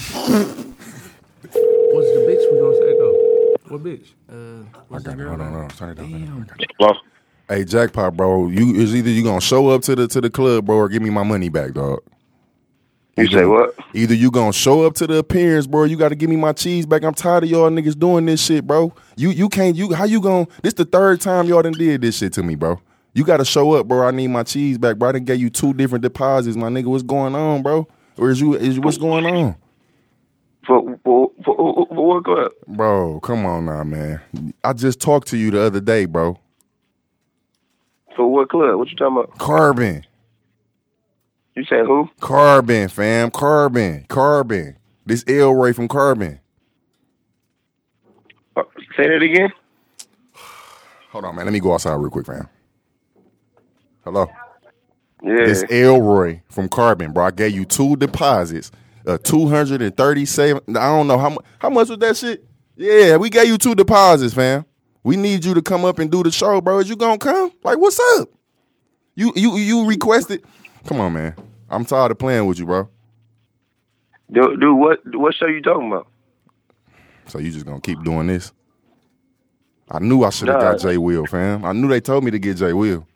Speaker 7: What's the bitch we gonna say though? What bitch?
Speaker 3: I got it. Hold on, hold on. Turn it down. I got it.
Speaker 10: Hello?
Speaker 3: Hey, jackpot, bro. You is either you gonna show up to the to the club, bro, or give me my money back, dog.
Speaker 10: You say what?
Speaker 3: Either you gonna show up to the appearance, bro. or You got to give me my cheese back. I'm tired of y'all niggas doing this shit, bro. You you can't you how you gonna? This the third time y'all done did this shit to me, bro. You got to show up, bro. I need my cheese back, bro. I done gave you two different deposits, my nigga. What's going on, bro? Or is you is what's going on,
Speaker 10: For, for, for, for, for what club?
Speaker 3: bro? Come on now, man. I just talked to you the other day, bro.
Speaker 10: For what club? What you talking about?
Speaker 3: Carbon,
Speaker 10: You say who?
Speaker 3: carbon, fam, carbon, carbon. This Elroy from Carbon.
Speaker 10: Uh, Say that again?
Speaker 3: Hold on, man. Let me go outside real quick, fam. Hello.
Speaker 10: Yeah.
Speaker 3: It's Elroy from Carbon, bro. I gave you two deposits, uh, two hundred and thirty-seven. I don't know how much. How much was that shit? Yeah, we gave you two deposits, fam. We need you to come up and do the show, bro. Is you gonna come? Like, what's up? You you you requested. Come on, man. I'm tired of playing with you, bro.
Speaker 10: dude, dude, what what show you talking about?
Speaker 3: So you just gonna keep doing this? I knew I should have got
Speaker 10: Nah.
Speaker 3: J Will, fam. I knew they told me to get J Will.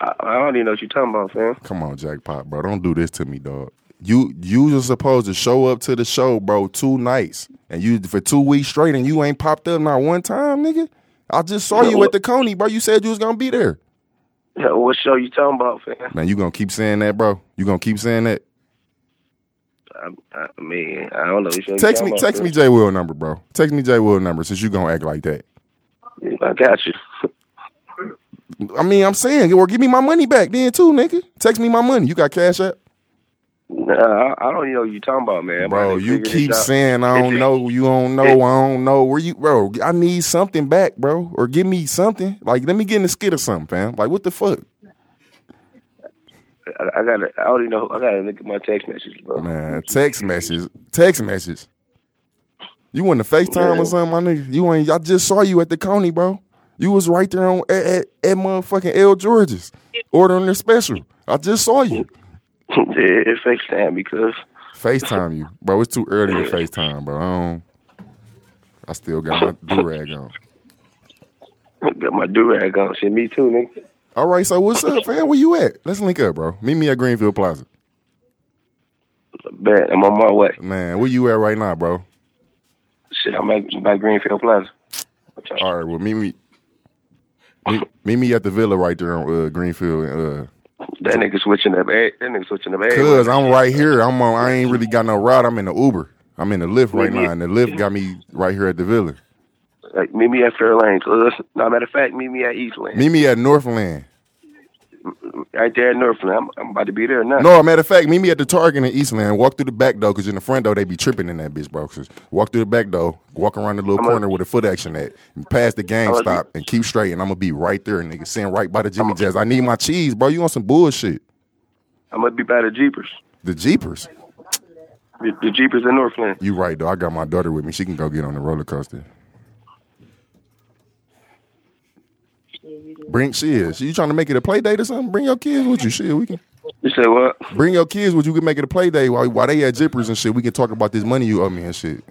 Speaker 10: I, I don't even know what you talking about, fam.
Speaker 3: Come on, jackpot, bro. Don't do this to me, dog. You you were supposed to show up to the show, bro, two nights, and you for two weeks straight, and you ain't popped up not one time, nigga. I just saw you at the Coney, bro. You said you was gonna be there.
Speaker 10: Yeah, what show you talking about, fam?
Speaker 3: Man, you gonna keep saying that, bro. You gonna keep saying that.
Speaker 10: I, I mean, I don't know what show you
Speaker 3: Text
Speaker 10: talking
Speaker 3: me,
Speaker 10: about,
Speaker 3: text me J Will number, bro. Text me J Will number since you gonna act like that.
Speaker 10: me. I got you.
Speaker 3: I mean, I'm saying, or give me my money back then too, nigga. Text me my money. You got cash app,
Speaker 10: Nah, I, I don't even know what you talking about, man. I'm
Speaker 3: bro.
Speaker 10: about to
Speaker 3: You
Speaker 10: figure this
Speaker 3: keep
Speaker 10: out.
Speaker 3: saying I
Speaker 10: If
Speaker 3: don't
Speaker 10: you-
Speaker 3: know, you don't know, I don't know where you, bro. I need something back, bro, or give me something. Like, let me get in the skit or something, fam. Like, what the fuck?
Speaker 10: I, I gotta. I don't even know. I gotta look at my text messages, bro.
Speaker 3: Man, text message. Text message. You want to FaceTime
Speaker 10: Yeah.
Speaker 3: or something, my nigga? You ain't I just saw you at the Coney, bro. You was right there on at, at, at motherfucking L George's ordering their special. I just saw you.
Speaker 10: yeah, it FaceTime because
Speaker 3: FaceTime you, bro. It's too early to FaceTime, bro. I, don't, I still got my do rag on.
Speaker 10: Got my do rag on. Shit, me too, nigga.
Speaker 3: All right, so what's up, fam? Where you at? Let's link up, bro. Meet me at Greenfield Plaza.
Speaker 10: Bet I'm on my way.
Speaker 3: Man, where you at right now, bro?
Speaker 10: Shit, I'm at by Greenfield Plaza.
Speaker 3: All right, well, meet me. Meet, meet me at the villa right there on uh, Greenfield. and, Uh,
Speaker 10: That nigga switching up. eh, That nigga switching up. everywhere.
Speaker 3: Cause I'm right here. I'm on. I ain't really got no ride. I'm in the Uber. I'm in the lift right now, and the lift got me right here at the villa.
Speaker 10: Like, meet me at Fair Lane. cuz. No, matter of fact, meet me at East Lane.
Speaker 3: Meet me at Northland.
Speaker 10: Right there at Northland. I'm, I'm about to be there now.
Speaker 3: No, matter of fact, meet me at the Target in Eastland. Walk through the back door, cause in the front door they be tripping in that bitch, bro. 'Cause walk through the back door, walk around the little corner with a foot action at, and pass the game stop, and keep straight, and I'm gonna be right there, nigga, sitting right by the Jimmy Jazz. I need my cheese, bro. You on some bullshit?
Speaker 10: I'm gonna be by the Jeepers.
Speaker 3: The Jeepers.
Speaker 10: The, the Jeepers in Northland.
Speaker 3: You right though. I got my daughter with me. She can go get on the roller coaster. Bring she is. You trying to make it a play date or something? Bring your kids with you. Shit, we can.
Speaker 10: You say what?
Speaker 3: Bring your kids with you. We can make it a play date while, while they at Jippers and shit. We can talk about this money you owe me and shit.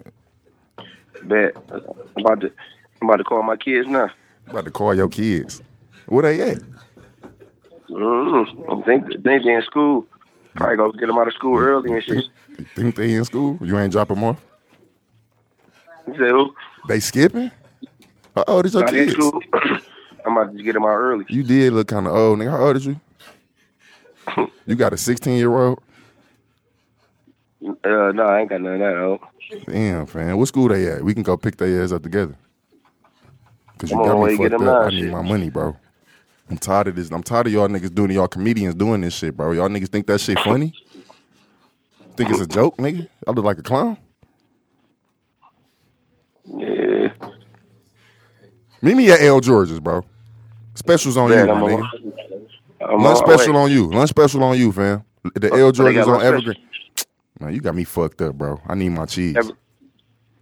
Speaker 10: Bet. I'm about to. I'm about to call my kids now.
Speaker 3: About to call your kids. Where they at?
Speaker 10: Mm-hmm. I think think they in school. Probably gonna get them out of school early and shit.
Speaker 3: You think they in school? You ain't drop them off?
Speaker 10: You say who?
Speaker 3: They skipping? How old is your
Speaker 10: Not in
Speaker 3: kids?
Speaker 10: school. I'm about to get them out early.
Speaker 3: You did look kind of old, nigga. How old is you? You got a 16 year old?
Speaker 10: Uh, no, I ain't got none of that. Old.
Speaker 3: Damn, fam. What school they at? We can go pick their ass up together. Cause you
Speaker 10: Come on,
Speaker 3: got
Speaker 10: where
Speaker 3: me
Speaker 10: you get
Speaker 3: fucked up.
Speaker 10: them
Speaker 3: I
Speaker 10: now,
Speaker 3: need
Speaker 10: shit?
Speaker 3: my money, bro. I'm tired of this. I'm tired of y'all niggas doing y'all comedians doing this shit, bro. Y'all niggas think that shit funny? Think it's a joke, nigga? I look like a clown.
Speaker 10: Yeah.
Speaker 3: Meet me at L George's, bro. Specials on you,
Speaker 10: Bet,
Speaker 3: my
Speaker 10: I'm on-
Speaker 3: nigga.
Speaker 10: I'm
Speaker 3: Lunch
Speaker 10: on my
Speaker 3: special
Speaker 10: way.
Speaker 3: on you. Lunch special on you, fam. The L
Speaker 10: Oh,
Speaker 3: George's
Speaker 10: they got
Speaker 3: on
Speaker 10: lunch special.
Speaker 3: Evergreen. Man, you got me fucked up, bro. I need my cheese.
Speaker 10: Ever-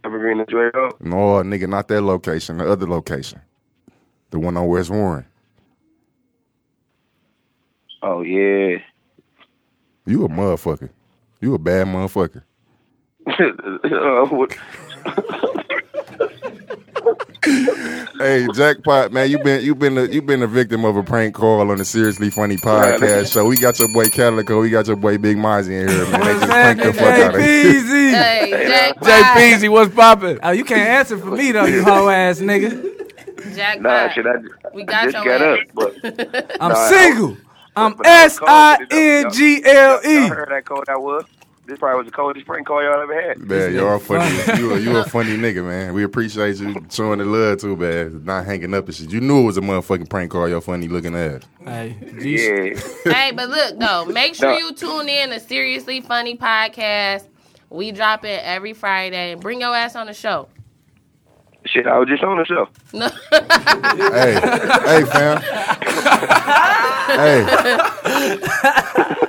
Speaker 10: Evergreen and Drago.
Speaker 3: No, nigga, not that location. The other location. The one on West Warren.
Speaker 10: Oh yeah.
Speaker 3: You a motherfucker. You a bad motherfucker.
Speaker 10: Uh, what-
Speaker 3: Hey, jackpot, man. You been you been a, you been a victim of a prank call on the Seriously Funny podcast show. We got your boy Calico. We got your boy Big Mozzie in here, man. They just pranked the fuck out of you.
Speaker 5: JPZ.
Speaker 4: Hey, jackpot.
Speaker 7: Jay Peasy, what's poppin'?
Speaker 5: Oh, you can't answer for me though, you hoe ass nigga.
Speaker 4: Jackpot.
Speaker 10: nah, shit. I,
Speaker 4: We
Speaker 10: I
Speaker 4: got
Speaker 10: just
Speaker 4: your
Speaker 10: got
Speaker 4: ass.
Speaker 10: up, but
Speaker 5: I'm
Speaker 10: Nah,
Speaker 5: single. I'm
Speaker 10: but
Speaker 5: Um, S
Speaker 10: it's cold,
Speaker 5: I
Speaker 10: but it's-
Speaker 5: N G L
Speaker 10: y'all
Speaker 5: E.
Speaker 10: heard that cold that was. This probably was the coldest spring call y'all ever had.
Speaker 3: Man, y'all funny. You a, you a funny nigga, man. We appreciate you showing the love too, man. Not hanging up and shit. You knew it was a motherfucking prank call. Your funny looking ass.
Speaker 5: Hey, G-
Speaker 10: Yeah.
Speaker 4: hey, but look though, make sure
Speaker 10: No.
Speaker 4: you tune in to Seriously Funny Podcast. We drop it every Friday. Bring your ass on the show.
Speaker 10: Shit, I was just on the show.
Speaker 4: No,
Speaker 3: Hey, hey, fam. hey.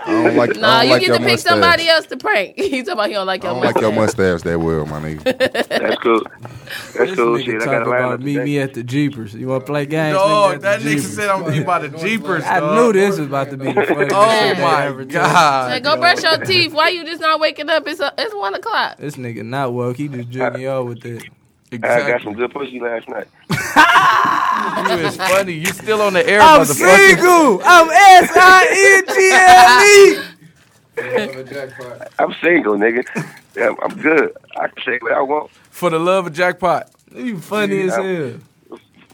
Speaker 3: I don't like.
Speaker 4: no,
Speaker 3: I don't
Speaker 4: you
Speaker 3: like
Speaker 4: get
Speaker 3: your
Speaker 4: to pick
Speaker 3: mustache.
Speaker 4: somebody else to prank. you talking about he don't like
Speaker 3: I
Speaker 4: your
Speaker 3: don't like your
Speaker 4: mustache.
Speaker 3: mustache that well, my nigga.
Speaker 10: That's cool. That's
Speaker 5: this
Speaker 10: cool.
Speaker 5: nigga
Speaker 10: Shit, I
Speaker 5: talk
Speaker 10: got a line
Speaker 5: about
Speaker 10: up
Speaker 5: meet
Speaker 10: today.
Speaker 5: me at the Jeepers. You want to play games?
Speaker 7: Dog,
Speaker 5: nigga,
Speaker 7: that
Speaker 5: at the
Speaker 7: nigga
Speaker 5: Jeepers.
Speaker 7: said I'm gonna be by the Jeepers.
Speaker 5: I
Speaker 7: dog.
Speaker 5: knew this was about to be the funniest
Speaker 7: Oh
Speaker 5: shit I ever
Speaker 7: my
Speaker 5: did.
Speaker 4: Like,
Speaker 6: Oh,
Speaker 7: god.
Speaker 4: go brush your teeth. Why you just not waking up? It's a, it's one o'clock.
Speaker 5: This nigga not woke. He just jugging y'all with it.
Speaker 10: I got some
Speaker 7: Exactly.
Speaker 10: good pussy last night.
Speaker 7: You is funny. You still on the air,
Speaker 5: I'm
Speaker 7: motherfucker.
Speaker 5: single.
Speaker 10: Oh,
Speaker 5: I'm S I N G L E.
Speaker 10: I'm single, nigga. Yeah, I'm good. I can say what I want
Speaker 7: For the love of jackpot.
Speaker 10: E.
Speaker 5: You funny as hell.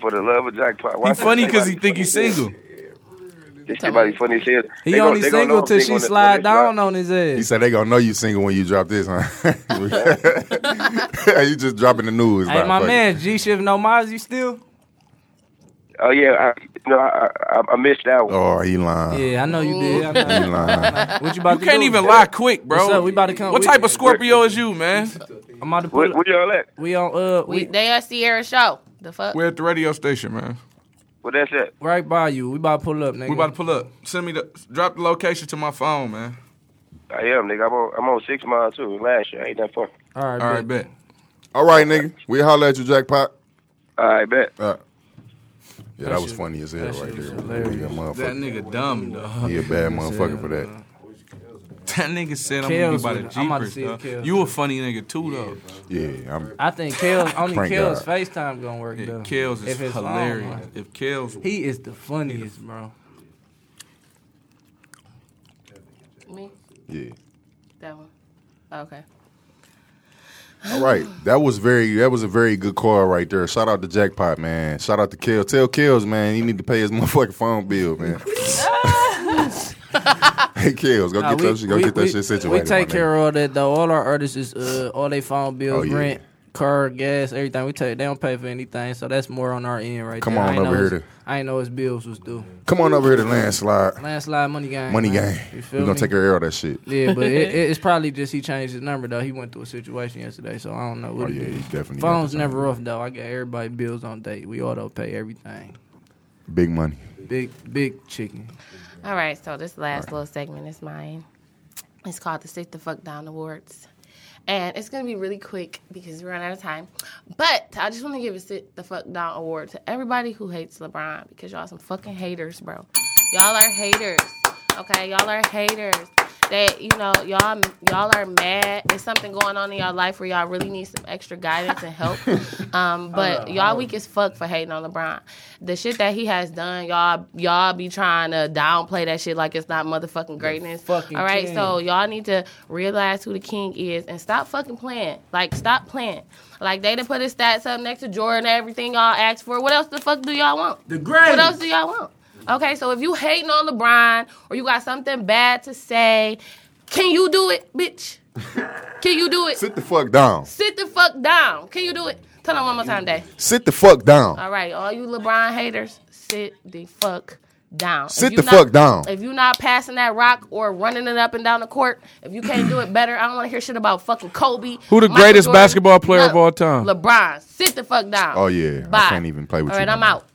Speaker 10: for the love of jackpot. Why
Speaker 7: He funny because he think he's single.
Speaker 10: This shit about to be funny as hell.
Speaker 5: He
Speaker 10: They gon-
Speaker 5: only
Speaker 10: they gon' know
Speaker 5: single
Speaker 10: I'm
Speaker 5: till
Speaker 10: single
Speaker 5: she
Speaker 10: when they-
Speaker 5: slide
Speaker 10: when they drop.
Speaker 5: down on his
Speaker 3: He
Speaker 5: ass.
Speaker 3: said they gonna know you single when you drop this, huh? you just dropping the news.
Speaker 5: Hey,
Speaker 3: like,
Speaker 5: my
Speaker 3: fuck
Speaker 5: man, G Shift No Mars, you still?
Speaker 10: Oh yeah, I, no, I, I I missed that
Speaker 3: it.
Speaker 10: one.
Speaker 3: Oh, he lying.
Speaker 5: Yeah, I know you did. I know.
Speaker 3: He lying.
Speaker 5: What you about
Speaker 7: You
Speaker 5: to
Speaker 7: can't
Speaker 5: do?
Speaker 7: even lie quick, bro.
Speaker 5: What's up? We about to come-
Speaker 7: What
Speaker 5: we-
Speaker 7: type of Scorpio is you, man?
Speaker 5: I'm about to
Speaker 10: Where,
Speaker 5: put.
Speaker 10: where y'all at?
Speaker 5: We on uh,
Speaker 4: We
Speaker 5: we
Speaker 4: they at Sierra show. The fuck?
Speaker 7: We're at the radio station, man.
Speaker 10: Well, that's it.
Speaker 5: right by you. We about to pull up, nigga.
Speaker 7: We about to pull up. Send me the drop the location to my phone, man.
Speaker 10: I am, nigga. I'm on, I'm on six mile too. Last year, I ain't that far.
Speaker 5: All right,
Speaker 7: All
Speaker 5: bet.
Speaker 7: right, bet.
Speaker 3: All right, nigga. We holler at you, jackpot.
Speaker 10: All right, bet.
Speaker 3: All right. Yeah, that was funny as hell right there. He a
Speaker 7: That
Speaker 3: motherfucker.
Speaker 7: nigga dumb, dog.
Speaker 3: He a bad motherfucker for that.
Speaker 6: That nigga said I'm
Speaker 5: Kels
Speaker 6: gonna be by
Speaker 5: with
Speaker 6: the
Speaker 5: it. I'm about to
Speaker 6: Jeepers.
Speaker 5: see if
Speaker 6: dawg.
Speaker 5: Kels-
Speaker 6: You a funny nigga too though.
Speaker 3: Yeah, I'm,
Speaker 5: I think Kels, only
Speaker 3: Thank God.
Speaker 5: Kels FaceTime gonna work
Speaker 6: Yeah,
Speaker 5: though.
Speaker 6: Kels is
Speaker 5: If it's long,
Speaker 6: hilarious.
Speaker 5: like-
Speaker 6: If Kels,
Speaker 5: He is the funniest, bro.
Speaker 4: Me?
Speaker 3: yeah.
Speaker 4: That one. Okay.
Speaker 3: All right, that was very that was a very good call right there. Shout out to Jackpot, man. Shout out to Kels. Tell Kels, man, he need to pay his motherfucking phone bill, man. hey Kels, go
Speaker 5: Nah,
Speaker 3: get
Speaker 5: we-
Speaker 3: that shit. Go
Speaker 5: we-
Speaker 3: get that
Speaker 5: we-
Speaker 3: shit situated.
Speaker 5: We take
Speaker 3: my
Speaker 5: care of all that though. All our artists is uh, all they phone bills,
Speaker 3: Oh, yeah.
Speaker 5: rent, car, gas, everything. We take they don't pay for anything, so that's more on our end right
Speaker 3: Come
Speaker 5: there. I
Speaker 3: on
Speaker 5: ain't
Speaker 3: over
Speaker 5: know
Speaker 3: here
Speaker 5: his-
Speaker 3: to-
Speaker 5: I ain't know his bills was due.
Speaker 3: nigga. Come on over here to landslide,
Speaker 5: Landslide money gang.
Speaker 3: money
Speaker 5: man.
Speaker 3: gang.
Speaker 5: You feel
Speaker 3: We gonna
Speaker 5: me?
Speaker 3: take care of all that shit.
Speaker 5: Yeah, but it, it- it's probably just he changed his number though. He went through a situation yesterday, so I don't know
Speaker 3: Oh
Speaker 5: what. it
Speaker 3: yeah,
Speaker 5: is.
Speaker 3: he definitely. got
Speaker 5: Phones
Speaker 3: the
Speaker 5: never
Speaker 3: time.
Speaker 5: off though. I got everybody bills on date. We auto pay everything.
Speaker 3: Big money.
Speaker 5: Big big chicken.
Speaker 4: All right, so this last little segment is mine. It's called the Sit the Fuck Down Awards. And it's going to be really quick because we run out of time. But I just want to give a Sit the Fuck Down Award to everybody who hates LeBron because y'all some fucking haters, bro. Y'all are haters. Okay, y'all are haters. That you know, y'all y'all are mad. There's something going on in y'all life where y'all really need some extra guidance and help. Um, but
Speaker 5: Uh, oh.
Speaker 4: y'all weak as fuck for hating on LeBron. The shit that he has done, y'all y'all be trying to downplay that shit like it's not motherfucking greatness.
Speaker 5: fucking
Speaker 4: All right,
Speaker 5: king.
Speaker 4: so y'all need to realize who the king is and stop fucking playing. Like stop playing. Like they done put his stats up next to Jordan, everything y'all asked for. What else the fuck do y'all want?
Speaker 5: The
Speaker 4: What else do y'all want? Okay, so if you hating on LeBron or you got something bad to say, can you do it, bitch? Can you do it?
Speaker 3: Sit the fuck down.
Speaker 4: Sit the fuck down. Can you do it? Tell them one more time, Day.
Speaker 3: Sit the fuck down.
Speaker 4: All right, all you LeBron haters, sit the fuck down. If
Speaker 3: Sit
Speaker 4: you
Speaker 3: the
Speaker 4: not-
Speaker 3: fuck down.
Speaker 4: If you're not passing that rock or running it up and down the court, if you can't do it better, I don't want to hear shit about fucking Kobe.
Speaker 6: Who the
Speaker 4: Michael
Speaker 6: greatest
Speaker 4: Jordan.
Speaker 6: basketball player of all time?
Speaker 4: LeBron. Sit the fuck down.
Speaker 3: Oh, yeah. I
Speaker 4: Bye.
Speaker 3: can't even play with
Speaker 4: All
Speaker 3: you
Speaker 4: right,
Speaker 3: no
Speaker 4: I'm
Speaker 3: more.
Speaker 4: out.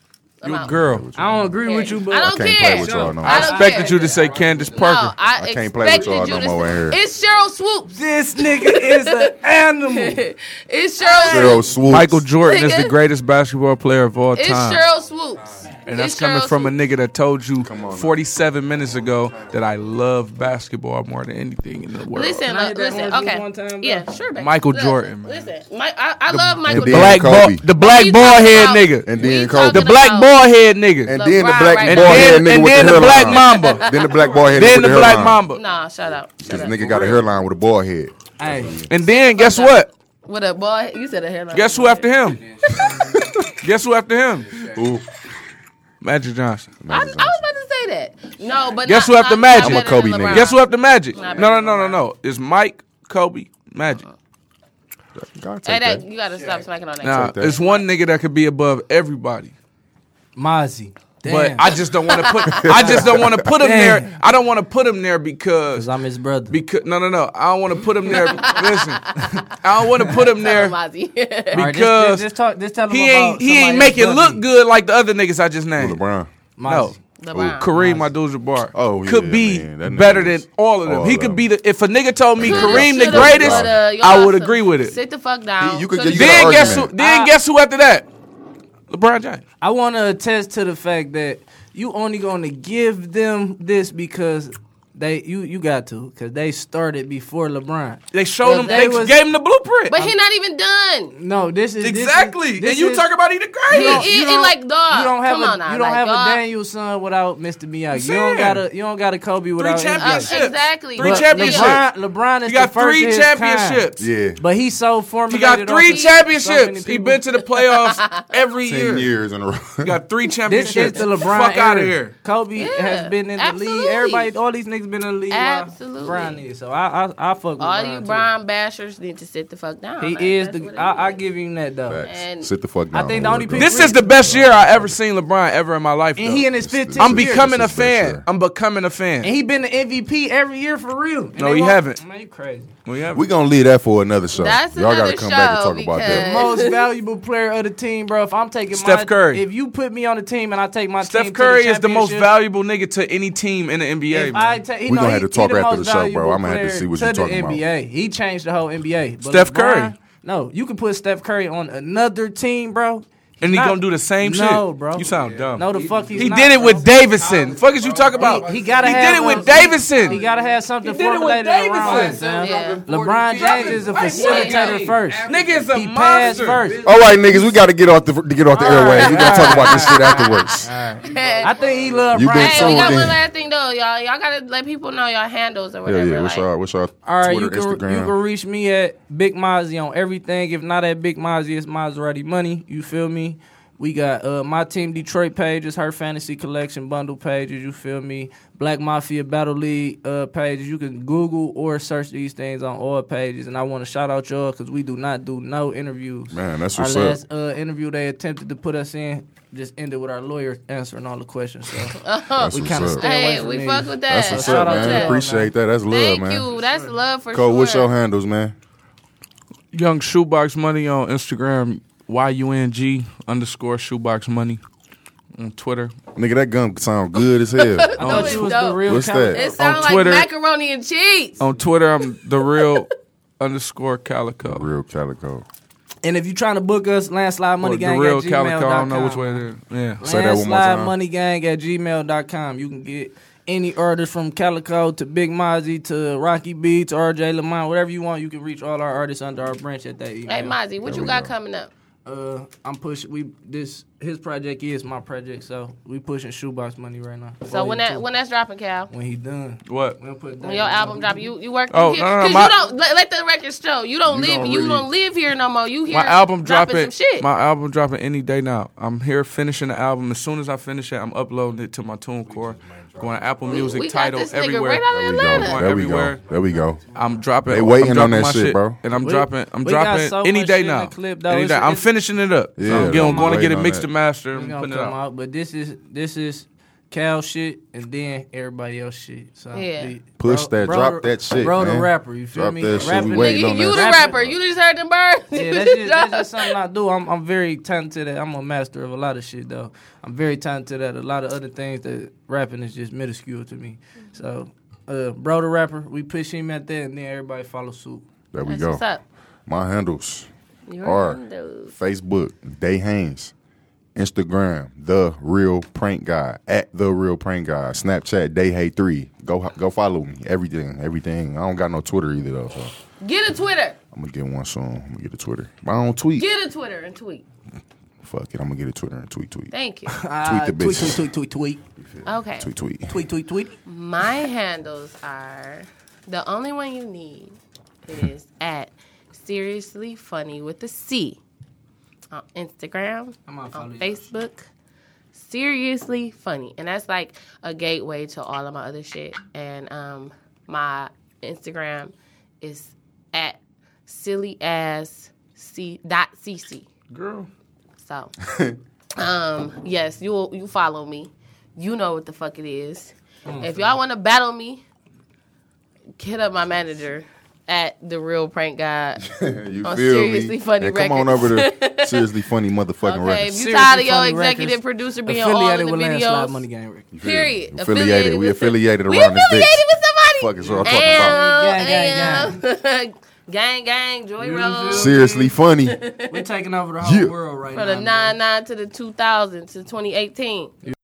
Speaker 4: I'm
Speaker 6: you a
Speaker 4: out.
Speaker 6: girl.
Speaker 5: I don't agree with you, but
Speaker 4: I don't
Speaker 3: I can't
Speaker 4: care.
Speaker 3: play with y'all no more.
Speaker 4: I
Speaker 3: I
Speaker 4: don't
Speaker 6: Expected
Speaker 4: care.
Speaker 6: you to say Candace
Speaker 4: No,
Speaker 6: Parker.
Speaker 4: I,
Speaker 3: I
Speaker 4: can't
Speaker 3: can't play with y'all
Speaker 4: you
Speaker 3: no
Speaker 4: to
Speaker 3: more in here.
Speaker 4: It's Cheryl Swoops.
Speaker 5: this nigga is an animal.
Speaker 4: It's Cheryl.
Speaker 3: Cheryl
Speaker 4: Swoops.
Speaker 3: Swoops.
Speaker 6: Michael Jordan is the
Speaker 4: Nigga.
Speaker 6: greatest basketball player of all
Speaker 4: It's
Speaker 6: time.
Speaker 4: Cheryl Swoops.
Speaker 6: And that's coming from a nigga that told you 47 minutes ago that I love basketball more than anything in the world.
Speaker 4: Listen,
Speaker 5: Can I
Speaker 4: uh,
Speaker 5: hit that
Speaker 4: listen,
Speaker 5: orange juice
Speaker 4: okay.
Speaker 5: one time, bro?
Speaker 4: yeah, sure, baby.
Speaker 6: Michael
Speaker 4: Look,
Speaker 6: Jordan, man.
Speaker 4: Listen, my, I, I love Michael
Speaker 3: then-
Speaker 4: Jordan.
Speaker 6: black ball,
Speaker 3: Kobe.
Speaker 6: the black
Speaker 4: We
Speaker 6: ball
Speaker 4: talking
Speaker 6: head
Speaker 4: about-
Speaker 6: nigga,
Speaker 3: And
Speaker 4: we
Speaker 3: then
Speaker 4: talking
Speaker 3: Kobe.
Speaker 6: the black
Speaker 4: about-
Speaker 6: ball head nigga,
Speaker 3: And then the
Speaker 4: LeBron
Speaker 3: black
Speaker 4: right
Speaker 3: ball
Speaker 4: now.
Speaker 3: head
Speaker 6: And then-
Speaker 3: nigga
Speaker 6: and
Speaker 3: with
Speaker 6: then
Speaker 3: the
Speaker 6: the
Speaker 3: hairline.
Speaker 6: black mamba.
Speaker 3: Then the black ball head
Speaker 6: then
Speaker 3: with
Speaker 6: the
Speaker 3: hairline.
Speaker 6: black mamba,
Speaker 4: Nah, shut up. Shut
Speaker 3: This
Speaker 4: up.
Speaker 3: nigga got a hairline with a bald head.
Speaker 5: hey,
Speaker 6: and then guess what?
Speaker 4: With a boy, you said a hairline.
Speaker 6: Guess who after him? Guess who after him?
Speaker 3: Ooh.
Speaker 6: Magic Johnson.
Speaker 4: I, was- I was about to say that. No, but
Speaker 6: Guess
Speaker 4: not,
Speaker 6: who after
Speaker 4: not-
Speaker 6: Magic?
Speaker 4: not
Speaker 6: I'm a
Speaker 4: better than
Speaker 3: Kobe nigga.
Speaker 4: LeBron.
Speaker 6: Guess who after Magic? No,
Speaker 4: Not
Speaker 6: no,
Speaker 4: better
Speaker 6: no, no,
Speaker 4: than
Speaker 6: no. It's Mike, Kobe, Magic.
Speaker 3: God,
Speaker 4: Hey,
Speaker 3: take
Speaker 4: that,
Speaker 3: that.
Speaker 4: you gotta stop smacking on that.
Speaker 6: Nah,
Speaker 3: Take that.
Speaker 6: it's Uh, one nigga that could be above everybody.
Speaker 5: Mozzie.
Speaker 6: But
Speaker 5: Damn.
Speaker 6: I just don't want to put. I just don't want to put him
Speaker 5: Damn.
Speaker 6: there. I don't want to put him there because.
Speaker 5: Cause I'm his brother.
Speaker 6: Because no, no, no. I don't want to put him there. Listen, I don't want to put him there
Speaker 5: All
Speaker 4: Mozzie.
Speaker 5: right, just-
Speaker 6: because
Speaker 5: just, just talk, just tell him
Speaker 6: he
Speaker 5: about
Speaker 6: ain't he
Speaker 5: somebody
Speaker 6: ain't make it
Speaker 5: else
Speaker 6: look
Speaker 5: brother.
Speaker 6: good like the other niggas I just named.
Speaker 3: LeBron.
Speaker 6: No,
Speaker 5: Mozzie.
Speaker 4: LeBron.
Speaker 6: Kareem Abdul-Jabbar
Speaker 3: Oh, yeah,
Speaker 6: could be
Speaker 3: man, that nigga
Speaker 6: better
Speaker 3: was-
Speaker 6: than all of them.
Speaker 3: all
Speaker 6: he
Speaker 3: of
Speaker 6: could
Speaker 3: them.
Speaker 6: be the. If a nigga told me
Speaker 4: Shoulda,
Speaker 6: Kareem the
Speaker 4: shoulda,
Speaker 6: greatest,
Speaker 4: woulda. Y'all
Speaker 6: I would
Speaker 4: some-
Speaker 6: agree with it.
Speaker 4: Sit the fuck down.
Speaker 3: You- you could
Speaker 4: Shoulda
Speaker 3: just-
Speaker 4: did-
Speaker 6: Then
Speaker 3: an
Speaker 6: guess who?
Speaker 3: argument.
Speaker 6: Then
Speaker 5: I-
Speaker 6: guess who after that? LeBron James.
Speaker 5: I want to attest to the fact that you only going to give them this because they you you got to because they started before LeBron.
Speaker 6: They showed
Speaker 5: If
Speaker 6: him.
Speaker 5: they
Speaker 6: They,
Speaker 5: was-
Speaker 6: gave him the blueprint.
Speaker 4: but he not even done.
Speaker 5: No, this is this is-
Speaker 6: exactly.
Speaker 5: this
Speaker 6: and you
Speaker 5: is-
Speaker 6: talk about he the
Speaker 4: He,
Speaker 6: greatest.
Speaker 4: he,
Speaker 5: you
Speaker 4: he
Speaker 5: don't-
Speaker 4: like dog.
Speaker 5: You don't have
Speaker 4: Come
Speaker 5: a
Speaker 4: on now,
Speaker 5: you don't
Speaker 4: like,
Speaker 5: have
Speaker 4: dog.
Speaker 5: a Daniel son without Mr. Miyagi. You
Speaker 6: saying.
Speaker 5: don't got a you don't got a Kobe without his-
Speaker 4: Uh,
Speaker 6: championships.
Speaker 4: exactly.
Speaker 6: Three
Speaker 5: But
Speaker 4: But-
Speaker 6: championships.
Speaker 5: LeBron, LeBron is
Speaker 6: He got
Speaker 5: the first
Speaker 6: three
Speaker 5: of his kind.
Speaker 6: championships.
Speaker 3: Yeah.
Speaker 5: But he's so
Speaker 6: He
Speaker 5: formulated.
Speaker 6: got
Speaker 5: off
Speaker 6: three
Speaker 5: of- so many
Speaker 6: championships. he
Speaker 5: people.
Speaker 6: been to the playoffs every
Speaker 3: Ten
Speaker 6: year.
Speaker 3: years in a row.
Speaker 6: He got three championships.
Speaker 5: This is the LeBron
Speaker 6: Fuck
Speaker 5: era.
Speaker 6: out of here.
Speaker 5: Kobe has been in the
Speaker 4: absolutely.
Speaker 5: league. Everybody, all these niggas been in the league. while
Speaker 4: Absolutely.
Speaker 5: LeBron is. So I, I, I fuck with
Speaker 4: All
Speaker 5: LeBron
Speaker 4: you
Speaker 5: too.
Speaker 4: Brian bashers need to sit the fuck down.
Speaker 5: He
Speaker 4: Like,
Speaker 5: is
Speaker 4: that's what
Speaker 5: the.
Speaker 4: it
Speaker 5: I, I
Speaker 4: is.
Speaker 5: give him that though.
Speaker 3: Facts.
Speaker 4: And-
Speaker 3: Sit the fuck down.
Speaker 5: think the only
Speaker 3: We're
Speaker 5: people-
Speaker 6: This is the best year I ever seen LeBron ever in my life.
Speaker 5: And
Speaker 6: though.
Speaker 5: he in his
Speaker 3: this-
Speaker 5: 15.
Speaker 6: I'm
Speaker 5: years.
Speaker 6: becoming a
Speaker 3: This is the best
Speaker 6: fan.
Speaker 3: year.
Speaker 6: I'm becoming a fan.
Speaker 5: And he been the MVP every year for real. And
Speaker 6: No,
Speaker 5: they
Speaker 6: he
Speaker 5: won't-
Speaker 6: haven't.
Speaker 5: Man, you crazy.
Speaker 6: We have-
Speaker 3: done. We gonna leave that for another show.
Speaker 4: That's
Speaker 3: Y'all
Speaker 4: another
Speaker 3: gotta come back and
Speaker 4: show
Speaker 3: talk about that.
Speaker 4: because-
Speaker 5: Most valuable player of the team, bro. If I'm taking
Speaker 6: Steph
Speaker 5: my,
Speaker 6: Curry.
Speaker 5: If you put me on the team and I take my
Speaker 6: Steph
Speaker 5: team
Speaker 6: Curry
Speaker 5: to the
Speaker 6: is the most
Speaker 5: championship,
Speaker 6: valuable nigga to any team in the NBA.
Speaker 5: If I
Speaker 6: Man.
Speaker 5: ta- he-
Speaker 3: We
Speaker 5: no,
Speaker 3: gonna
Speaker 5: he-
Speaker 3: have to
Speaker 5: he
Speaker 3: talk
Speaker 5: the
Speaker 3: after
Speaker 5: most
Speaker 3: the show, bro.
Speaker 5: valuable
Speaker 3: I'ma have to
Speaker 5: player
Speaker 3: see what you
Speaker 5: to the
Speaker 3: talking about.
Speaker 5: NBA. He changed the whole NBA. But
Speaker 6: Steph
Speaker 5: LeBron-
Speaker 6: Curry.
Speaker 5: No, you can put Steph Curry on another team, bro.
Speaker 6: And he gonna do the same shit.
Speaker 5: No, bro.
Speaker 6: You sound dumb.
Speaker 5: No, the fuck he's
Speaker 6: he
Speaker 5: not,
Speaker 6: did it
Speaker 5: bro.
Speaker 6: with Davidson. Fuck is you talking about?
Speaker 5: He gotta
Speaker 6: He
Speaker 5: have
Speaker 6: did it with
Speaker 5: some-
Speaker 6: Davidson.
Speaker 5: He gotta have something
Speaker 6: He did it with
Speaker 5: formulated around him.
Speaker 6: Davidson.
Speaker 5: son.
Speaker 4: Yeah.
Speaker 5: LeBron James is a facilitator first.
Speaker 6: Nigga is a
Speaker 5: He passed
Speaker 6: monster.
Speaker 5: first.
Speaker 3: All right, niggas, we got to get off the to get off the airwaves. We gonna talk about this shit afterwards.
Speaker 5: I think he loved
Speaker 3: You been
Speaker 5: Brian.
Speaker 4: Hey, we got
Speaker 3: tuned
Speaker 4: one
Speaker 3: in.
Speaker 4: last thing though, y'all. Y'all gotta let people know your handles or
Speaker 3: Yeah,
Speaker 4: whatever.
Speaker 3: yeah. What's
Speaker 4: like-
Speaker 3: our what's our
Speaker 5: All right, you
Speaker 3: Twitter,
Speaker 5: can, you
Speaker 3: Instagram?
Speaker 5: can reach me at Big Mozzie on everything. If not at Big Mozzie, it's Maserati Money. You feel me? We got uh, my team Detroit pages, her fantasy collection bundle pages. You feel me? Black Mafia Battle League uh, pages. You can Google or search these things on all pages. And I want to shout out y'all because we do not do no interviews.
Speaker 3: Man, that's
Speaker 5: our
Speaker 3: what's up.
Speaker 5: last uh, interview they attempted to put us in just ended with our lawyer answering all the questions. So
Speaker 3: That's
Speaker 5: we
Speaker 3: what's
Speaker 5: kind of
Speaker 3: up.
Speaker 5: stay away
Speaker 4: Hey,
Speaker 5: from
Speaker 4: we
Speaker 5: these.
Speaker 4: fuck with that.
Speaker 3: That's what's
Speaker 5: Shout
Speaker 3: up,
Speaker 5: out to
Speaker 3: man.
Speaker 5: y'all,
Speaker 3: Appreciate that. That's love,
Speaker 4: Thank
Speaker 3: man.
Speaker 4: you. That's love for
Speaker 3: Cole,
Speaker 4: sure.
Speaker 3: what's your handles, man?
Speaker 6: Young Shoebox Money on Instagram, Y U N G underscore Shoebox Money on Twitter.
Speaker 3: Nigga, that gum sound good as hell.
Speaker 5: I thought
Speaker 4: it's
Speaker 5: you was the
Speaker 4: dope.
Speaker 5: real
Speaker 3: What's
Speaker 5: kind
Speaker 3: that?
Speaker 4: It sounds like
Speaker 6: Twitter.
Speaker 4: macaroni and cheese.
Speaker 6: On Twitter, I'm the real underscore Calico.
Speaker 3: Real calico.
Speaker 5: And if you're trying to book us, landslide
Speaker 6: Or
Speaker 5: money
Speaker 6: the
Speaker 5: gang
Speaker 6: real
Speaker 5: at gmail.com.
Speaker 6: Calico. I don't know which way it is. Yeah.
Speaker 3: Say that one more time.
Speaker 5: money gang at gmail.com. You can get any artist from Calico to Big Mozzie to Rocky B to RJ Lamont, whatever you want. You can reach all our artists under our branch at that email.
Speaker 4: Hey, Mozzie, what you got coming up?
Speaker 5: Uh, I'm pushing. We this his project is my project, so we pushing shoebox money right now.
Speaker 4: So
Speaker 5: Oh,
Speaker 4: when
Speaker 5: he
Speaker 4: that
Speaker 5: too.
Speaker 4: when that's dropping, Cal.
Speaker 5: when he done,
Speaker 6: What?
Speaker 5: we'll put that
Speaker 4: When your
Speaker 5: on.
Speaker 4: album drop, you you work
Speaker 6: Oh,
Speaker 4: here
Speaker 6: no, no, no,
Speaker 4: because
Speaker 6: my-
Speaker 4: you don't let, let the record show. You don't live.
Speaker 6: don't
Speaker 4: you
Speaker 6: really-
Speaker 4: don't live here no more. You here
Speaker 6: My album
Speaker 4: dropping
Speaker 6: dropping.
Speaker 4: some shit.
Speaker 6: My album dropping any day now. I'm here finishing the album. As soon as I finish it, I'm uploading it to my TuneCore, going to Apple Music,
Speaker 4: we got
Speaker 6: title
Speaker 4: this nigga
Speaker 6: everywhere.
Speaker 4: right out of
Speaker 3: There we
Speaker 4: Atlanta.
Speaker 3: go. There we go.
Speaker 6: Everywhere.
Speaker 3: There we go.
Speaker 6: I'm dropping.
Speaker 3: They waiting
Speaker 6: I'm dropping
Speaker 3: on that
Speaker 6: my
Speaker 3: shit, bro.
Speaker 6: And I'm
Speaker 5: We-
Speaker 6: dropping. I'm
Speaker 5: we got
Speaker 6: dropping
Speaker 5: so
Speaker 6: any
Speaker 5: much
Speaker 6: day
Speaker 5: shit in
Speaker 6: now.
Speaker 5: the clip, though.
Speaker 6: Any
Speaker 5: It's-
Speaker 6: day. I'm
Speaker 5: it's-
Speaker 6: finishing it up.
Speaker 3: Yeah,
Speaker 6: I'm,
Speaker 3: I'm
Speaker 6: going to get
Speaker 3: waiting
Speaker 6: it
Speaker 3: on
Speaker 6: mixed
Speaker 3: that.
Speaker 6: and mastered
Speaker 5: We
Speaker 6: and
Speaker 5: gonna
Speaker 6: putting it
Speaker 5: come
Speaker 6: out.
Speaker 5: out, but this is this is Cal shit, and then everybody else shit. So
Speaker 4: Yeah.
Speaker 5: we-
Speaker 3: Push
Speaker 5: bro-
Speaker 3: that,
Speaker 5: bro-
Speaker 3: drop that shit,
Speaker 5: Bro,
Speaker 3: man.
Speaker 5: the rapper, you feel
Speaker 3: Drop
Speaker 5: me?
Speaker 3: that shit, we
Speaker 5: Rapping
Speaker 3: waiting
Speaker 5: nigga,
Speaker 3: on
Speaker 4: Nigga,
Speaker 3: that.
Speaker 4: you the
Speaker 5: Rapping.
Speaker 4: rapper. You just heard them birds.
Speaker 5: Yeah, that's just, that's just something I do. I'm I'm very talented at. I'm a master of a lot of shit though. I'm very talented at a lot of other things that rapping is just minuscule to me. So, uh, bro, the rapper, we push him at that, and then everybody follow suit.
Speaker 3: There we
Speaker 4: That's
Speaker 3: go.
Speaker 4: what's up.
Speaker 3: My handles
Speaker 4: You
Speaker 3: are
Speaker 4: heard them
Speaker 3: Facebook, Day Haynes, Instagram, The Real Prank Guy, at The Real Prank Guy, Snapchat, Day Hay 3. Go go follow me. Everything, everything. I don't got no Twitter either, though. So
Speaker 4: dudes. Get a Twitter.
Speaker 3: I'm going to get one soon. I'm going to get a Twitter. But I don't tweet.
Speaker 4: Get a Twitter and tweet.
Speaker 3: Fuck it. I'm going to get a Twitter and tweet, tweet.
Speaker 4: Thank you.
Speaker 5: Uh,
Speaker 3: the
Speaker 5: tweet,
Speaker 3: bitches.
Speaker 5: tweet, tweet, tweet,
Speaker 4: Okay.
Speaker 3: Tweet, tweet.
Speaker 5: tweet, tweet, tweet.
Speaker 4: My handles are the only one you need is at seriously funny with a C on Instagram,
Speaker 5: I'm on follow
Speaker 4: on
Speaker 5: you.
Speaker 4: Facebook. Seriously funny, and that's like a gateway to all of my other shit. And um, my Instagram is at silly ass c dot cc.
Speaker 6: Girl.
Speaker 4: So, um, yes, you you follow me. You know what the fuck it is. If y'all want to battle me, hit up my manager at the real prank guy.
Speaker 3: you
Speaker 4: On
Speaker 3: feel
Speaker 4: Oh, Seriously
Speaker 3: me?
Speaker 4: Funny
Speaker 3: And come on over
Speaker 4: Records.
Speaker 3: to Seriously Funny Motherfucking
Speaker 4: Okay, if
Speaker 3: Records.
Speaker 4: you tired of
Speaker 5: Seriously
Speaker 4: your
Speaker 5: Funny
Speaker 4: executive
Speaker 5: Records,
Speaker 4: producer being all in
Speaker 5: Affiliated
Speaker 4: the
Speaker 5: with Landslide Money
Speaker 4: videos,
Speaker 5: Gang Records.
Speaker 4: period.
Speaker 3: Affiliated. We
Speaker 4: with the-
Speaker 3: affiliated
Speaker 4: We
Speaker 3: around this bitch.
Speaker 4: affiliated with somebody.
Speaker 3: Fuck is what I'm talking
Speaker 4: Ow,
Speaker 5: Gang,
Speaker 4: ow. Gang, gang, Joy Road.
Speaker 3: Seriously Funny.
Speaker 5: We're taking over the whole
Speaker 3: Yeah.
Speaker 5: world right
Speaker 4: From
Speaker 5: now.
Speaker 4: the 99 to the 2000 to 2018.